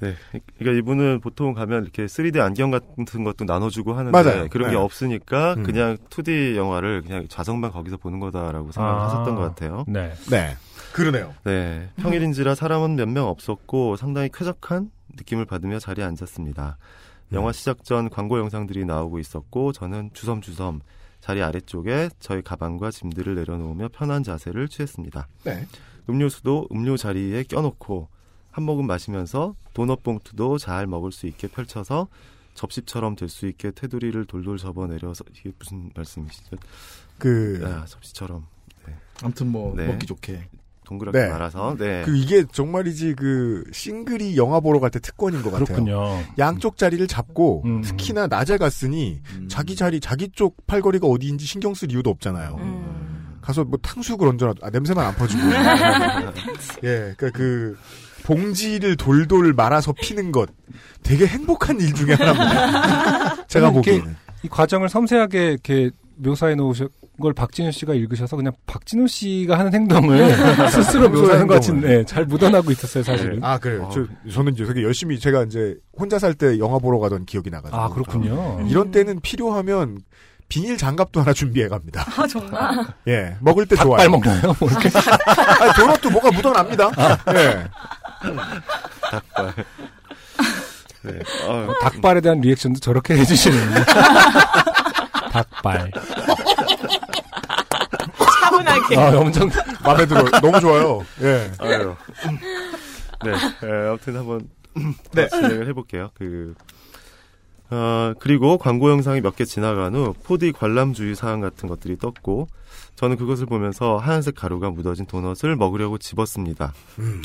S15: 네. 그러니까 이분은 보통 가면 이렇게 3D 안경 같은 것도 나눠주고 하는데
S1: 맞아요.
S15: 그런
S1: 네.
S15: 게 없으니까
S1: 음.
S15: 그냥 2D 영화를 그냥 좌석만 거기서 보는 거다라고
S2: 아.
S15: 생각하셨던 을것 같아요.
S2: 네.
S1: 네. 그러네요.
S15: 네. 평일인지라 사람은 몇 명 없었고 상당히 쾌적한 느낌을 받으며 자리에 앉았습니다.
S1: 음.
S15: 영화 시작 전 광고 영상들이 나오고 있었고 저는 주섬주섬 자리 아래쪽에 저희 가방과 짐들을 내려놓으며 편한 자세를 취했습니다.
S1: 네.
S15: 음료수도 음료 자리에 껴놓고 한 모금 마시면서 도넛 봉투도 잘 먹을 수 있게 펼쳐서 접시처럼 될 수 있게 테두리를 돌돌 접어 내려서 이게 무슨 말씀이시죠?
S1: 그 어,
S15: 아, 접시처럼. 네.
S13: 아무튼 뭐
S15: 네.
S13: 먹기 좋게.
S15: 동그랗게 말아서 네.
S1: 그 이게 정말이지 그 싱글이 영화 보러 갈 때 특권인 것 같아요.
S2: 그렇군요. 음.
S1: 양쪽 자리를 잡고 특히나 낮에 갔으니
S15: 음.
S1: 자기 자리 자기 쪽 팔걸이가 어디인지 신경 쓸 이유도 없잖아요. 가서 뭐 탕수육을 얹어놔 아, 냄새만 안 퍼지고 예, 그러니까 그 봉지를 돌돌 말아서 피는 것 되게 행복한 일 중에 하나입니다. 제가
S2: 이렇게
S1: 보기에는
S2: 이 과정을 섬세하게 이렇게 묘사해 놓으신 걸 박진우 씨가 읽으셔서 그냥 박진우 씨가 하는 행동을 네. 스스로 묘사한 것 같은데 네, 잘 묻어나고 있었어요 사실은.
S1: 아 그래요.
S2: 네.
S1: 저, 저는 이제 되게 열심히 제가 이제 혼자 살 때 영화 보러 가던 기억이 나가지고.
S2: 아, 그렇군요.
S1: 이런 때는 필요하면 비닐 장갑도 하나 준비해 갑니다.
S9: 아 정말.
S1: 예, 먹을 때 좋아요.
S2: 닭발 먹나요? 뭐 이렇게?
S1: 아니, 도넛도 뭐가 묻어납니다. 예.
S15: 아. 닭발. 네. 어,
S2: 닭발에 대한 리액션도 저렇게 해주시는군요. 닭발.
S16: 차분하게.
S2: 아, 엄청
S1: 마음에 들어. 너무 좋아요. 예.
S15: 네. 아유. 네. 에, 아무튼 한번
S1: 네.
S15: 진행을 해볼게요. 그 어, 그리고 광고 영상이 몇 개 지나간 후 4D 관람주의 사항 같은 것들이 떴고 저는 그것을 보면서 하얀색 가루가 묻어진 도넛을 먹으려고 집었습니다.
S1: 음.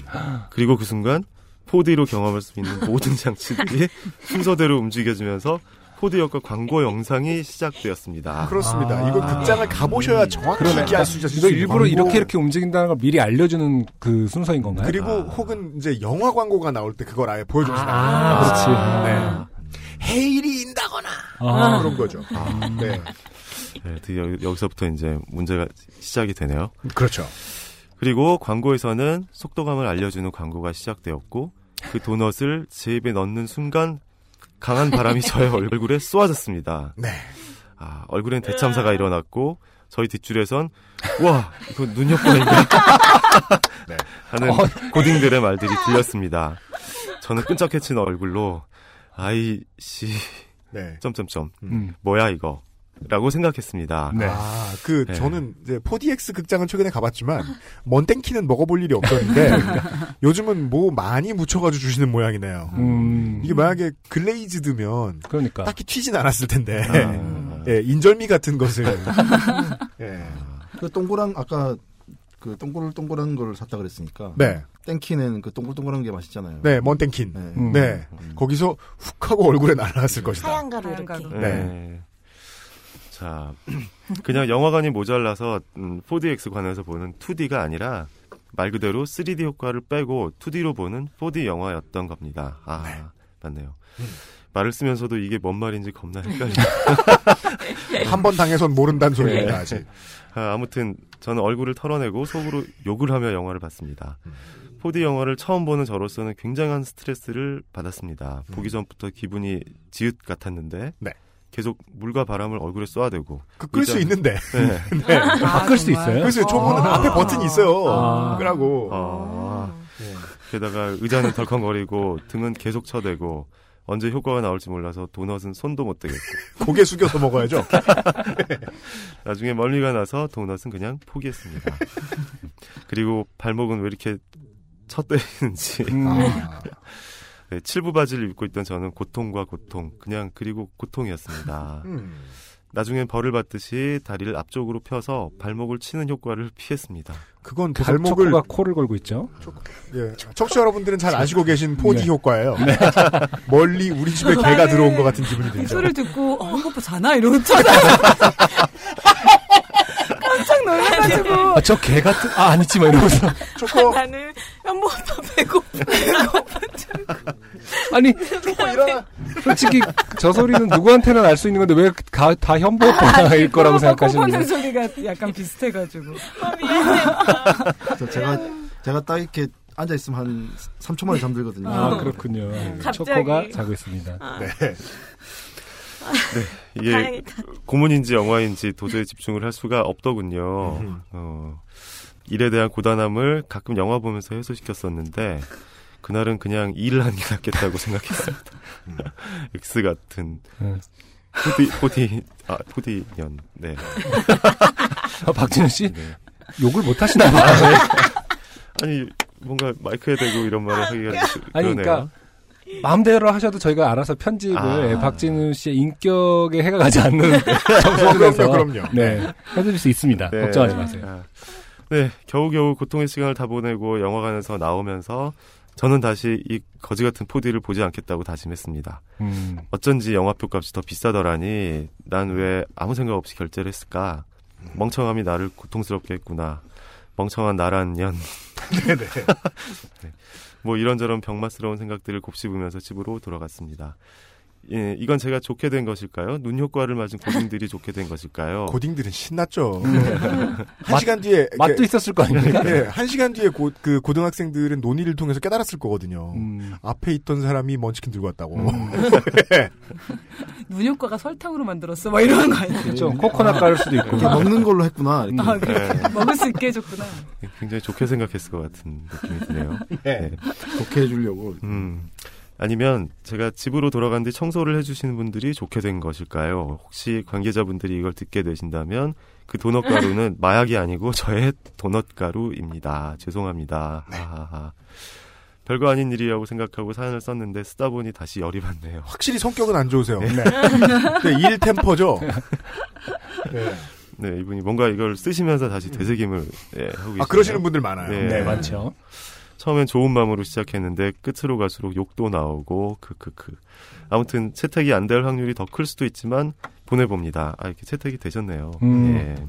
S15: 그리고 그 순간 4D로 경험할 수 있는 모든 장치들이 순서대로 움직여지면서 4D역과 광고 영상이 시작되었습니다.
S1: 그렇습니다. 이건 극장을 가보셔야 정확히
S2: 아. 그러네. 아,
S1: 얘기할 수 있어요.
S2: 이거 일부러
S1: 광고.
S2: 이렇게 이렇게 움직인다는 걸 미리 알려주는 그 순서인 건가요?
S1: 그리고 혹은 이제 영화 광고가 나올 때 그걸 아예 보여줍시다.
S2: 아, 그렇지.
S1: 네. 헤일이 인다거나
S15: 아.
S1: 그런 거죠. 네.
S15: 네, 드디어 여- 여기서부터 이제 문제가 시작이 되네요.
S1: 그렇죠.
S15: 그리고 광고에서는 속도감을 알려주는 광고가 시작되었고 그 도넛을 제 입에 넣는 순간 강한 바람이 저의 얼굴에 쏘아졌습니다.
S1: 네.
S15: 아, 얼굴엔 대참사가 일어났고 저희 뒷줄에선 와 이거 눈옆보인가
S1: 네.
S15: 네, 하는
S1: 어,
S15: 고딩들의 말들이 들렸습니다. 저는 끈적해친 얼굴로 아이씨
S1: 네.
S15: 점점점
S1: 음.
S15: 뭐야 이거 라고 생각했습니다.
S1: 아, 그
S15: 네.
S1: 저는 이제 4DX 극장은 최근에 가봤지만 먼땡키는 먹어볼 일이 없었는데 요즘은 뭐 많이 묻혀가지고 주시는 모양이네요. 음. 이게 만약에 글레이즈드면
S2: 그러니까
S1: 딱히 튀진 않았을 텐데 예, 인절미 같은 것을 예.
S13: 그 동그란 아까 그 동글 동글한 걸 샀다 그랬으니까.
S1: 네.
S13: 땡키는 그 동글동글한 게 맛있잖아요.
S1: 네, 먼땡킨. 네.
S13: 음.
S1: 거기서 훅 하고 얼굴에 날아갔을 것이다.
S16: 하얀 가루 이렇게.
S1: 네.
S15: 자, 그냥 영화관이 모자라서 음, 4DX관에서 보는 2D가 아니라 말 그대로 3D 효과를 빼고 2D로 보는 4D 영화였던 겁니다. 아, 맞네요. 말을 쓰면서도 이게 뭔 말인지 겁나 헷갈리네요.
S1: 한 번 당해선 모른다는
S15: 네.
S1: 소리입니다, 아직.
S15: 아, 아무튼 저는 얼굴을 털어내고 속으로 욕을 하며 영화를 봤습니다. 4D 영화를 처음 보는 저로서는 굉장한 스트레스를 받았습니다.
S1: 음.
S15: 보기 전부터 기분이 지읒 같았는데 계속 물과 바람을 얼굴에 쏘아대고
S1: 네. 그 끌 수
S15: 이제는-
S1: 있는데.
S15: 네.
S1: 네. 글쎄요, 저분은 아, 앞에 버튼이 있어요.
S15: 아.
S1: 끄라고.
S15: 아. 게다가 의자는 덜컹거리고 등은 계속 쳐대고 언제 효과가 나올지 몰라서 도넛은 손도 못 대겠고
S1: 고개 숙여서 먹어야죠.
S15: 나중에 멀미가 나서 도넛은 그냥 포기했습니다. 그리고 발목은 왜 이렇게 첫 때리는지.
S1: 아.
S15: 네, 칠부 바지를 입고 있던 저는 고통과 고통, 그냥 그리고 고통이었습니다.
S1: 음.
S15: 나중엔 벌을 받듯이 다리를 앞쪽으로 펴서 발목을 치는 효과를 피했습니다.
S1: 그건
S2: 계속
S1: 발목을-
S2: 척추가 코를 걸고 있죠.
S1: 예. 청취 여러분들은 잘 아시고 계신 4D
S2: 네.
S1: 효과예요. 멀리 우리 집에 개가 들어온 것 같은 기분이
S11: 이
S1: 들죠.
S11: 아, 네. 소리를 듣고 어, 이것 봐 자나 이러고 쳐다.
S16: 깜짝 놀라가지고.
S2: 아, 저 개 같은 아 아니지 뭐 이러면서
S16: 나는 현보다 배고파.
S2: 아니
S16: 초코 일어나.
S2: 솔직히 저 소리는 누구한테나 알 수 있는 건데 왜 다 현보일 거라고
S11: 는
S2: 생각하시는지.
S11: 소리가 약간 비슷해가지고.
S16: 아,
S13: 그래서 제가 제가 딱 이렇게 앉아 있으면 한 3초 만에 잠들거든요.
S2: 아 그렇군요. 초코가 자고 있습니다.
S1: 네.
S15: 네. 이게 고문인지 영화인지 도저히 집중을 할 수가 없더군요. 어, 일에 대한 고단함을 가끔 영화 보면서 해소시켰었는데 그날은 그냥 일을 하는 게 낫겠다고 생각했습니다. X 같은
S2: 네.
S15: 포디 포디 아 포디년 네.
S2: 아, 박진우 씨 욕을 못 하시나 봐요.
S15: 아니 뭔가 마이크에 대고 이런 말을 하기가 좀
S2: 아니 그러니까 마음대로 하셔도 저희가 알아서 편집을
S15: 아.
S2: 예, 박진우 씨의 인격에 해가 가지 않는 정도에서
S15: 그럼요, 그럼요.
S2: 네 해드릴 수 있습니다.
S15: 네.
S2: 걱정하지 마세요.
S15: 아, 네, 겨우겨우 고통의 시간을 다 보내고 영화관에서 나오면서 저는 다시 이 거지 같은 포디를 보지 않겠다고 다짐했습니다.
S2: 음.
S15: 어쩐지 영화표 값이 더 비싸더라니 난 왜 아무 생각 없이 결제를 했을까? 멍청함이 나를 고통스럽게 했구나. 멍청한 나란 년.
S17: 네네.
S15: 네. 뭐 이런저런 병맛스러운 생각들을 곱씹으면서 집으로 돌아갔습니다. 예, 이건 제가 좋게 된 것일까요? 눈 효과를 맞은 고딩들이 좋게 된 것일까요?
S1: 고딩들은 신났죠. 네. 한
S15: 맛-
S1: 시간 뒤에
S15: 음. 맛도
S1: 이렇게-
S15: 있었을 거 아닙니까?
S1: 예, 한 시간 뒤에 고, 그 고등학생들은 논의를 통해서 깨달았을 거거든요.
S15: 음.
S1: 앞에 있던 사람이 먼치킨 들고 왔다고. 예.
S11: 눈효과가 설탕으로 만들었어. 막 이런 거 아니에요?
S2: 그렇죠. 코코넛 깔 수도 있고.
S13: 이렇게 먹는 걸로 했구나. 이렇게.
S1: 음,
S11: 아, 그래.
S15: 네.
S11: 먹을 수 있게 해줬구나.
S15: 굉장히 좋게 생각했을 것 같은 느낌이 드네요.
S13: 네. 좋게 해주려고.
S15: 음. 아니면 제가 집으로 돌아간 뒤 청소를 해주시는 분들이 좋게 된 것일까요? 혹시 관계자분들이 이걸 듣게 되신다면 그 도넛 가루는 마약이 아니고 저의 도넛 가루입니다. 죄송합니다.
S1: 네.
S15: 하하하. 별거 아닌 일이라고 생각하고 사연을 썼는데 쓰다 보니 다시 열이 받네요.
S1: 확실히 성격은 안 좋으세요.
S15: 네.
S1: 네. 네, 일 템퍼죠. 네.
S15: 네, 이분이 뭔가 이걸 쓰시면서 다시 되새김을 예, 하고 계시네요.
S1: 음. 아, 그러시는 분들 많아요. 네,
S2: 많죠.
S15: 처음엔 좋은 마음으로 시작했는데 끝으로 갈수록 욕도 나오고 크크크. 아무튼 채택이 안 될 확률이 더 클 수도 있지만 보내봅니다. 아 이렇게 채택이 되셨네요.
S2: 음.
S15: 예.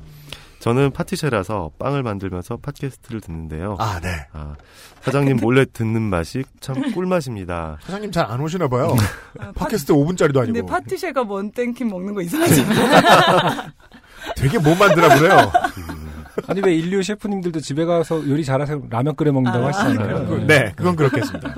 S15: 저는 파티셰라서 빵을 만들면서 팟캐스트를 듣는데요.
S1: 아, 네.
S15: 아, 사장님 몰래 듣는 맛이 참 꿀맛입니다.
S1: 사장님 잘 안 오시나 봐요. 팟캐스트 5분짜리도 네, 아니고. 뭐.
S11: 근데 파티쉐가 뭔 땡킨 먹는 거 이상하잖아.
S1: 되게 못 만드나 보네요.
S2: 아니 왜 인류 셰프님들도 집에 가서 요리 잘하세요 라면 끓여 먹는다고
S15: 아.
S2: 하시잖아요.
S15: 네, 그건
S1: 그렇겠습니다.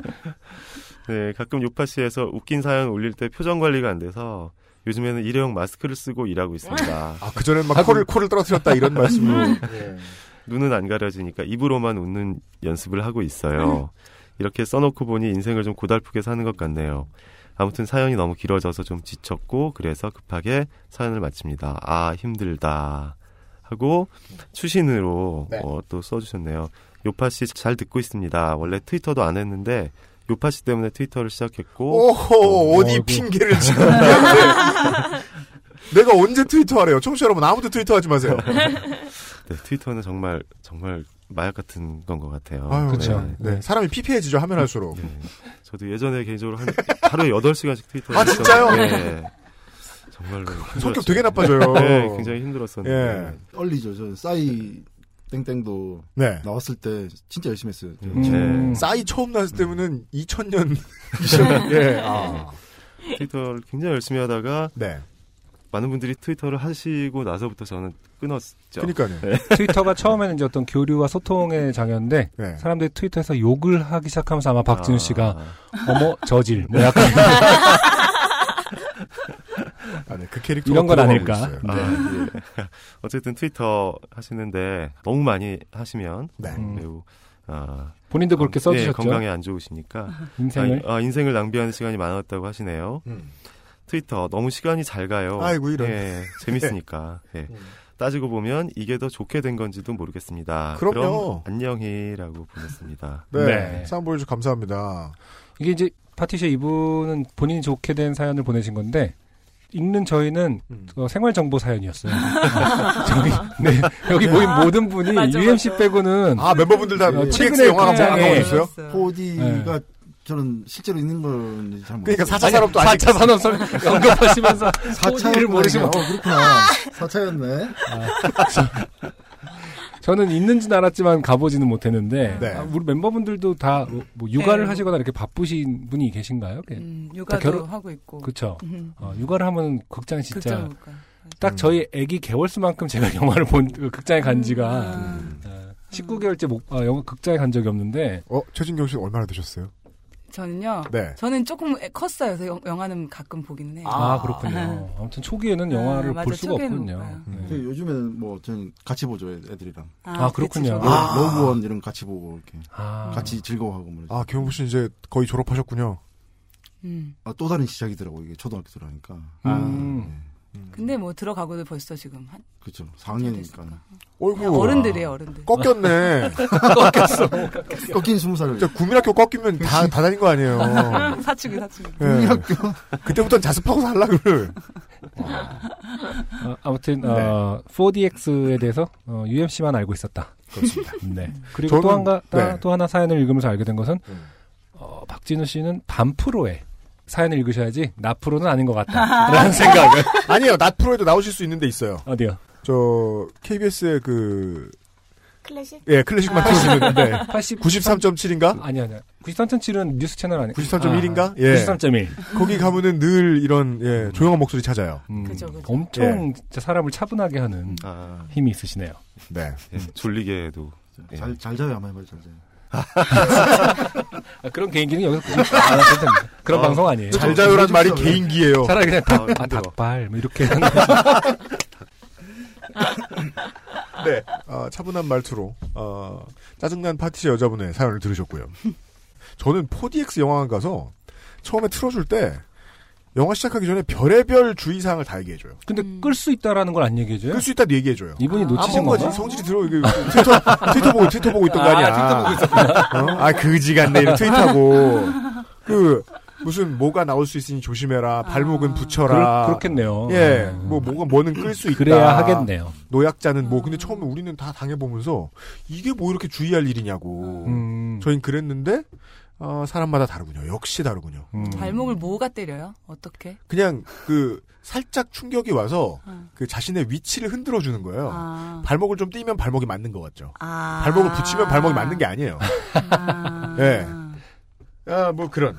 S15: 네, 가끔 요파씨에서 웃긴 사연 올릴 때 표정 관리가 안 돼서 요즘에는 일회용 마스크를 쓰고 일하고 있습니다.
S1: 아, 그전엔 막 코를- 코를 떨어뜨렸다 이런 말씀으로. 예.
S15: 네. 눈은 안 가려지니까 입으로만 웃는 연습을 하고 있어요. 이렇게 써놓고 보니 인생을 좀 고달프게 사는 것 같네요. 아무튼 사연이 너무 길어져서 좀 지쳤고 그래서 급하게 사연을 마칩니다. 아 힘들다 하고 추신으로
S17: 네.
S15: 어, 또 써주셨네요. 요파 씨 잘 듣고 있습니다. 원래 트위터도 안 했는데 요파 씨 때문에 트위터를 시작했고 뭐
S1: 오호, 어디 핑계를 지금. 네, 내가 언제 트위터 하래요? 청취자 여러분, 아무도 트위터 하지 마세요.
S15: 네, 트위터는 정말 정말 마약 같은 건 것 같아요.
S1: 아유,
S15: 그렇죠.
S1: 네. 네, 사람이 피폐해지죠, 하면 할수록.
S15: 저도 예전에 개인적으로 한 하루에 8시간씩 트위터를
S1: 아, 진짜요?
S15: 했었는데, 예. 정말로 힘들었어요.
S1: 성격 되게 나빠져요. 예.
S15: 네, 굉장히 힘들었었는데.
S13: 떨리죠. 저 싸이 땡땡도
S1: 네.
S13: 나왔을 때 진짜 열심히 했어요.
S1: 음. 싸이 처음 나왔을 때면은 2000년. 예. 아.
S15: 네. 트위터를 굉장히 열심히 하다가
S1: 네.
S15: 많은 분들이 트위터를 하시고 나서부터 저는 끊었죠. 네.
S2: 그렇죠. 트위터가 처음에는 이제 어떤 교류와 소통의 장이었는데
S1: 네.
S2: 사람들이 트위터에서 욕을 하기 시작하면서 아마 박진우 씨가 어머 저질 뭐 약간
S1: 아, 네, 그 캐릭터
S2: 이런 건 아닐까.
S1: 네.
S15: 아, 예. 어쨌든 트위터 하시는데 너무 많이 하시면
S1: 네.
S15: 음, 매우 아,
S2: 본인도 그렇게
S15: 건- 예,
S2: 써주셨죠?
S15: 건강에 안 좋으시니까
S2: 인생을.
S15: 아, 아, 인생을 낭비하는 시간이 많았다고 하시네요.
S1: 음.
S15: 트위터 너무 시간이 잘 가요.
S1: 아이고, 이런. 네.
S15: 예, 재밌으니까. 예. 따지고 보면 이게 더 좋게 된 건지도 모르겠습니다.
S1: 그럼요.
S15: 그럼 안녕히라고 보냈습니다.
S1: 네. 사연 보여주셔서 감사합니다.
S2: 이게 이제 파티셔 이분은 본인이 좋게 된 사연을 보내신 건데 읽는 저희는
S1: 음.
S2: 어, 생활정보 사연이었어요. 저희 네, 여기
S1: 네.
S2: 모인
S1: 아,
S2: 모든 분이
S1: 맞아,
S2: UMC
S1: 맞아.
S2: 빼고는
S1: 아, 멤버분들 다
S2: 어,
S1: PX
S2: 최근에 예.
S1: 영화 안
S2: 극장에
S1: 보고 있어요?
S13: 포디가 저는 실제로 있는 걸 잘 모르겠어요.
S1: 그러니까 사차 산업도 아직-
S2: 4차 산업 설- 언급하시면서 4차를
S13: 4차를
S2: 모르시면
S13: 모르시면 어,
S11: 아.
S13: 그렇구나. 4차였네.
S2: 저는 있는지 알았지만 가보지는 못했는데
S13: 네.
S2: 아, 우리 멤버분들도 다 뭐 육아를
S11: 네. 음,
S2: 하시거나 이렇게 바쁘신 분이 계신가요? 이렇게 다
S11: 육아도
S2: 결혼-
S11: 하고 있고.
S2: 그쵸.
S11: 음.
S2: 어, 육아를 하면 극장 진짜
S11: 극장 못 가요.
S2: 딱 저희 아기 개월수만큼 제가 영화를 본 그 극장에 간 지가
S11: 음.
S2: 어, 19개월째 못, 아, 영화 극장에 간 적이 없는데
S1: 어, 최진경 씨 얼마나 드셨어요?
S11: 저는요.
S2: 네.
S11: 저는 조금 컸어요. 그래서 영- 영화는 가끔 보기는 해요.
S2: 아, 그렇군요. 아무튼 초기에는 영화를
S11: 아, 맞아.
S2: 볼 수가
S11: 초기에는
S2: 없군요. 네.
S13: 근데 요즘에는 뭐 저는 같이 보죠 애- 애들이랑.
S11: 아,
S2: 아, 그렇군요.
S13: 로-
S2: 아.
S13: 로브원 이런 거 같이 보고 이렇게
S2: 아.
S13: 같이 즐거워하고 뭐.
S1: 아, 김홍부 씨 이제 거의 졸업하셨군요.
S11: 음.
S13: 아, 또 다른 시작이더라고 이게 초등학교 들어가니까.
S2: 음.
S11: 근데 뭐 들어가고도 벌써 지금 한
S13: 그렇죠. 4학년이니까.
S1: 어이구.
S11: 어른들이에요, 어른들.
S1: 꺾였네.
S11: 꺾였어.
S13: 꺾인 스무 살.
S1: 진짜 구민학교 꺾이면 다, 다 다닌 거 아니에요.
S11: 사춘기 사춘기.
S1: 예. 그때부터는 자습하고 살라, 그를.
S2: 어, 아무튼 어, 4DX에 대해서 어, UMC만 알고 있었다.
S1: 네. 그렇습니다. 음.
S2: 네. 그리고 또
S1: 저는-
S2: 한가 따-
S1: 네. 음.
S2: 또 하나 사연을 읽으면서 알게 된 것은 어, 박진우 씨는 반프로에 사연을 읽으셔야지 나프로는 아닌 것 같다라는 생각을.
S1: 아니에요. 낫프로에도 나오실 수 있는 데 있어요.
S2: 어디요?
S1: 저, KBS의 그,
S16: 클래식?
S1: 예, 클래식만
S2: 아.
S1: 틀으시면, 네.
S2: 83
S1: 93.7인가?
S2: 아니, 아니. 93.7은 뉴스 채널 아니에요?
S1: 93.1인가?
S2: 아,
S1: 예.
S2: 93.1.
S1: 거기 가면은 늘 이런, 예, 조용한 목소리 찾아요. 예.
S11: 그죠, 그죠.
S2: 엄청 진짜 사람을 차분하게 하는 힘이 있으시네요.
S1: 아. 네.
S15: 예, 졸리게 해도. 예.
S13: 잘, 잘 자요, 아마 잘 자요.
S2: 아, 그런 개인기는 여기서 굳이 안 하셔도 됩니다. 그런
S13: 어,
S2: 방송 아니에요.
S13: 잘 자요란 말이 개인기예요.
S2: 뭐, 차라리 그냥 닭,
S13: 아,
S2: 아,
S13: 힘들어.
S2: 닭발 뭐 이렇게 하는 거죠.
S1: 네. 아, 차분한 말투로 어, 짜증난 파티시 여자분의 사연을 들으셨고요. 저는 4DX 영화관 가서 처음에 틀어줄 때 영화 시작하기 전에 별의별 주의사항을 다 얘기해줘요.
S2: 근데 끌 수 있다라는 걸 안 얘기해줘요?
S1: 끌 수 있다도 얘기해줘요.
S2: 이분이 놓치신
S1: 한 거지.
S2: 건가?
S1: 아, 성질이 들어 이게 트위터 트위터 보고 트위터 보고 있던 거 아니야?
S2: 아, 트위터 보고 있었구나.
S1: 어? 아 그지 같네 이런 트윗하고 그 무슨 뭐가 나올 수 있으니 조심해라. 발목은 붙여라.
S2: 그렇- 그렇겠네요.
S1: 예, 뭐 뭐가 뭐는 끌 수 있다.
S2: 그래야 하겠네요.
S1: 노약자는 뭐 근데 처음에 우리는 다 당해보면서 이게 뭐 이렇게 주의할 일이냐고.
S2: 음.
S1: 저희는 그랬는데 어, 사람마다 다르군요. 역시 다르군요.
S2: 음.
S11: 발목을 뭐가 때려요? 어떻게?
S1: 그냥 그 살짝 충격이 와서 그 자신의 위치를 흔들어 주는 거예요.
S11: 어. 아.
S1: 발목을 좀 띄면 발목이 맞는 것 같죠.
S11: 아.
S1: 발목을 붙이면 발목이 맞는 게 아니에요. 예. 아, 뭐 그런.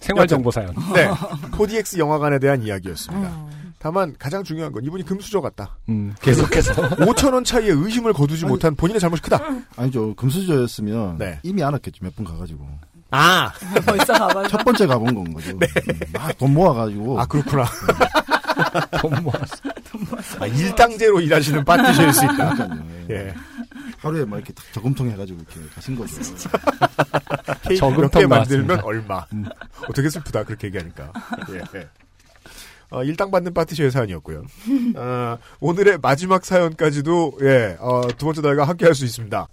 S2: 생활정보 사연.
S1: 네. 4DX 영화관에 대한 이야기였습니다.
S11: 어.
S1: 다만 가장 중요한 건 이분이 금수저 같다.
S2: 음, 계속해서.
S1: 5천 원 차이에 의심을 거두지 못한 본인의 잘못이 크다. 네.
S13: 아니죠. 금수저였으면 이미 알았겠죠. 몇 분 가가지고.
S1: 아. 네.
S11: 벌써 가봐요.
S13: 첫 번째 가본 건 거죠. 음, 막 돈 모아가지고. 음. 아,
S1: 그렇구나.
S2: 돈 모았어.
S1: 아, 일당제로 일하시는 파티셔일 수 있다. 예.
S13: 하루에 막 이렇게 딱 저금통 해가지고 이렇게 가신 거죠.
S1: 케이크 몇개 만들면 얼마.
S2: 음.
S1: 어떻게 슬프다 그렇게 얘기하니까. 예, 예. 어, 일당 받는 파티쇼의 사연이었고요. 어, 오늘의 마지막 사연까지도 예, 어, 두 번째 달과 함께할 수 있습니다.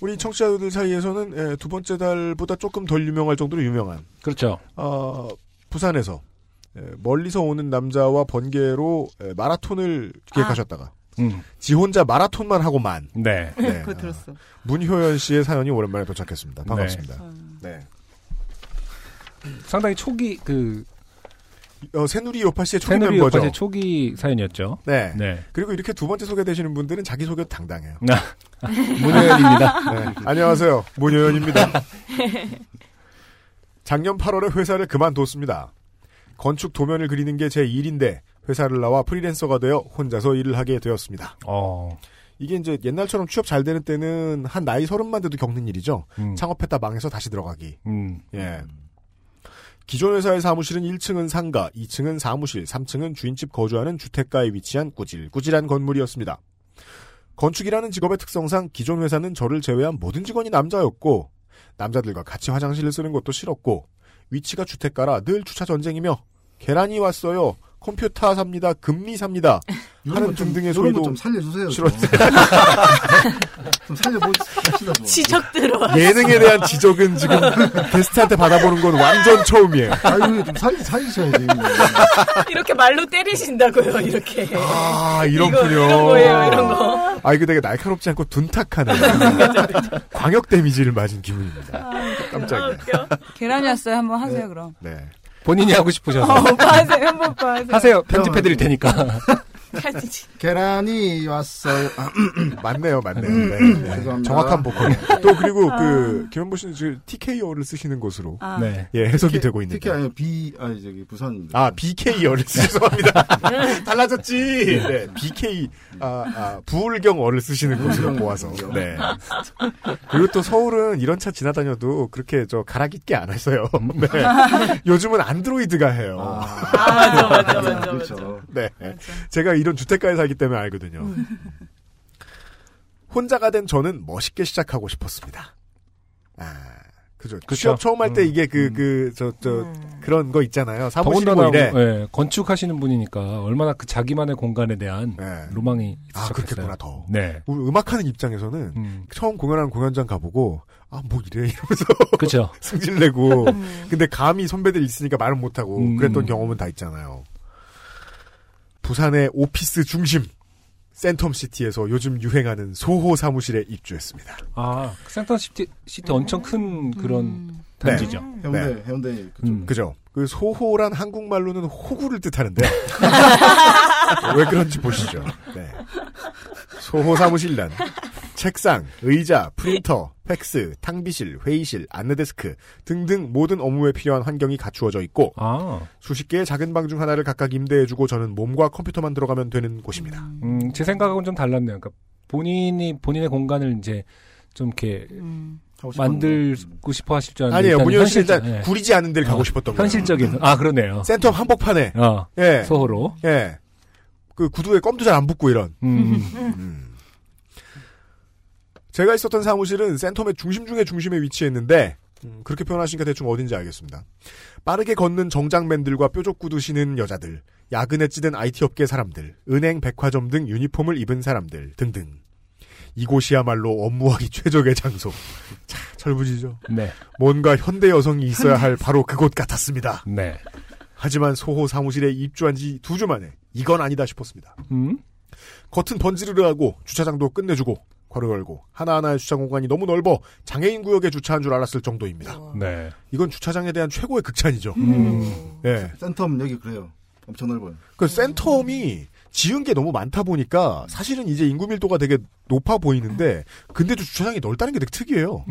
S1: 우리 청취자들 사이에서는 예, 두 번째 달보다 조금 덜 유명할 정도로 유명한.
S2: 그렇죠.
S1: 어, 부산에서 예, 멀리서 오는 남자와 번개로 예, 마라톤을 기획하셨다가
S2: 음.
S1: 지 혼자 마라톤만 하고만.
S2: 네.
S1: 네.
S11: 그거 들었어.
S1: 문효연 씨의 사연이 오랜만에 도착했습니다. 반갑습니다. 네.
S2: 상당히 초기 그
S1: 어, 새누리 요파 씨의 초기
S2: 새누리
S1: 멤버죠.
S2: 요파시의 초기 사연이었죠.
S1: 네.
S2: 네.
S1: 그리고 이렇게 두 번째 소개되시는 분들은 자기 소개 당당해요.
S2: 아, 문효연입니다.
S1: 네. 안녕하세요. 문효연입니다. 작년 8월에 회사를 그만뒀습니다. 건축 도면을 그리는 게 제 일인데 회사를 나와 프리랜서가 되어 혼자서 일을 하게 되었습니다.
S2: 어.
S1: 이게 이제 옛날처럼 취업 잘 되는 때는 한 나이 서른만 돼도 겪는 일이죠. 창업했다 망해서 다시 들어가기.
S2: 음.
S1: 예. 기존 회사의 사무실은 1층은 상가, 2층은 사무실, 3층은 주인집 거주하는 주택가에 위치한 꾸질꾸질한 건물이었습니다. 건축이라는 직업의 특성상 기존 회사는 저를 제외한 모든 직원이 남자였고, 남자들과 같이 화장실을 쓰는 것도 싫었고, 위치가 주택가라 늘 주차 전쟁이며, 계란이 왔어요. 컴퓨터 삽니다. 금리 삽니다. 하는 등등의
S13: 이런
S1: 소리도
S13: 거좀 살려주세요.
S1: 싫었
S13: 좀 살려봅시다. 뭐.
S16: 지적 들어와.
S1: 예능에 대한 지적은 지금 게스트한테 받아보는 건 완전 처음이에요.
S13: 아유, 좀 살, 살리셔야 돼.
S16: 이렇게 말로 때리신다고요, 이렇게.
S1: 아, 이런군요.
S16: 이런 거예요, 이런 거.
S1: 아, 이거 되게 날카롭지 않고 둔탁하는 광역 데미지를 맞은 기분입니다. 깜짝이야.
S11: 계란이 왔어요. 한번 하세요 그럼.
S1: 네.
S2: 본인이 하고 싶으셔서.
S11: 어, 오빠 하세요. 한번 오빠 하세요.
S2: 하세요. 편집해드릴 테니까.
S17: 계란이 왔어요. 아,
S1: 맞네요, 맞네요.
S17: 음,
S1: 네,
S17: 음,
S1: 네.
S17: 죄송합니다.
S1: 정확한 보컬.
S17: 네.
S1: 또 그리고
S17: 아.
S1: 그 김현보 씨는 지금 TK어를 쓰시는 것으로
S17: 아.
S1: 네. 예, 해석이
S13: 특히-
S1: 되고 있는데.
S13: 특히 아니 B 아니 저기 부산입니다.
S1: 아 BK어를 죄송합니다. 달라졌지. 네, BK 아, 아 부울경어를 쓰시는 것으로 모아서. 네. 그리고 또 서울은 이런 차 지나다녀도 그렇게 저 가라 깊게 안 하세요. 네. 요즘은 안드로이드가 해요.
S2: 아,
S16: 맞아, 맞아, 맞아,
S13: 그렇죠.
S1: 네. 제가 이런 주택가에 살기 때문에 알거든요.
S13: 음.
S1: 혼자가 된 저는 멋있게 시작하고 싶었습니다. 아, 그죠.
S2: 그쵸.
S1: 취업 처음 할 때
S2: 음,
S1: 이게 그, 그, 저, 저,
S16: 음.
S1: 그런 거 있잖아요. 사무실 뭐
S2: 더군다나
S1: 이래.
S2: 예, 건축하시는 분이니까 얼마나 그 자기만의 공간에 대한 로망이
S1: 아, 그렇겠구나, 더.
S2: 네.
S1: 우리 음악하는 입장에서는 처음 공연하는 공연장 가보고, 아, 뭐 이래, 이러면서.
S2: 그죠.
S1: 승질 내고. 근데 감히 선배들 있으니까 말은 못하고.
S2: 음.
S1: 그랬던 경험은 다 있잖아요. 부산의 오피스 중심. 센텀시티에서 요즘 유행하는 소호 사무실에 입주했습니다.
S2: 아, 센터 시티, 시티 엄청 큰 그런
S1: 네.
S2: 단지죠. 음.
S13: 해운대, 해운대 네. 그쪽.
S1: 그죠. 그 소호란 한국말로는 호구를 뜻하는데 왜 그런지 보시죠. 네. 소호 사무실란 책상, 의자, 프린터, 팩스, 탕비실, 회의실, 안내데스크 등등 모든 업무에 필요한 환경이 갖추어져 있고
S2: 아.
S1: 수십 개의 작은 방 중 하나를 각각 임대해주고 저는 몸과 컴퓨터만 들어가면 되는 곳입니다.
S2: 음, 제 생각하고는 좀 달랐네요. 그러니까 본인이 본인의 공간을 이제 좀 이렇게 만들고 싶어 하실 줄 알았는데
S1: 음. 아니에요.
S2: 일단은
S1: 문현 씨
S2: 현실적-
S1: 일단
S2: 예.
S1: 구리지 않은 데를 가고
S2: 어,
S1: 싶었던 거예요.
S2: 현실적인 아 그러네요.
S1: 센터 한복판에
S2: 어,
S1: 예.
S2: 소호로
S1: 예. 그 구두에 껌도 잘 안 붙고 이런. 음. 제가 있었던 사무실은 센텀의 중심 중에 중심에 위치했는데 음, 그렇게 표현하시니까 대충 어딘지 알겠습니다. 빠르게 걷는 정장맨들과 뾰족 구두 신은 여자들, 야근에 찌든 IT 업계 사람들, 은행, 백화점 등 유니폼을 입은 사람들 등등. 이곳이야말로 업무하기 최적의 장소. 차, 철부지죠.
S2: 네.
S1: 뭔가 현대 여성이 있어야 할 바로 그곳 같았습니다.
S2: 네.
S1: 하지만 소호 사무실에 입주한 지 두 주 만에 이건 아니다 싶었습니다.
S2: 음?
S1: 겉은 번지르르하고 주차장도 끝내주고 괄호 열고 하나하나의 주차 공간이 너무 넓어 장애인 구역에 주차한 줄 알았을 정도입니다.
S2: 네. 음.
S1: 이건 주차장에 대한 최고의 극찬이죠. 예.
S13: 센텀 여기 그래요. 엄청 넓어요.
S1: 그 센텀이 지은 게 너무 많다 보니까 사실은 이제 인구 밀도가 되게 높아 보이는데 근데도 주차장이 넓다는 게 되게 특이해요.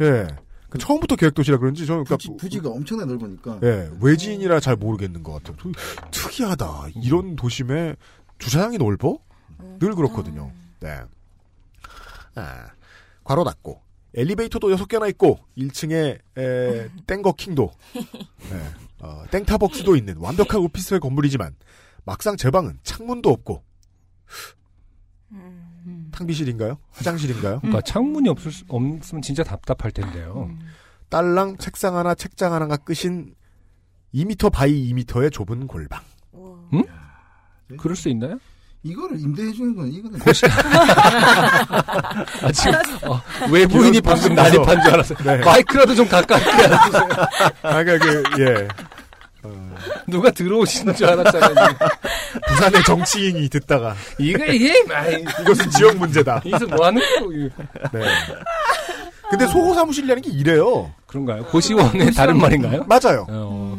S1: 예. 그 처음부터 계획도시라 그런지 저는 그러니까
S13: 부지가 엄청나 넓으니까.
S1: 예, 외지인이라 잘 모르겠는 것 같아요. 도- 특이하다. 이런 도심에 주차장이 넓어? 늘 그렇거든요. 네. 아, 괄호 닫고. 엘리베이터도 6개나 있고, 1층에, 에, 땡거킹도, 네, 어, 땡타벅스도 있는 완벽한 오피스의 건물이지만, 막상 제 방은 창문도 없고, 탕비실인가요? 화장실인가요?
S2: 그러니까 창문이 없을 수, 없으면 진짜 답답할 텐데요.
S1: 딸랑 책상 하나, 책장 하나가 끝인 2m 바이 2m의 좁은 골방. 네.
S2: 응? 그럴 수 있나요?
S13: 이거를 임대해 주는 건 이거는
S2: 아, 지금, 어, 외부인이 방금 난입한 줄 알았어요.
S1: 네.
S2: 마이크라도 좀 가까이 앉으세요.
S1: 아까 그, 예. 어.
S2: 누가 들어오시는 줄 알았잖아요.
S1: 부산의 정치인이 듣다가
S2: 이거, 이게, 아이,
S1: 이것은 지역 문제다.
S2: 이것은 뭐 하는 거고.
S1: 네. 근데 소호 사무실이라는 게 이래요.
S2: 그런가요? 고시원의 다른 말인가요?
S1: 맞아요.
S2: 어,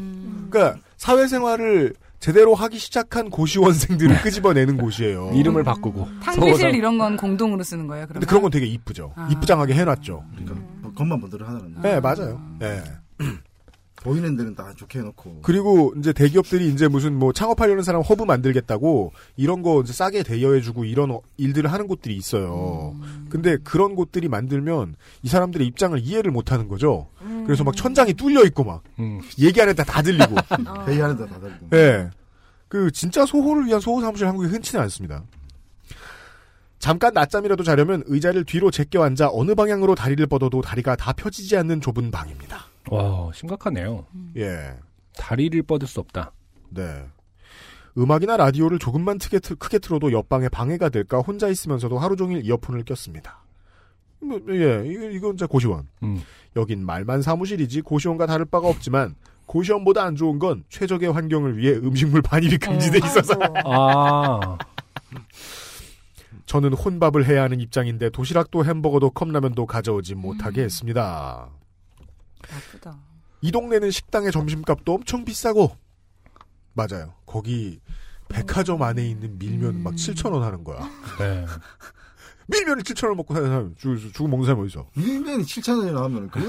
S1: 그러니까 사회생활을 제대로 하기 시작한 고시원생들을 끄집어내는 곳이에요.
S2: 네. 이름을 바꾸고.
S11: 탕비실 이런 건 공동으로 쓰는 거예요. 아. 그러면
S1: 근데 그런 건 되게 이쁘죠. 이쁘장하게 해놨죠.
S13: 그러니까 겉만 보드를 하는.
S1: 네, 맞아요. 네.
S13: 보이는 데는 다 좋게 해놓고.
S1: 그리고 이제 대기업들이 이제 무슨 뭐 창업하려는 사람 허브 만들겠다고 이런 거 이제 싸게 대여해주고 이런 어- 일들을 하는 곳들이 있어요. 근데 그런 곳들이 만들면 이 사람들의 입장을 이해를 못 하는 거죠. 그래서 막 천장이 뚫려 있고 막 얘기 안 했다 다 들리고.
S13: 회의하는 데다 다르고.
S1: 예. 그 진짜 소호를 위한 소호 사무실 한국에 흔치는 않습니다. 잠깐 낮잠이라도 자려면 의자를 뒤로 제껴 앉아 어느 방향으로 다리를 뻗어도 다리가 다 펴지지 않는 좁은 방입니다.
S2: 와, 심각하네요.
S1: 예.
S2: 다리를 뻗을 수 없다.
S1: 네. 음악이나 라디오를 조금만 크게, 틀, 크게 틀어도 옆방에 방해가 될까 혼자 있으면서도 하루 종일 이어폰을 꼈습니다. 뭐, 예, 이거- 이건 진짜 고시원.
S2: 음.
S1: 여긴 말만 사무실이지 고시원과 다를 바가 없지만 고시원보다 안 좋은 건 최적의 환경을 위해 음식물 반입이 금지돼 있어서.
S2: 아.
S1: 저는 혼밥을 해야 하는 입장인데 도시락도 햄버거도 컵라면도 가져오지 못하게 했습니다.
S11: 나쁘다.
S1: 이 동네는 식당의 점심값도 엄청 비싸고 맞아요. 거기 백화점 안에 있는 밀면 막 7천 원 하는 거야.
S2: 네.
S1: 밀면을 7천 원 먹고 사는 사람 죽 죽은 먹는 사람 어디서?
S13: 밀면이 7천 원이라 하면 그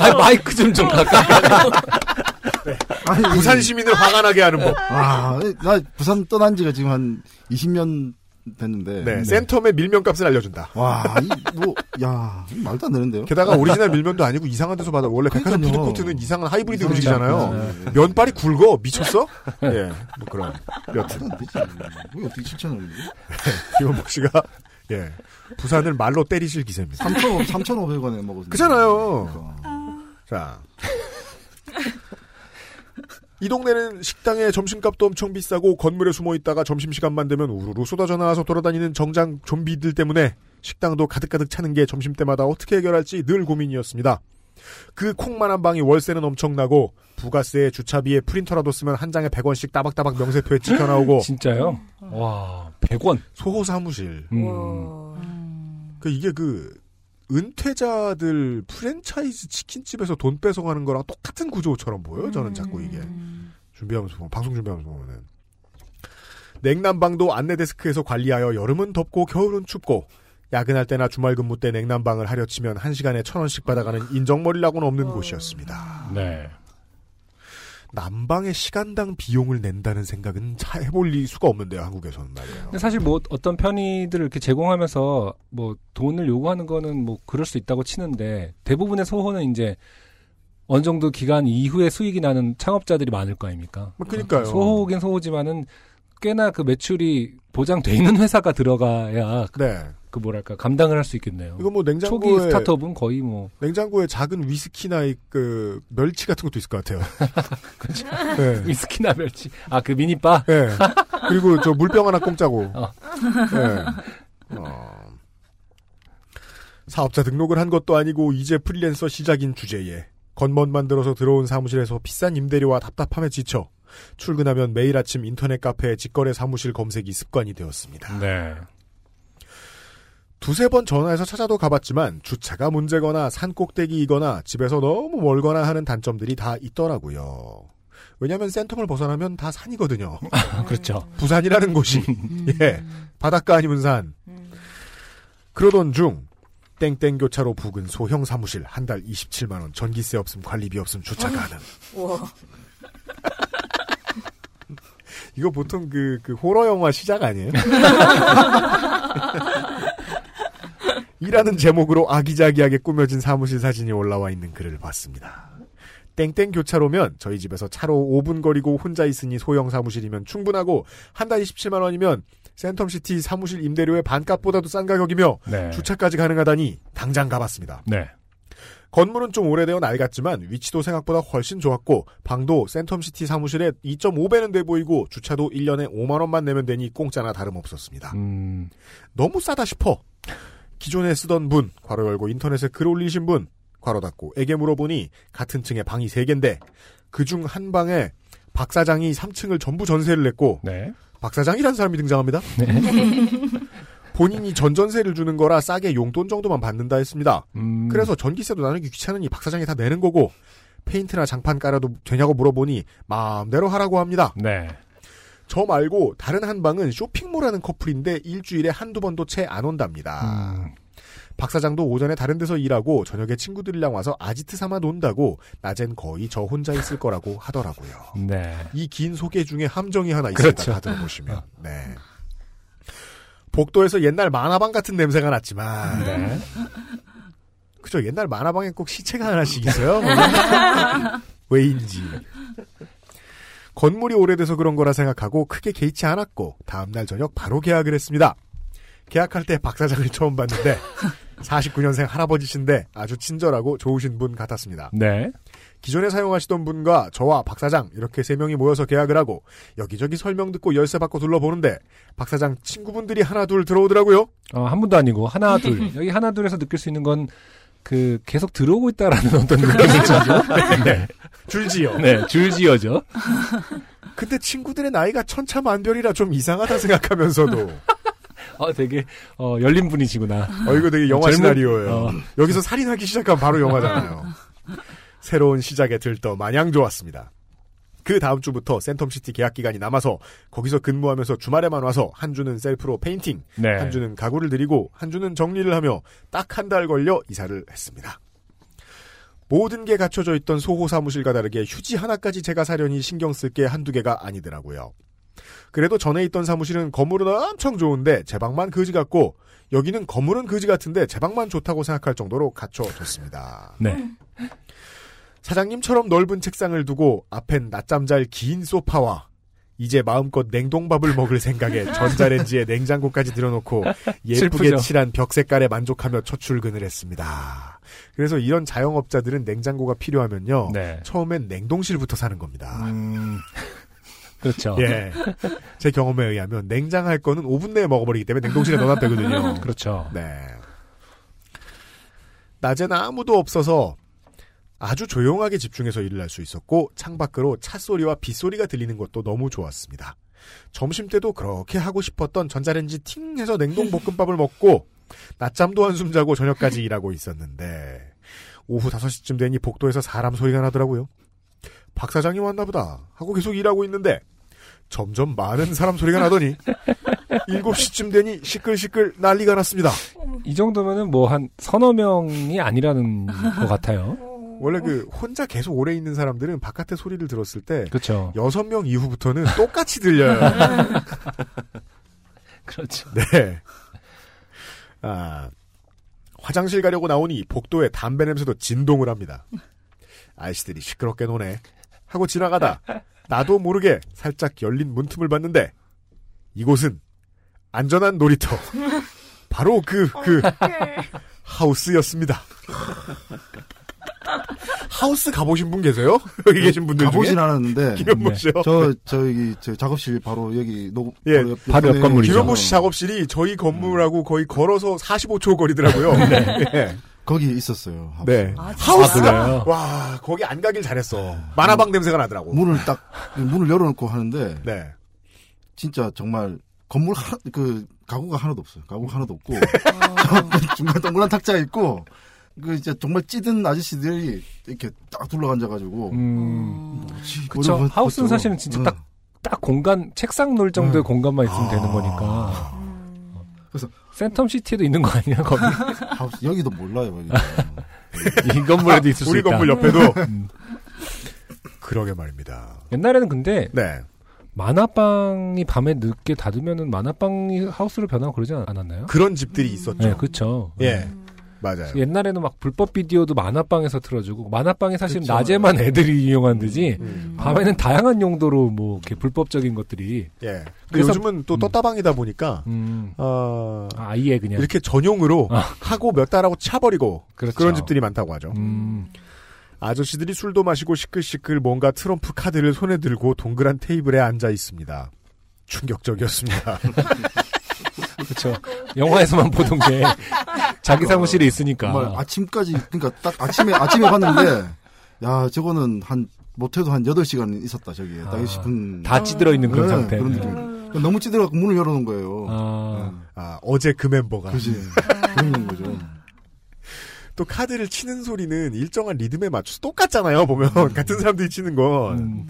S1: 아, 마이크 좀좀 가까이.
S13: 아니,
S1: 부산 시민을 화가 나게 하는 법.
S13: 아, 나 부산 떠난 지가 지금 한 20년 됐는데.
S1: 네, 센텀의 밀면 값을 알려준다.
S13: 와, 이, 뭐, 야, 이 말도 안 되는데요.
S1: 게다가 오리지널 밀면도 아니고 이상한 데서 받아. 원래 백화점 푸드코트는 이상한 하이브리드 음식이잖아요.
S13: 네.
S1: 면발이 굵어 미쳤어? 예, 뭐 그런. 여튼
S13: 왜 어떻게 7천 원이지?
S1: 김원복 씨가 예 부산을 말로 때리실 기세입니다.
S13: 3,500, 3,500원에 먹었는데. 그러니까.
S1: 그잖아요. 자. 이 동네는 식당에 점심값도 엄청 비싸고 건물에 숨어 있다가 점심시간만 되면 우르르 쏟아져 나와서 돌아다니는 정장 좀비들 때문에 식당도 가득가득 차는 게 점심 때마다 어떻게 해결할지 늘 고민이었습니다. 그 콩만한 방이 월세는 엄청나고 부가세에 주차비에 프린터라도 쓰면 한 장에 100원씩 따박따박 명세표에 찍혀 나오고
S2: 진짜요? 와, 100원.
S1: 소호 사무실.
S2: 음.
S1: 그 이게 그 은퇴자들 프랜차이즈 치킨집에서 돈 뺏어가는 거랑 똑같은 구조처럼 보여요. 저는 자꾸 이게
S2: 음.
S1: 준비하면서 보면, 방송 준비하면서 보면은 냉난방도 안내 데스크에서 관리하여 여름은 덥고 겨울은 춥고 야근할 때나 주말 근무 때 냉난방을 하려 치면 한 시간에 천 원씩 받아가는 인정머리라고는 없는 곳이었습니다.
S2: 네.
S1: 난방의 시간당 비용을 낸다는 생각은 차 해볼 리 수가 없는데요, 한국에서는 말이에요.
S2: 근데 사실 뭐 어떤 편의들을 이렇게 제공하면서 뭐 돈을 요구하는 거는 뭐 그럴 수 있다고 치는데 대부분의 소호는 이제 어느 정도 기간 이후에 수익이 나는 창업자들이 많을 거 아닙니까?
S1: 뭐 그러니까요.
S2: 소호긴 소호지만은 꽤나 그 매출이 보장돼 있는 회사가 들어가야 그, 그 뭐랄까 감당을 할 수 있겠네요.
S1: 네. 이거 뭐 냉장고에
S2: 초기 스타트업은 거의 뭐
S1: 냉장고에 작은 위스키나 이- 그 멸치 같은 것도 있을 것 같아요.
S2: 그렇죠.
S1: 네.
S2: 위스키나 멸치 아 그 미니바
S1: 네. 그리고 저 물병 하나 공짜고.
S2: 어.
S1: 네. 어. 사업자 등록을 한 것도 아니고 이제 프리랜서 시작인 주제에 건먼 만들어서 들어온 사무실에서 비싼 임대료와 답답함에 지쳐 출근하면 매일 아침 인터넷 카페에 직거래 사무실 검색이 습관이 되었습니다.
S2: 네.
S1: 두세 번 전화해서 찾아도 가봤지만 주차가 문제거나 산 꼭대기이거나 집에서 너무 멀거나 하는 단점들이 다 있더라고요. 왜냐하면 센텀을 벗어나면 다 산이거든요.
S2: 그렇죠. 음.
S1: 부산이라는 곳이 예 바닷가 아니면 산. 그러던 중 땡땡 교차로 부근 소형 사무실 한 달 27만 원 전기세 없음 관리비 없음 주차 가능.
S9: 우와.
S1: 이거 보통 그, 그 호러 영화 시작 아니에요? 이라는 제목으로 아기자기하게 꾸며진 사무실 사진이 올라와 있는 글을 봤습니다. 땡땡 교차로면 저희 집에서 차로 5분 거리고 혼자 있으니 소형 사무실이면 충분하고 한 달에 17만 원이면 센텀시티 사무실 임대료의 반값보다도 싼 가격이며
S2: 네.
S1: 주차까지 가능하다니 당장 가봤습니다.
S2: 네.
S1: 건물은 좀 오래되어 낡았지만 위치도 생각보다 훨씬 좋았고 방도 센텀시티 사무실에 2.5배는 돼 보이고 주차도 1년에 5만 원만 내면 되니 공짜나 다름없었습니다. 너무 싸다 싶어. 기존에 쓰던 분, 괄호 열고 인터넷에 글 올리신 분, 괄호 닫고 에게 물어보니 같은 층에 방이 3개인데 그 중 한 방에 박 사장이 3층을 전부 전세를 냈고 박 사장이라는 사람이 등장합니다.
S2: 네.
S1: 본인이 전전세를 주는 거라 싸게 용돈 정도만 받는다 했습니다.
S2: 음.
S1: 그래서 전기세도 나누기 귀찮으니 박 사장이 다 내는 거고 페인트나 장판 깔아도 되냐고 물어보니 마음대로 하라고 합니다.
S2: 네.
S1: 저 말고 다른 한 방은 쇼핑몰 하는 커플인데 일주일에 한두 번도 채 안 온답니다.
S2: 음.
S1: 박 사장도 오전에 다른 데서 일하고 저녁에 친구들이랑 와서 아지트 삼아 논다고 낮엔 거의 저 혼자 있을 거라고 하더라고요.
S2: 네.
S1: 이 긴 소개 중에 함정이 하나 있습니다.
S2: 그렇죠.
S1: 다 들어보시면. 네. 복도에서 옛날 만화방 같은 냄새가 났지만.
S2: 네.
S1: 그죠. 옛날 만화방에 꼭 시체가 하나씩 있어요. 뭐 왜인지. 건물이 오래돼서 그런 거라 생각하고 크게 개의치 않았고 다음날 저녁 바로 계약을 했습니다. 계약할 때 박사장을 처음 봤는데 49년생 할아버지신데 아주 친절하고 좋으신 분 같았습니다.
S2: 네.
S1: 기존에 사용하시던 분과 저와 박 사장 이렇게 세 명이 모여서 계약을 하고 여기저기 설명 듣고 열쇠 받고 둘러보는데 박 사장 친구분들이 하나 둘 들어오더라고요.
S2: 어, 한 분도 아니고 하나 둘 여기 하나 둘에서 느낄 수 있는 건 그 계속 들어오고 있다라는 어떤 느낌이죠. 네.
S1: 줄지요.
S2: 네, 줄지어죠.
S1: 근데 친구들의 나이가 천차만별이라 좀 이상하다 생각하면서도
S2: 어, 되게 어, 열린 분이시구나.
S1: 어 이거 되게 영화
S2: 젊은-
S1: 시나리오예요.
S2: 어.
S1: 여기서 살인하기 시작하면 바로 영화잖아요. 새로운 시작에 들떠 마냥 좋았습니다. 그 다음 주부터 센텀시티 계약 기간이 남아서 거기서 근무하면서 주말에만 와서 한 주는 셀프로 페인팅,
S2: 네.
S1: 한 주는 가구를 드리고 한 주는 정리를 하며 딱 한 달 걸려 이사를 했습니다. 모든 게 갖춰져 있던 소호 사무실과 다르게 휴지 하나까지 제가 사려니 신경 쓸 게 한두 개가 아니더라고요. 그래도 전에 있던 사무실은 건물은 엄청 좋은데 제 방만 그지 같고 여기는 건물은 그지 같은데 제 방만 좋다고 생각할 정도로 갖춰졌습니다.
S2: 네.
S1: 사장님처럼 넓은 책상을 두고 앞엔 낮잠 잘 긴 소파와 이제 마음껏 냉동밥을 먹을 생각에 전자레인지에 냉장고까지 들여놓고 예쁘게
S2: 슬프죠.
S1: 칠한 벽 색깔에 만족하며 첫 출근을 했습니다. 그래서 이런 자영업자들은 냉장고가 필요하면요.
S2: 네.
S1: 처음엔 냉동실부터 사는 겁니다.
S2: 음. 그렇죠.
S1: 예. 제 경험에 의하면 냉장할 거는 5분 내에 먹어버리기 때문에 냉동실에 넣어놔도 되거든요.
S2: 그렇죠.
S1: 네. 낮에는 아무도 없어서 아주 조용하게 집중해서 일을 할 수 있었고 창밖으로 차 소리와 빗 소리가 들리는 것도 너무 좋았습니다. 점심 때도 그렇게 하고 싶었던 전자레인지 팅 해서 냉동 볶음밥을 먹고 낮잠도 한숨 자고 저녁까지 일하고 있었는데 오후 5시쯤 되니 복도에서 사람 소리가 나더라고요. 박 사장이 왔나 보다 하고 계속 일하고 있는데 점점 많은 사람 소리가 나더니 7시쯤 되니 시끌시끌 난리가 났습니다.
S2: 이 정도면은 뭐 한 서너 명이 아니라는 것 같아요.
S1: 원래 그 혼자 계속 오래 있는 사람들은 바깥의 소리를 들었을 때
S2: 그렇죠.
S1: 여섯 명 이후부터는 똑같이 들려요.
S2: 그렇죠.
S1: 네. 아, 화장실 가려고 나오니 복도에 담배 냄새도 진동을 합니다. 아이씨들이 시끄럽게 노네. 하고 지나가다 나도 모르게 살짝 열린 문틈을 봤는데 이곳은 안전한 놀이터. 바로 그, 그, 하우스였습니다. 하우스 가보신 분 계세요? 여기 계신 분들
S13: 가보진
S1: 중에?
S13: 않았는데. 네.
S1: 김현모 씨요?
S13: 저, 저기, 저 작업실 바로 여기 녹,
S1: 예,
S13: 바로 옆, 옆에 네. 어.
S1: 김현모 씨 작업실이 저희 건물하고 거의 걸어서 45초 거리더라고요. 예.
S13: 네. 거기 있었어요.
S1: 네.
S13: 아,
S1: 하우스가 와 거기 안 가길 잘했어. 만화방 냄새가 나더라고.
S13: 문을 딱 문을 열어놓고 하는데
S1: 네.
S13: 진짜 정말 건물 하나 그 가구가 하나도 없어요. 가구가 하나도 없고 중간 동그란 탁자 있고 그 이제 정말 찌든 아저씨들이 이렇게 딱 둘러앉아가지고 뭐지?
S2: 음. 그렇죠.
S13: 어려워-
S2: 하우스는
S13: 어쩌고.
S2: 사실은 진짜
S13: 응.
S2: 딱, 딱 공간, 책상 놀 정도의 공간만 있으면 되는 거니까.
S13: 아. 그래서
S2: 센텀시티에도 있는 거 아니에요, 거기?
S13: 하우스 여기도 몰라요,
S2: 이 건물에도 있을 수
S1: 우리
S2: 있다.
S1: 건물 옆에도
S2: 음.
S1: 그러게 말입니다.
S2: 옛날에는 근데
S1: 네.
S2: 만화방이 밤에 늦게 닫으면은 만화방이 하우스로 변하고 그러지 않- 않았나요?
S1: 그런 집들이 있었죠.
S2: 네, 그렇죠.
S1: 예.
S2: 네.
S1: 맞아요.
S2: 옛날에는 막 불법 비디오도 만화방에서 틀어주고 만화방이 사실
S1: 그쵸. 음,
S2: 낮에만 애들이 이용한 데지 밤에는 다양한 용도로 뭐 이렇게 불법적인 것들이 음.
S1: 예. 근데 요즘은
S13: 음.
S1: 또 떴다방이다 보니까 어,
S2: 아예 그냥
S1: 이렇게 전용으로 하고 몇 달하고 차버리고
S2: 그렇죠. 음.
S1: 그런 집들이 많다고 하죠. 아저씨들이 술도 마시고 시끌시끌 뭔가 트럼프 카드를 손에 들고 동그란 테이블에 앉아 있습니다. 충격적이었습니다.
S2: 그렇죠. 영화에서만 보던 게 자기 사무실에 있으니까.
S13: 정말 아침까지 그러니까 딱 아침에 아침에 봤는데 야 저거는 한 못해도 한 8시간 있었다 저기에 딱 싶은
S2: 아,
S13: 네,
S2: 다 찌들어 있는 그런 상태.
S13: 그런 느낌 그러니까 너무 찌들어갖고 문을 열어놓은 거예요 네.
S1: 아, 어제 그 멤버가.
S13: 그지 그런 거죠
S1: 또 카드를 치는 소리는 일정한 리듬에 맞춰서 똑같잖아요, 보면.
S2: 음.
S1: 같은 사람들이 치는 건.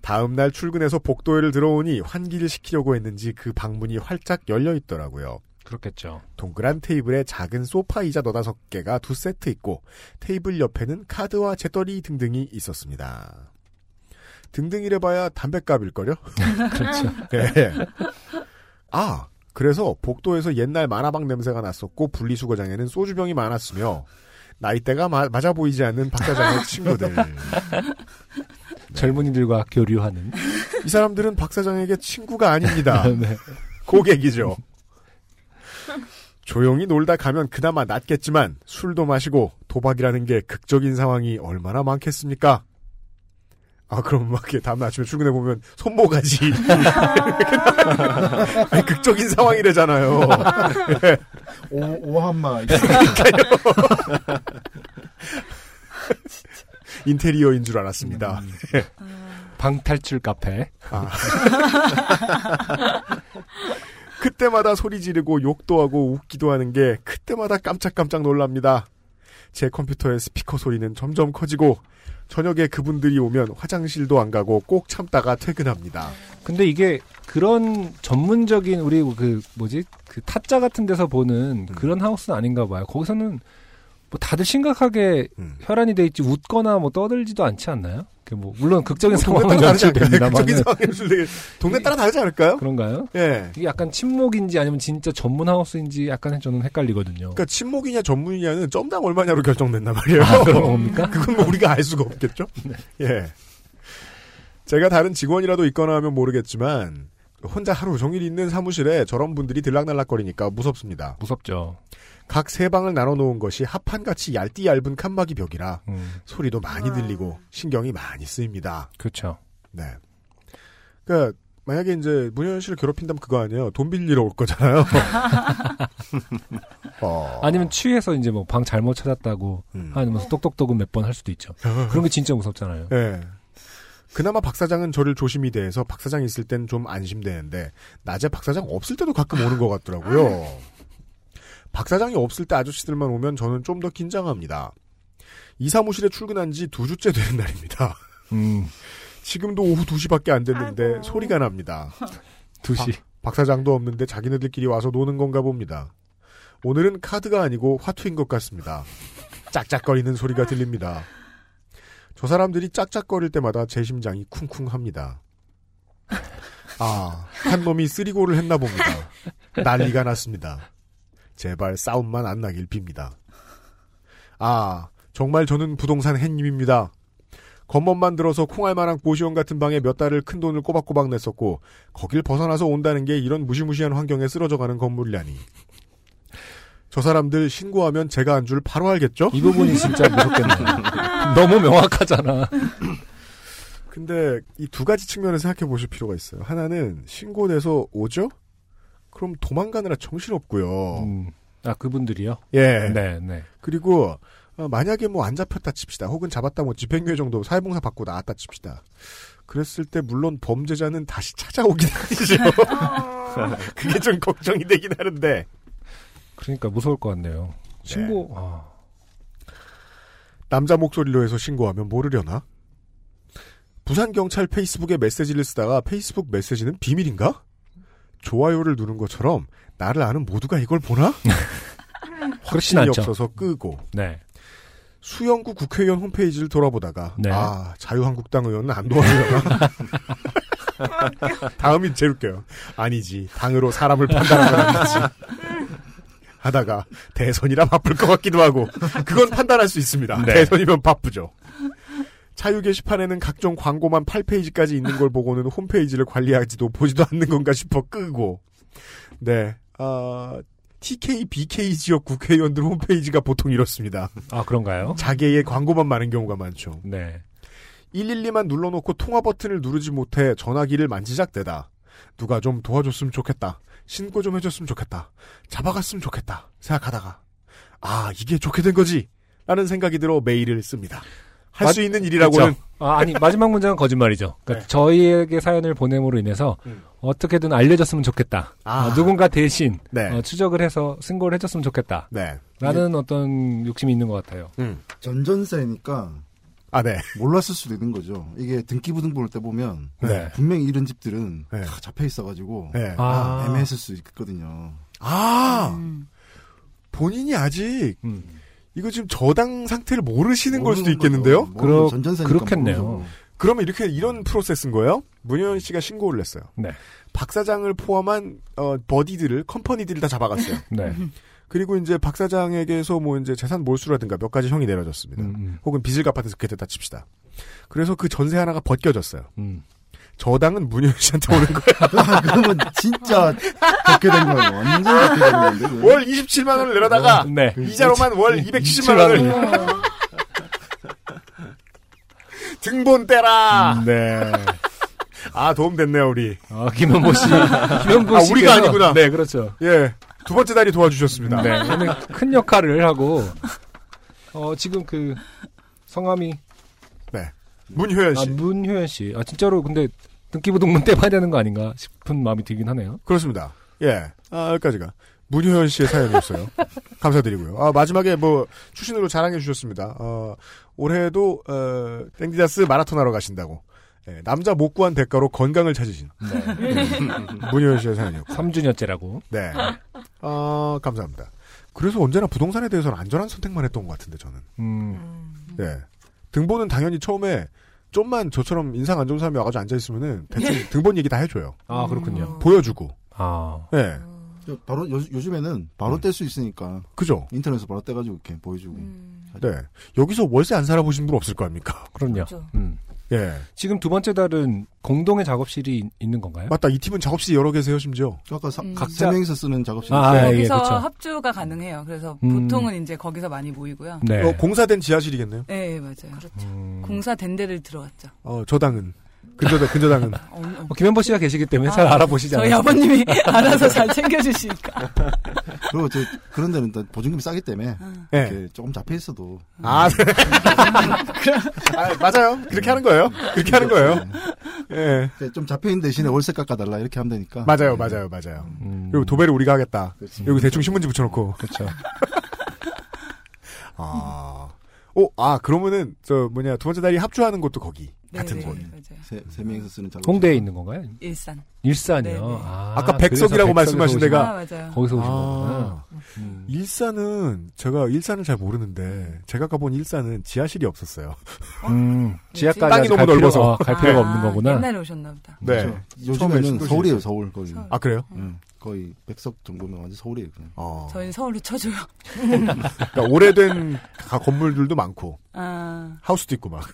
S1: 다음 날 출근해서 복도에를 들어오니 환기를 시키려고 했는지 그 방문이 활짝 열려 있더라고요.
S2: 그렇겠죠.
S1: 동그란 테이블에 작은 소파 의자 너다섯 개가 두 세트 있고 테이블 옆에는 카드와 재떨이 등등이 있었습니다. 등등이래봐야 담배값일걸요?
S2: 그렇죠.
S1: 네. 아, 그래서 복도에서 옛날 만화방 냄새가 났었고 분리수거장에는 소주병이 많았으며 나이대가 마- 맞아 보이지 않는 박사장의 친구들.
S2: 젊은이들과 교류하는.
S1: 이 사람들은 박사장에게 친구가 아닙니다.
S2: 네.
S1: 고객이죠. 조용히 놀다 가면 그나마 낫겠지만 술도 마시고 도박이라는 게 극적인 상황이 얼마나 많겠습니까? 아 그럼 막 이렇게 다음 날 아침에 출근해 보면 손모가지 아니, 극적인 상황이래잖아요. 예.
S13: 오, 오한마
S1: 그러니까요. 인테리어인 줄 알았습니다.
S13: 음.
S1: 예. 아.
S2: 방탈출 카페.
S1: 그때마다 소리 지르고 욕도 하고 웃기도 하는 게 그때마다 깜짝깜짝 놀랍니다. 제 컴퓨터의 스피커 소리는 점점 커지고 저녁에 그분들이 오면 화장실도 안 가고 꼭 참다가 퇴근합니다.
S2: 근데 이게 그런 전문적인 우리 그 뭐지 그 타짜 같은 데서
S1: 음.
S2: 보는 그런 하우스는 아닌가 봐요. 거기서는 뭐 다들 심각하게
S1: 음.
S2: 혈안이 돼 있지 웃거나 뭐 떠들지도 않지 않나요? 그뭐 물론 극적인
S1: 뭐
S2: 상황은
S1: 동네 따라 다르지 않을까요?
S2: 연출됩니다만
S1: 극적인 상황 연출되게 동네 따라 다르지 않을까요?
S2: 그런가요?
S1: 예.
S2: 이게 약간 침묵인지 아니면 진짜 전문 하우스인지 약간 저는 헷갈리거든요.
S1: 그러니까 침묵이냐 전문이냐는 점당 얼마냐로 결정된단 말이에요.
S2: 아, 그런 겁니까? 네.
S1: 그건 뭐 우리가 알 수가 없겠죠. 예. 제가 다른 직원이라도 있거나 하면 모르겠지만 혼자 하루 종일 있는 사무실에 저런 분들이 들락날락거리니까 무섭습니다.
S2: 무섭죠.
S1: 각 세 방을 나눠 놓은 것이 합판같이 얇디 얇은 칸막이 벽이라
S2: 음.
S1: 소리도 많이 들리고 신경이 많이 쓰입니다.
S2: 그렇죠.
S1: 네. 그러니까 만약에 이제 문현 씨를 괴롭힌다면 그거 아니에요. 돈 빌리러 올 거잖아요. 어.
S2: 아니면 취해서 이제 뭐 방 잘못 찾았다고
S1: 음.
S2: 하면서 똑똑똑은 몇 번 할 수도 있죠. 그런 게 진짜 무섭잖아요.
S1: 어. 예. 그나마 박 사장은 저를 조심히 대해서 박 사장 있을 땐 좀 안심되는데 낮에 박 사장 없을 때도 가끔 오는 것 같더라고요. 박 사장이 없을 때 아저씨들만 오면 저는 좀 더 긴장합니다. 이 사무실에 출근한 지 두 주째 되는 날입니다.
S15: 음.
S1: 지금도 오후 2시밖에 안 됐는데 소리가 납니다.
S2: 2시.
S1: 박, 박 사장도 없는데 자기네들끼리 와서 노는 건가 봅니다. 오늘은 카드가 아니고 화투인 것 같습니다. 짝짝거리는 소리가 들립니다. 저 사람들이 짝짝거릴 때마다 제 심장이 쿵쿵합니다. 아, 한 놈이 쓰리고를 했나 봅니다. 난리가 났습니다. 제발 싸움만 안 나길 빕니다. 아, 정말 저는 부동산 햇님입니다. 겉멋만 들어서 콩알 만한 고시원 같은 방에 몇 달을 큰 돈을 꼬박꼬박 냈었고 거길 벗어나서 온다는 게 이런 무시무시한 환경에 쓰러져가는 건물이라니. 저 사람들 신고하면 제가 안 줄 바로 알겠죠?
S2: 이 부분이 진짜 무섭겠네요. 너무 명확하잖아.
S1: 근데 이 두 가지 측면을 생각해 보실 필요가 있어요. 하나는 신고돼서 오죠? 그럼 도망가느라 정신없고요.
S2: 아 그분들이요?
S1: 예.
S2: 네, 네.
S1: 그리고 어, 만약에 뭐 안 잡혔다 칩시다. 혹은 잡았다 뭐 집행유예 정도 사회봉사 받고 나왔다 칩시다. 그랬을 때 물론 범죄자는 다시 찾아오긴 하죠. 그게 좀 걱정이 되긴 하는데.
S2: 그러니까 무서울 것 같네요. 신고 아.
S1: 남자 목소리로 해서 신고하면 모르려나? 부산 경찰 페이스북에 메시지를 쓰다가 페이스북 메시지는 비밀인가? 좋아요를 누른 것처럼 나를 아는 모두가 이걸 보나?
S2: 그렇진
S1: 확신이
S2: 않죠.
S1: 없어서 끄고
S2: 네.
S1: 수영구 국회의원 홈페이지를 돌아보다가
S2: 네.
S1: 아 자유한국당 의원은 안 도와주려나? 다음이 제일 웃겨요. 아니지 당으로 사람을 판단하는 건 아니지. 하다가 대선이라 바쁠 것 같기도 하고 그건 판단할 수 있습니다.
S2: 네.
S1: 대선이면 바쁘죠. 자유 게시판에는 각종 광고만 8페이지까지 있는 걸 보고는 홈페이지를 관리하지도 보지도 않는 건가 싶어 끄고 네 아, TK BK 지역 국회의원들 홈페이지가 보통 이렇습니다.
S2: 아 그런가요?
S1: 자개의 광고만 많은 경우가 많죠.
S2: 네.
S1: 112만 눌러놓고 통화 버튼을 누르지 못해 전화기를 만지작대다. 누가 좀 도와줬으면 좋겠다. 신고 좀 해줬으면 좋겠다. 잡아갔으면 좋겠다. 생각하다가 아 이게 좋게 된 거지. 라는 생각이 들어 메일을 씁니다. 할 수
S2: 맞-
S1: 있는 일이라고는 네.
S2: 그렇죠. 아, 아니 마지막 문장은 거짓말이죠. 그러니까 저희에게 사연을 보냄으로 인해서 어떻게든 알려줬으면 좋겠다.
S1: 음. 아.
S2: 어, 누군가 대신
S1: 네.
S2: 어, 추적을 해서 신고를 해줬으면 좋겠다.
S1: 네.
S2: 라는 어떤 욕심이 있는 것 같아요.
S13: 전전세니까
S1: 음. 아, 네.
S13: 몰랐을 수도 있는 거죠. 이게 등기부등본을 때 보면
S1: 네.
S13: 분명히 이런 집들은 다 잡혀 있어가지고
S1: 네.
S13: 아,
S1: 아.
S13: 애매했을 수 있거든요.
S1: 아 본인이 아직 이거 지금 저당 상태를 모르시는 걸 수도
S13: 음. 모르는 거죠.
S1: 있겠는데요?
S13: 모르는 그러- 전전세니까 그렇겠네요. 모르죠.
S1: 그러면 이렇게 이런 프로세스인 거예요? 문효연 씨가 신고를 냈어요.
S2: 네.
S1: 박 사장을 포함한 어, 버디들을 컴퍼니들을 다 잡아갔어요.
S2: 네.
S1: 그리고 이제 박 사장에게서 뭐 이제 재산 몰수라든가 몇 가지 형이 내려졌습니다.
S13: 음,
S1: 혹은 빚을 갚아서 그렇게 됐다 칩시다. 그래서 그 전세 하나가 벗겨졌어요.
S13: 음.
S1: 저당은 문효연 씨한테 오는 거예요.
S13: 아, 그러면 진짜 그렇게 된 거예요. 완전 그렇게 된 건데. 그건.
S1: 월 27만 원을 내려다가
S2: 네.
S1: 이자로만 월 270만
S2: 27만
S1: 원을 등본 떼라. 네. 아 도움 됐네요 우리.
S2: 음, 아 김현보 씨. 김현보
S1: 아
S2: 씨께서-
S1: 우리가 아니구나.
S2: 네, 그렇죠.
S1: 예. 두 번째 달이 도와주셨습니다.
S2: 네, 저는 큰 역할을 하고 어 지금 그 성함이
S1: 네 문효연
S2: 씨. 아, 문효연 씨. 아 진짜로 근데 등기부등본 떼봐야 되는 거 아닌가 싶은 마음이 들긴 하네요.
S1: 그렇습니다. 예. 아, 여기까지가. 문효현 씨의 사연이었어요. 감사드리고요. 아, 마지막에 뭐 추신으로 자랑해 주셨습니다. 어, 올해도 어, 땡디다스 마라톤 하러 가신다고. 예, 남자 못 구한 대가로 건강을 찾으신 문효현 씨의 사연이었고
S2: 3주년째라고.
S1: 네. 어, 감사합니다. 그래서 언제나 부동산에 대해서는 안전한 선택만 했던 것 같은데 저는.
S2: 음.
S1: 네. 등본은 당연히 처음에 좀만 저처럼 인상 안 좋은 사람이 와가지고 앉아있으면은
S13: 예.
S1: 대충 등본 얘기 다 해줘요.
S2: 아,
S13: 음.
S2: 그렇군요.
S1: 보여주고.
S2: 아.
S1: 네. 음.
S13: 바로 요, 즘에는 바로 뗄 수 있으니까.
S1: 그죠.
S13: 인터넷에서 바로 떼가지고 이렇게 보여주고.
S1: 네. 여기서 월세 안 살아보신 분 없을 거 아닙니까?
S2: 그러니까.
S13: 그렇죠.
S2: 그럼요. 음.
S1: 예.
S2: 지금 두 번째 달은 공동의 작업실이 있- 있는 건가요?
S1: 맞다. 이 팀은 작업실이 여러 개세요, 심지어. 네.
S13: 아까
S11: 음.
S13: 각세 명이서 쓰는 작업실.
S2: 아, 아, 예, 예,
S11: 거기서
S2: 그렇죠.
S11: 합주가 가능해요. 그래서
S2: 음.
S11: 보통은 이제 거기서 많이 모이고요.
S2: 네. 음.
S1: 어, 공사된 지하실이겠네요.
S11: 네, 예, 맞아요. 그렇죠. 공사된 데를 들어갔죠.
S1: 어, 저당은. 근저당, 근저당은.
S2: 어, 김현보 씨가 계시기 때문에 잘
S11: 아,
S2: 알아보시지
S11: 저희
S2: 않아요?
S11: 아버님이 알아서 잘 챙겨주시니까.
S13: 그리고 저 그런 데는 일단 보증금이 싸기 때문에
S11: 아.
S1: 예.
S13: 이렇게 조금 잡혀 있어도 네.
S1: 아, 아, 맞아요. 그렇게 하는 거예요. 그렇게 하는 거예요. 예.
S13: 네. 이제 좀 잡혀 있는 대신에 월세 깎아달라 이렇게 하면 되니까. 네. 음.
S1: 맞아요, 맞아요, 맞아요. 그리고 도배를 우리가 하겠다. 여기 대충 신문지 붙여놓고. 그렇죠. 아, 오, 아 그러면은 저 뭐냐 두 번째 달이 합주하는 곳도 거기
S13: 네,
S11: 네,
S1: 같은 곳.
S13: 세, 세 명이서 쓰는 작업실.
S2: 홍대에 있는 건가요?
S11: 일산.
S2: 일산이요.
S11: 네네.
S2: 아,
S1: 아까 백석이라고
S2: 그래서
S1: 말씀하신
S2: 백석에서
S1: 데가 아.
S2: 오신- 거기서 오신 거구나. 음.
S1: 일산은 제가 일산을 잘 모르는데 제가 가본 일산은 지하실이 없었어요.
S2: 음, 지하까지
S1: 땅이
S2: 아직
S1: 너무
S2: 갈 필요-
S1: 넓어서
S2: 어, 갈 필요가 없는
S11: 네,
S2: 거구나.
S11: 아, 옛날에 오셨나 보다.
S1: 네.
S13: 그렇죠.
S1: 처음에
S13: 요즘에는
S1: 신도시.
S13: 서울이에요, 서울 거의.
S1: 아 그래요? 아.
S13: 응. 거의 백석 정도면 완전 서울이에요, 그냥.
S2: 어.
S11: 저희는 서울로 쳐줘요.
S1: 그러니까 오래된 가- 건물들도 많고
S11: 아,
S1: 하우스도 있고 막.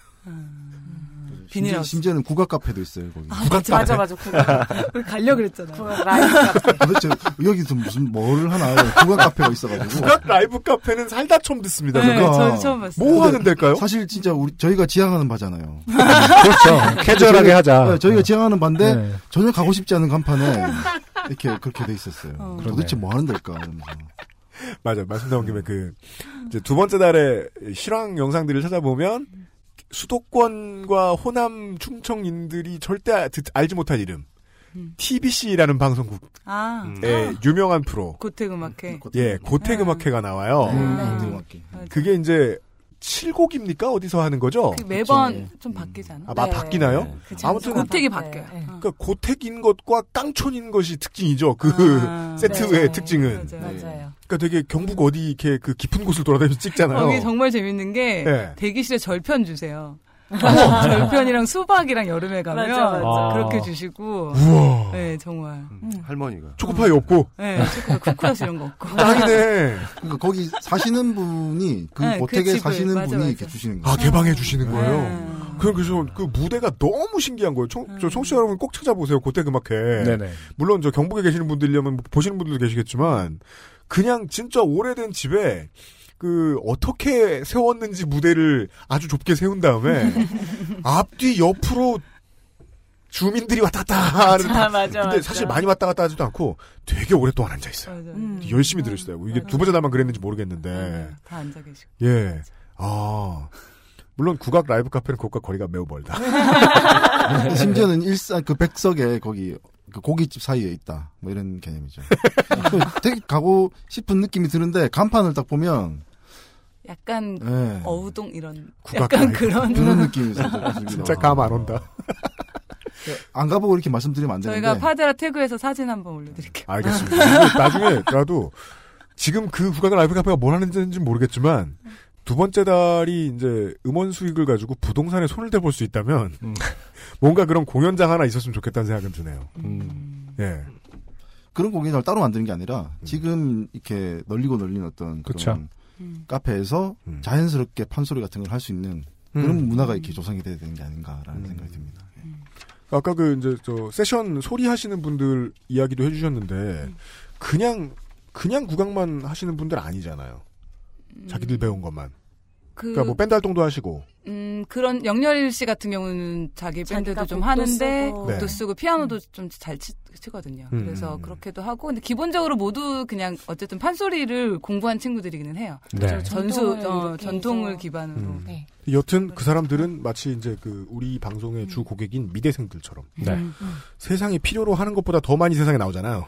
S11: 비닐하우스.
S13: 심지어, 는 국악 카페도 있어요, 거기.
S11: 아, 국악 맞아, 카페. 맞아, 국악. 우리 가려고 그랬잖아요. 국악 라이브 카페.
S13: 도대체 여기서 무슨 뭐를 하나 국악 카페가 있어가지고.
S1: 국악 라이브 카페는 살다 처음 듣습니다.
S11: 네,
S13: 그러니까
S11: 저도 처음 봤어요.
S13: 근데
S11: 뭐 하는
S1: 데일까요?
S13: 사실 진짜 우리 저희가 지향하는 바잖아요.
S2: 그렇죠. 캐주얼하게
S13: 저희가-
S2: 하자.
S13: 네, 저희가 지향하는 바인데
S2: 네.
S13: 전혀 가고 싶지 않은 간판에 이렇게 그렇게 돼 있었어요. 도대체 뭐 하는 데일까? 이러면서.
S1: 음. 맞아요. 말씀 나온 김에 그, 이제 두 번째 달에 실황 영상들을 찾아보면, 수도권과 호남 충청인들이 절대 아, 듣- 알지 못할 이름. TBC라는 방송국의
S11: 음.
S1: 예,
S11: 아,
S1: 음.
S2: 네.
S11: 네.
S1: 유명한 프로.
S11: 고택음악회.
S1: 예, 고택음악회가 나와요.
S11: 네.
S1: 그게 이제, 7곡입니까? 어디서 하는 거죠?
S11: 그
S1: 네.
S11: 매번 좀 바뀌잖아. 네.
S1: 아, 마- 바뀌나요? 아무튼
S11: 고택이 바뀌어요.
S2: 네.
S11: 어.
S1: 그러니까 고택인 것과 깡촌인 것이 특징이죠. 그 세트의
S11: 맞아요. 네.
S1: 특징은.
S2: 네.
S11: 맞아요.
S1: 그러니까 되게 경북 어디 이렇게 그 깊은 곳을 돌아다니면서 찍잖아요.
S11: 거기 정말 재밌는 게
S1: 네.
S11: 대기실에 절편 주세요. 아, 절편이랑 수박이랑 여름에 가면
S10: 맞아, 음. 맞아.
S11: 그렇게 주시고.
S1: 우와. 음,
S11: 네, 정말.
S15: 할머니가.
S1: 초코파이 없고.
S11: 네, 초코파이, 쿠쿠라스 이런 거 없고.
S1: 짱이네.
S13: 그러니까 거기 사시는 분이 그
S11: 네, 그
S13: 고택에
S11: 집을,
S13: 사시는
S11: 맞아,
S13: 분이
S11: 맞아. 네.
S13: 이렇게 주시는 거예요.
S1: 아 개방해 주시는 거예요.
S13: 네.
S1: 그럼 그래서 그 무대가 너무 신기한 거예요. 청, 저 청취자 여러분 꼭 찾아보세요. 고택음악회.
S2: 네네.
S1: 물론 저 경북에 계시는 분들이라면 뭐 보시는 분들도 계시겠지만 그냥 진짜 오래된 집에 그 어떻게 세웠는지 무대를 아주 좁게 세운 다음에 앞뒤 옆으로 주민들이 왔다 갔다 하는
S10: 맞아, 맞아,
S1: 근데
S10: 맞아.
S1: 사실 많이 왔다 갔다 하지도 않고 되게 오랫동안 앉아 있어요.
S13: 음.
S1: 열심히 들으시더라고. 이게 두 번째 날만 그랬는지 모르겠는데.
S11: 다 앉아 계시고.
S1: 예. 아. 물론 국악 라이브 카페는 그것과 거리가 매우 멀다.
S13: 심지어는 일산 그 백석에 거기 그 고깃집 사이에 있다 뭐 이런 개념이죠. 되게 가고 싶은 느낌이 드는데 간판을 딱 보면
S11: 약간
S13: 네.
S11: 어우동 이런.
S13: 국악
S11: 약간
S13: 라이브.
S11: 그런.
S13: 그런 느낌이 살짝
S1: 진짜 감 안 온다.
S13: 안 가보고 이렇게 말씀드리면 안 되는데
S11: 저희가 파데라 태그에서 사진 한번 올려드릴게요.
S1: 알겠습니다.
S11: 아.
S1: 그리고 나중에라도 지금 그 국악 라이브 카페가 뭘 하는지는 모르겠지만 두 번째 달이 이제 음원 수익을 가지고 부동산에 손을 대볼 수 있다면 뭔가 그런 공연장 하나 있었으면 좋겠다는 생각은 드네요. 예. 음.
S13: 그런 공연을 따로 만드는 게 아니라 지금 이렇게 널리고 널린 어떤 그
S2: 그쵸.
S13: 런
S1: 음.
S13: 카페에서 자연스럽게 판소리 같은 걸 할 수 있는 그런
S1: 음.
S13: 문화가 이렇게 조성이 돼야 되는 게 아닌가라는 생각이 듭니다.
S1: 아까 그 이제 저 세션 소리 하시는 분들 이야기도 해주셨는데 그냥 그냥 국악만 하시는 분들 아니잖아요. 자기들 배운 것만.
S11: 그-
S1: 그러니까 뭐 밴드 활동도 하시고.
S11: 음, 그런 영렬일 씨 같은 경우는 자기 밴드도 좀
S10: 곡도
S11: 하는데
S10: 쓰고.
S11: 곡도
S1: 네.
S11: 쓰고
S16: 음.
S11: 피아노도 좀 잘 치거든요.
S1: 음,
S11: 그래서 그렇게도 하고 근데 기본적으로 모두 그냥 어쨌든 판소리를 공부한 친구들이기는 해요.
S1: 네.
S16: 그렇죠.
S11: 전수
S10: 전통을
S11: 어,
S10: 이렇게
S11: 전통을
S10: 해서.
S11: 기반으로.
S1: 음.
S11: 네.
S1: 여튼 그 사람들은 마치 이제 그 우리 방송의 주 고객인 미대생들처럼
S2: 네.
S1: 세상이 필요로 하는 것보다 더 많이 세상에 나오잖아요.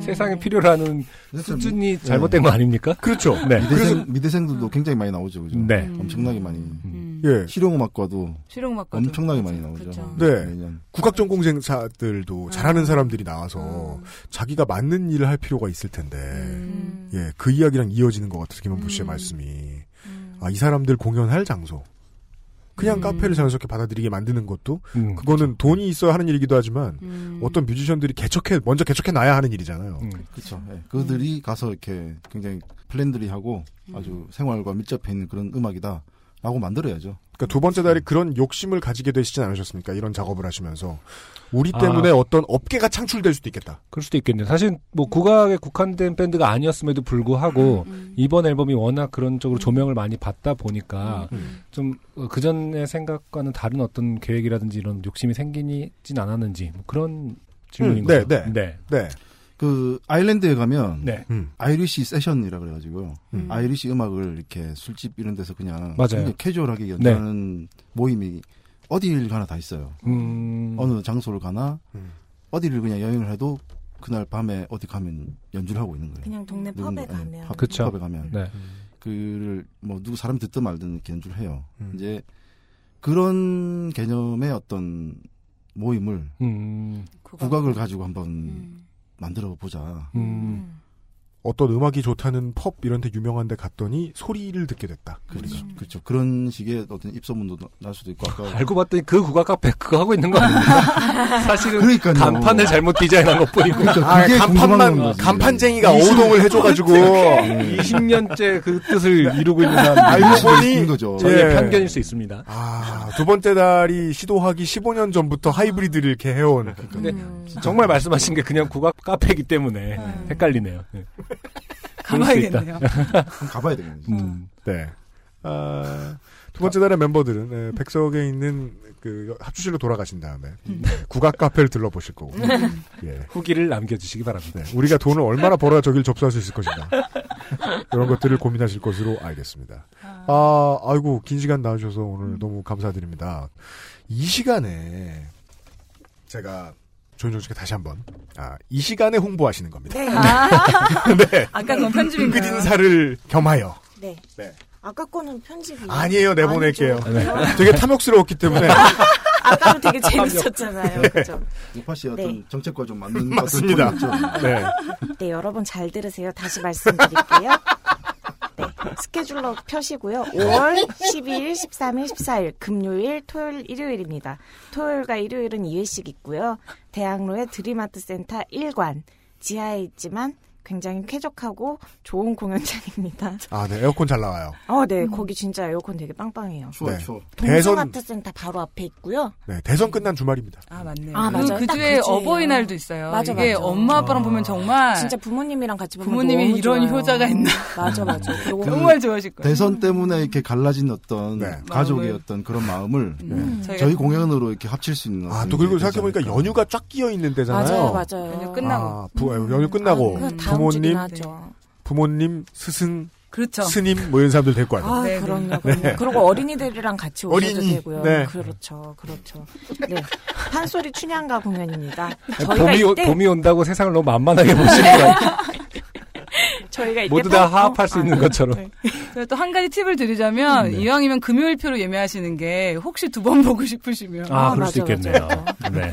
S2: 세상에 필요로 하는
S1: 네.
S2: 수준이 잘못된 거 아닙니까?
S1: 그렇죠.
S2: 네.
S13: 음. 미대생, 미대생들도 굉장히 많이 나오죠. 그죠?
S2: 네.
S13: 엄청나게 많이.
S1: 예.
S13: 음. 실용음악과도 그렇죠.
S11: 실용음악과도
S13: 엄청나게 많이 나오죠.
S1: 네. 국악전공생사들도 잘하는 사람들이 나와서 자기가 맞는 일을 할 필요가 있을 텐데, 예, 그 이야기랑 이어지는 것 같아서 김원부 씨의 말씀이. 아, 이 사람들 공연할 장소. 그냥 카페를 자연스럽게 받아들이게 만드는 것도,
S13: 음,
S1: 그거는 돈이 있어야 하는 일이기도 하지만, 어떤 뮤지션들이 개척해, 먼저 개척해 놔야 하는 일이잖아요.
S13: 그렇죠. 예. 그들이 가서 이렇게 굉장히 플랜들이 하고 아주 생활과 밀접해 있는 그런 음악이다라고 만들어야죠.
S1: 그러니까 두 번째 달에 그런 욕심을 가지게 되시진 않으셨습니까? 이런 작업을 하시면서 우리
S2: 아.
S1: 때문에 어떤 업계가 창출될 수도 있겠다.
S2: 그럴 수도 있겠네요. 사실 뭐 국악에 국한된 밴드가 아니었음에도 불구하고 이번 앨범이 워낙 그런 쪽으로 조명을 많이 받다 보니까
S1: 음,
S2: 좀 그 전의 생각과는 다른 어떤 계획이라든지 이런 욕심이 생기진 않았는지 뭐 그런 질문인
S13: 음,
S2: 거죠.
S13: 네, 네.
S1: 네.
S13: 그 아일랜드에 가면 음.
S2: 네.
S13: 아이리시 세션이라 그래가지고요.
S2: 음.
S13: 아이리시 음악을 이렇게 술집 이런 데서 그냥
S2: 맞아요. 네.
S13: 굉장히 캐주얼하게 연주하는 모임이 어디를 가나 다 있어요.
S2: 음.
S13: 어느 장소를 가나 어디를 그냥 여행을 해도 그날 밤에 어디 가면 연주를 하고 있는 거예요.
S16: 그냥 동네
S1: 음,
S16: 펍에
S13: 누군가, 예,
S16: 가면.
S13: 펍,
S2: 그쵸.
S13: 펍에 가면
S2: 네.
S13: 그를 뭐 누구 사람 듣든 말든 이렇게 연주를 해요.
S1: 음.
S13: 이제 그런 개념의 어떤 모임을
S1: 음.
S13: 국악을 가지고 한번 만들어 보자.
S1: 음.
S15: 음.
S1: 어떤 음악이 좋다는 펍 이런 데 유명한 데 갔더니 소리를 듣게 됐다.
S13: 그렇죠. 그렇죠. 그런 식의 어떤 입소문도 나- 날 수도 있고 아까
S2: 알고 봤더니 그 국악 카페 그거 하고 있는 거 아닙니까? 사실은
S13: 그러니까요.
S2: 간판을 잘못 디자인한 것 뿐이고
S13: 그러니까 그게 아, 간판만- 궁금한 거지.
S1: 간판쟁이가 오동을 해줘가지고.
S2: 그렇죠. 20년째 그 뜻을 이루고 있는 사람
S1: 알고 보니
S2: 저의
S1: 예.
S2: 편견일 수 있습니다.
S1: 아, 두 번째 달이 시도하기 15년 전부터 하이브리드를 이렇게 해온.
S2: 근데
S1: 음.
S2: 정말 말씀하신 게 그냥 국악 카페이기 때문에 헷갈리네요. 네. 그럴 수 있다.
S1: 가봐야겠네요.
S13: 가봐야 되겠네요.
S2: 음.
S1: 네. 아, 두 번째 달의 멤버들은 예, 백석에 있는 그 합주실로 돌아가신 다음에 국악 카페를 들러보실 거고. 예. 네,
S2: 후기를 남겨주시기 바랍니다.
S1: 우리가 돈을 얼마나 벌어야 저길 접수할 수 있을 것인가. 이런 것들을 고민하실 것으로 알겠습니다. 아, 아이고, 긴 시간 나와주셔서 오늘
S16: 음.
S1: 너무 감사드립니다. 이 시간에 제가 조윤정 씨가 다시 한 번, 아, 이 시간에 홍보하시는 겁니다.
S16: 네. 아.
S1: 네.
S16: 아까 그건 편집인가요?
S1: 끝 인사를 겸하여.
S16: 네.
S1: 네.
S16: 아까 거는 편집이
S1: 아니에요, 내보낼게요. 네.
S16: 아니죠. 네.
S1: 되게 탐욕스러웠기 때문에.
S16: 아까도 되게 재밌었잖아요.
S1: 예.
S16: 그죠?
S13: 우파 씨의
S16: 네.
S13: 어떤 정책과 좀 맞는
S1: 맞습니다.
S13: 어떤 톤이었죠.
S1: 네.
S16: 네, 여러분 잘 들으세요. 다시 말씀드릴게요. 네, 스케줄로 펴시고요. 5월 12일, 13일, 14일 금요일, 토요일, 일요일입니다. 토요일과 일요일은 2회씩 있고요. 대학로의 드림아트 센터 1관 지하에 있지만 굉장히 쾌적하고 좋은 공연장입니다.
S1: 아, 네. 에어컨 잘 나와요.
S16: 어,
S11: 음.
S16: 네, 거기 진짜 에어컨 되게 빵빵해요.
S1: 추워요, 네. 추워. 대선-
S16: 동성아트 센터 바로 앞에 있고요.
S1: 네. 대선 끝난 주말입니다.
S11: 아 맞네요.
S16: 아,
S11: 그리고
S16: 맞아요.
S11: 그
S16: 딱
S11: 주에
S16: 그 주예요.
S11: 어버이날도 있어요.
S16: 맞아,
S11: 이게
S16: 맞아.
S11: 엄마 아빠랑 보면 정말
S16: 진짜 부모님이랑 같이 보면
S11: 부모님이
S16: 너무
S11: 이런
S16: 좋아요.
S11: 효자가 있나.
S16: 맞아, 맞아. 그리고
S13: 그
S11: 정말 좋아하실 거예요.
S13: 대선 때문에 이렇게 갈라진 어떤
S1: 네.
S13: 가족의
S11: 마음을.
S13: 어떤 그런 마음을
S11: 음.
S13: 저희
S11: 저희가-
S13: 공연으로 이렇게 합칠 수 있는.
S1: 아, 또 그리고 생각해보니까 연휴가 쫙 끼어 있는
S16: 맞아요,
S1: 데잖아요.
S16: 맞아요. 연휴
S11: 끝나고.
S1: 아, 부, 연휴 끝나고.
S16: 그 다음 주긴
S1: 부모님,
S16: 하죠.
S1: 부모님, 스승,
S11: 그렇죠.
S1: 스님 뭐 이런 사람들 될 거 아니에요. 네.
S16: 아,
S2: 네,
S16: 그럼요. 그럼요. 그리고 어린이들이랑 같이 오셔도
S1: 어린이,
S16: 되고요.
S1: 네.
S16: 그렇죠, 그렇죠. 네, 한소리 춘향가 공연입니다. 저희가
S2: 봄이, 오-
S16: 이때
S2: 봄이 온다고 세상을 너무 만만하게 보시는 거 아니에요?
S16: 저희가 이때
S2: 모두
S1: 어,
S2: 다
S16: 팝-
S2: 화합할 수
S16: 아,
S2: 있는 것처럼.
S1: 네,
S11: 또 한 가지 팁을
S2: 음,
S11: 드리자면
S2: 네.
S11: 이왕이면 금요일표로 예매하시는 게 혹시 두 번 보고 싶으시면
S2: 아, 그럴 수 있겠네요. 네.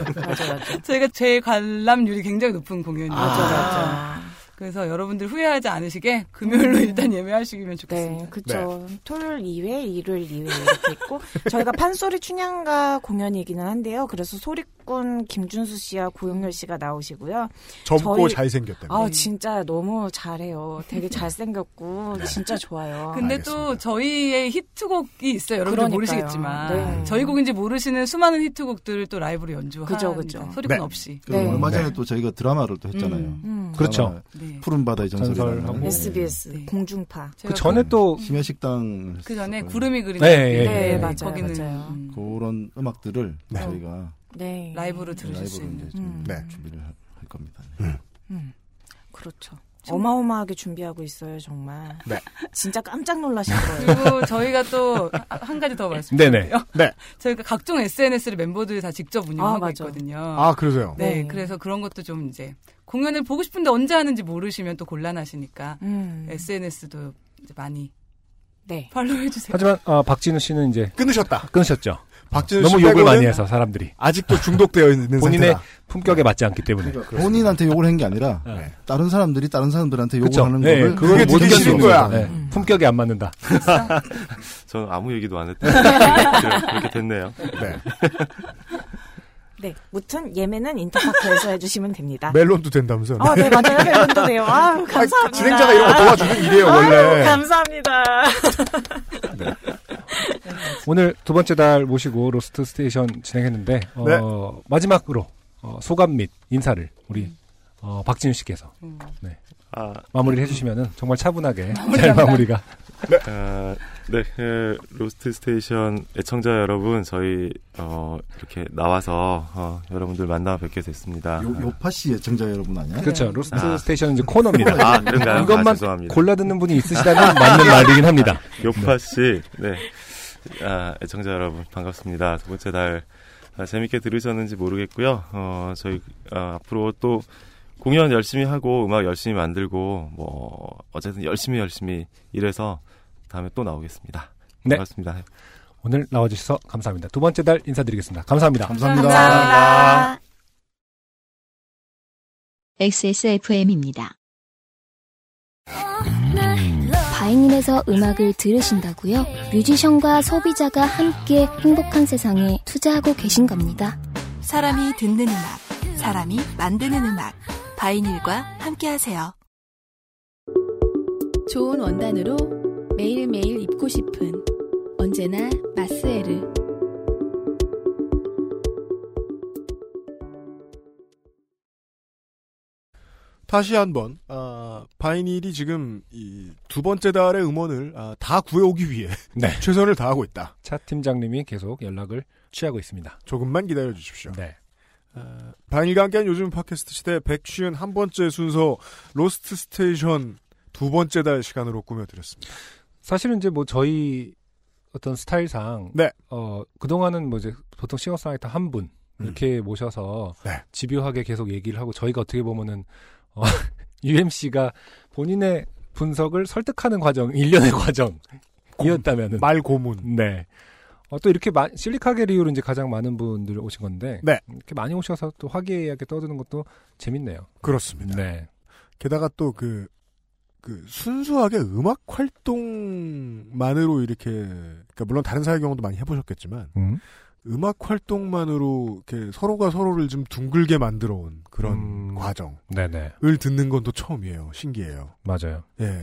S11: 저희가 제 관람률이 굉장히 높은 공연이에요.
S16: 맞아, 맞아.
S11: 그래서 여러분들 후회하지 않으시게 금요일로 일단 예매하시면 좋겠습니다.
S16: 음. 네, 그렇죠. 토요일 2회, 일요일 2회 이렇게 있고 저희가 판소리 춘향가 공연이기는 한데요. 그래서 소리꾼 김준수 씨와 고영렬 씨가 나오시고요.
S1: 젊고 잘생겼다며.
S16: 아, 진짜 너무 잘해요. 되게 잘생겼고
S1: 네.
S16: 진짜 좋아요.
S11: 근데 또 저희의 히트곡이 있어요. 여러분들
S16: 그러니까요.
S11: 모르시겠지만
S16: 네.
S11: 저희 곡인지 모르시는 수많은 히트곡들을 또 라이브로 연주하는
S16: 그죠, 그죠.
S11: 소리꾼
S13: 네.
S11: 없이.
S13: 그리고 얼마 전에 또 저희가 드라마를 또 했잖아요.
S11: 음.
S13: 드라마
S2: 그렇죠.
S13: 푸른 바다의 전설이라는 음,
S2: 전설하고. 그
S16: SBS
S11: 네.
S16: 공중파.
S11: 제가
S2: 또
S13: 심야 식당
S11: 그
S1: 음.
S11: 전에 구름이 그리는
S13: 네, 예, 예.
S16: 네,
S13: 예.
S16: 맞아요.
S11: 거기는
S16: 맞아요.
S13: 그런 음악들을 저희가
S16: 네.
S11: 라이브로 들으실 수
S13: 라이브로
S11: 있는. 음.
S13: 이제 좀
S1: 네.
S13: 준비를 할- 할 겁니다.
S16: 음, 그렇죠. 어마어마하게 준비하고 있어요, 정말.
S1: 네.
S16: 진짜 깜짝 놀라실 거예요.
S11: 그리고 저희가 또 한 가지 더 말씀드릴게요.
S1: 네.
S11: 저희가 각종 SNS를 멤버들이 다 직접 운영하고 있거든요.
S1: 아, 그러세요?
S11: 네,
S1: 네.
S11: 그래서 그런 것도 좀 이제 공연을 보고 싶은데 언제 하는지 모르시면 또 곤란하시니까
S18: 음.
S11: SNS도 이제 많이
S18: 네.
S11: 팔로우 해주세요.
S2: 하지만 어, 박진우 씨는 이제
S1: 끊으셨다.
S2: 끊으셨죠.
S1: 박진우
S2: 너무
S1: 씨
S2: 욕을
S1: 빼고는
S2: 많이 해서 사람들이
S1: 아직도 중독되어 있는
S2: 본인의
S1: 상태다.
S2: 품격에 맞지 않기 때문에
S13: 본인한테 욕을 한 게 아니라 네. 다른 사람들이 다른 사람들한테 욕을
S2: 네. 그쵸.
S13: 하는
S2: 네,
S13: 거를
S2: 그걸 그게 못 되게 견디는 싫은 거야. 거야.
S11: 음.
S2: 네.
S13: 품격이 안 맞는다.
S15: 저는 아무 얘기도 안 했다. 그렇게, 그렇게 됐네요.
S16: 네, 무튼 예매는 인터파크에서 해주시면 됩니다.
S1: 멜론도 된다면서요?
S16: 아, 네, 맞아요. 멜론도 돼요. 아, 감사합니다.
S1: 진행자가 이런 거 도와주는 일이에요, 원래.
S16: 아유, 감사합니다.
S2: 네. 오늘 두 번째 달 모시고 로스트 스테이션 진행했는데 어,
S1: 네.
S2: 마지막으로 어, 소감 및 인사를 우리 어, 박진우 씨께서
S1: 음.
S2: 네.
S15: 아.
S2: 마무리를 해주시면은 정말 차분하게 잘 마무리가
S15: 네. 네, 그 로스트 스테이션 애청자 여러분, 저희 어, 이렇게 나와서 어, 여러분들 만나 뵙게 됐습니다.
S13: 요, 요파 씨 애청자 여러분 아니야?
S2: 그렇죠.
S11: 네.
S2: 로스트
S15: 아.
S2: 스테이션은 이제 코너입니다.
S15: 아, 그런가요? 아,
S2: 이것만
S15: 죄송합니다.
S2: 골라 듣는 분이 있으시다면 맞는 말이긴 합니다.
S15: 요파 씨, 네. 아, 애청자 여러분, 반갑습니다. 두 번째 날, 아, 재밌게 들으셨는지 모르겠고요. 어, 저희, 아, 앞으로 또 공연 열심히 하고, 음악 열심히 만들고, 뭐, 어쨌든 열심히 열심히 일해서 다음에 또 나오겠습니다.
S2: 네.
S15: 반갑습니다.
S2: 오늘 나와주셔서 감사합니다. 두 번째 달 인사드리겠습니다. 감사합니다.
S13: 감사합니다.
S15: 감사합니다.
S3: XSFM입니다.
S7: 바이닐에서 음악을 들으신다고요? 뮤지션과 소비자가 함께 행복한 세상에 투자하고 계신 겁니다.
S6: 사람이 듣는 음악, 사람이 만드는 음악. 바이닐과 함께하세요.
S19: 좋은 원단으로 매일매일 입고 싶은 언제나 마스에르
S1: 다시 한번 아, 바이닐이 지금 이 두 번째 달의 음원을 아, 다 구해오기 위해 최선을 다하고 있다.
S2: 네. 차 팀장님이 계속 연락을 취하고 있습니다. 네.
S1: 조금만 기다려 주십시오.
S2: 어,
S1: 바이닐과 함께한 요즘 팟캐스트 시대 151 번째 순서 로스트 스테이션 두 번째 달 시간으로 꾸며드렸습니다.
S2: 사실은 이제 뭐 저희 어떤 스타일상
S1: 네.
S2: 어 그동안은 뭐 이제 보통 싱어송라이터 한 분
S1: 음.
S2: 이렇게 모셔서
S1: 네.
S2: 집요하게 계속 얘기를 하고 저희가 어떻게 보면은 어, UMC가 본인의 분석을 설득하는 과정 일련의 과정이었다면은
S1: 말 고문
S2: 네. 어, 또 이렇게 마- 실리카겔 이후로 이제 가장 많은 분들 오신 건데
S1: 네.
S2: 이렇게 많이 오셔서 또 화기애애하게 떠드는 것도 재밌네요.
S1: 그렇습니다.
S2: 네.
S1: 게다가 또 그, 그 순수하게 음악 활동만으로 이렇게, 그러니까 물론 다른 사회 경험도 많이 해보셨겠지만,
S2: 음.
S1: 악 활동만으로 이렇게 서로가 서로를 좀 둥글게 만들어 온 그런
S2: 음.
S1: 과정을
S2: 네네.
S1: 듣는 건 또 처음이에요. 신기해요.
S2: 맞아요.
S1: 예.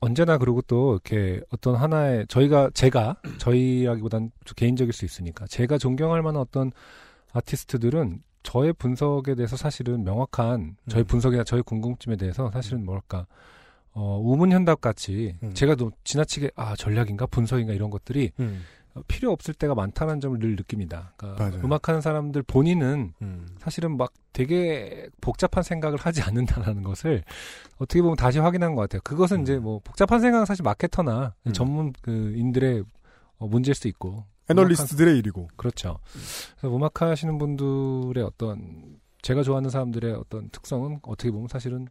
S2: 언제나 그리고 또 이렇게 어떤 하나의 저희가 제가 저희라기보단 좀 개인적일 수 있으니까 제가 존경할 만한 어떤 아티스트들은 저의 분석에 대해서 사실은 명확한 저희
S1: 음.
S2: 분석이나 저희 궁금증에 대해서 사실은 뭐랄까 어, 우문현답 같이 제가 너무 지나치게 아 전략인가 분석인가 이런 것들이
S1: 음.
S2: 어, 필요 없을 때가 많다는 점을 늘 느낍니다. 그러니까
S1: 맞아요.
S2: 음악하는 사람들 본인은
S1: 음.
S2: 사실은 막 되게 복잡한 생각을 하지 않는다라는 것을 어떻게 보면 다시 확인한 것 같아요. 그것은
S1: 음.
S2: 이제 뭐 복잡한 생각은 사실 마케터나 전문 그 인들의 어, 문제일 수도 있고
S1: 애널리스트들의
S2: 음악하-
S1: 일이고.
S2: 그렇죠. 그래서 음악하시는 분들의 어떤 제가 좋아하는 사람들의 어떤 특성은 어떻게 보면 사실은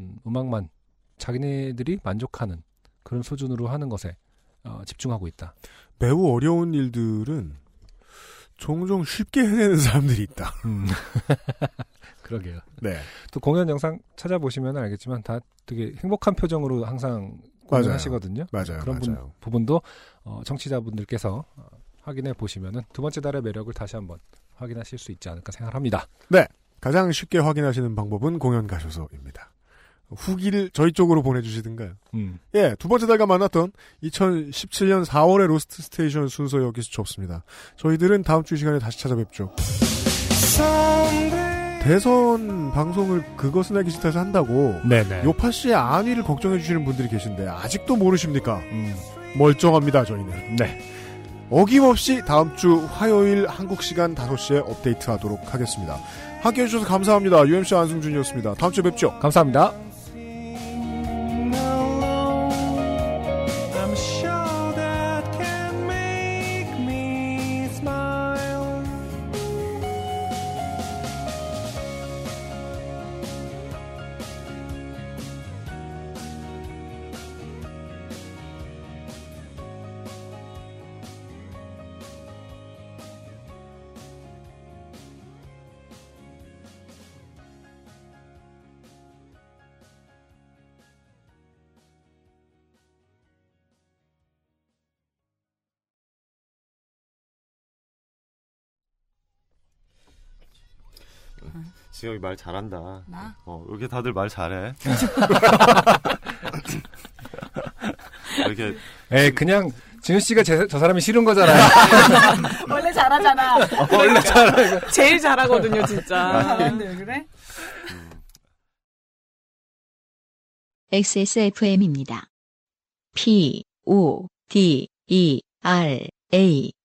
S2: 음, 음악만 자기네들이 만족하는 그런 수준으로 하는 것에 어, 집중하고 있다.
S1: 매우 어려운 일들은 종종 쉽게 해내는 사람들이 있다.
S2: 음. 그러게요.
S1: 네.
S2: 또 공연 영상 찾아보시면 알겠지만 다 되게 행복한 표정으로 항상
S1: 맞아요.
S2: 공연하시거든요.
S1: 맞아요,
S2: 그런 분-
S1: 맞아요.
S2: 부분도 어, 청취자분들께서 어, 확인해 보시면은 두 번째 달의 매력을 다시 한번 확인하실 수 있지 않을까 생각합니다.
S1: 네. 가장 쉽게 확인하시는 방법은 공연 가셔서입니다. 후기를 저희 쪽으로 보내주시든가요.
S2: 음.
S1: 예, 두 번째 달과 만났던 2017년 4월의 로스트 스테이션 순서 여기서 접습니다. 저희들은 다음 주 이 시간에 다시 찾아뵙죠. 대선 방송을 그것은 알기 싫다에서 한다고
S2: 네네.
S1: 요파 씨의 안위를 걱정해 주시는 분들이 계신데 아직도 모르십니까? 멀쩡합니다 저희는.
S2: 음. 네.
S1: 어김없이 다음 주 화요일 한국 시간 5시에 업데이트하도록 하겠습니다. 함께해 주셔서 감사합니다. UMC 안승준이었습니다. 다음 주에 뵙죠.
S2: 감사합니다.
S10: I'm sure that can make me smile.
S15: 지혁이 말 잘한다.
S11: 나?
S15: 어, 이렇게 다들 말 잘해. 이렇게
S2: 에 그냥 진우 씨가 제- 저 사람이 싫은 거잖아요.
S9: 원래 잘하잖아.
S2: 원래 잘해.
S9: 제일 잘하거든요, 진짜.
S2: 아니.
S11: 네,
S9: 근데 왜 그래?
S3: XSFM입니다. P, O, D, E, R, A.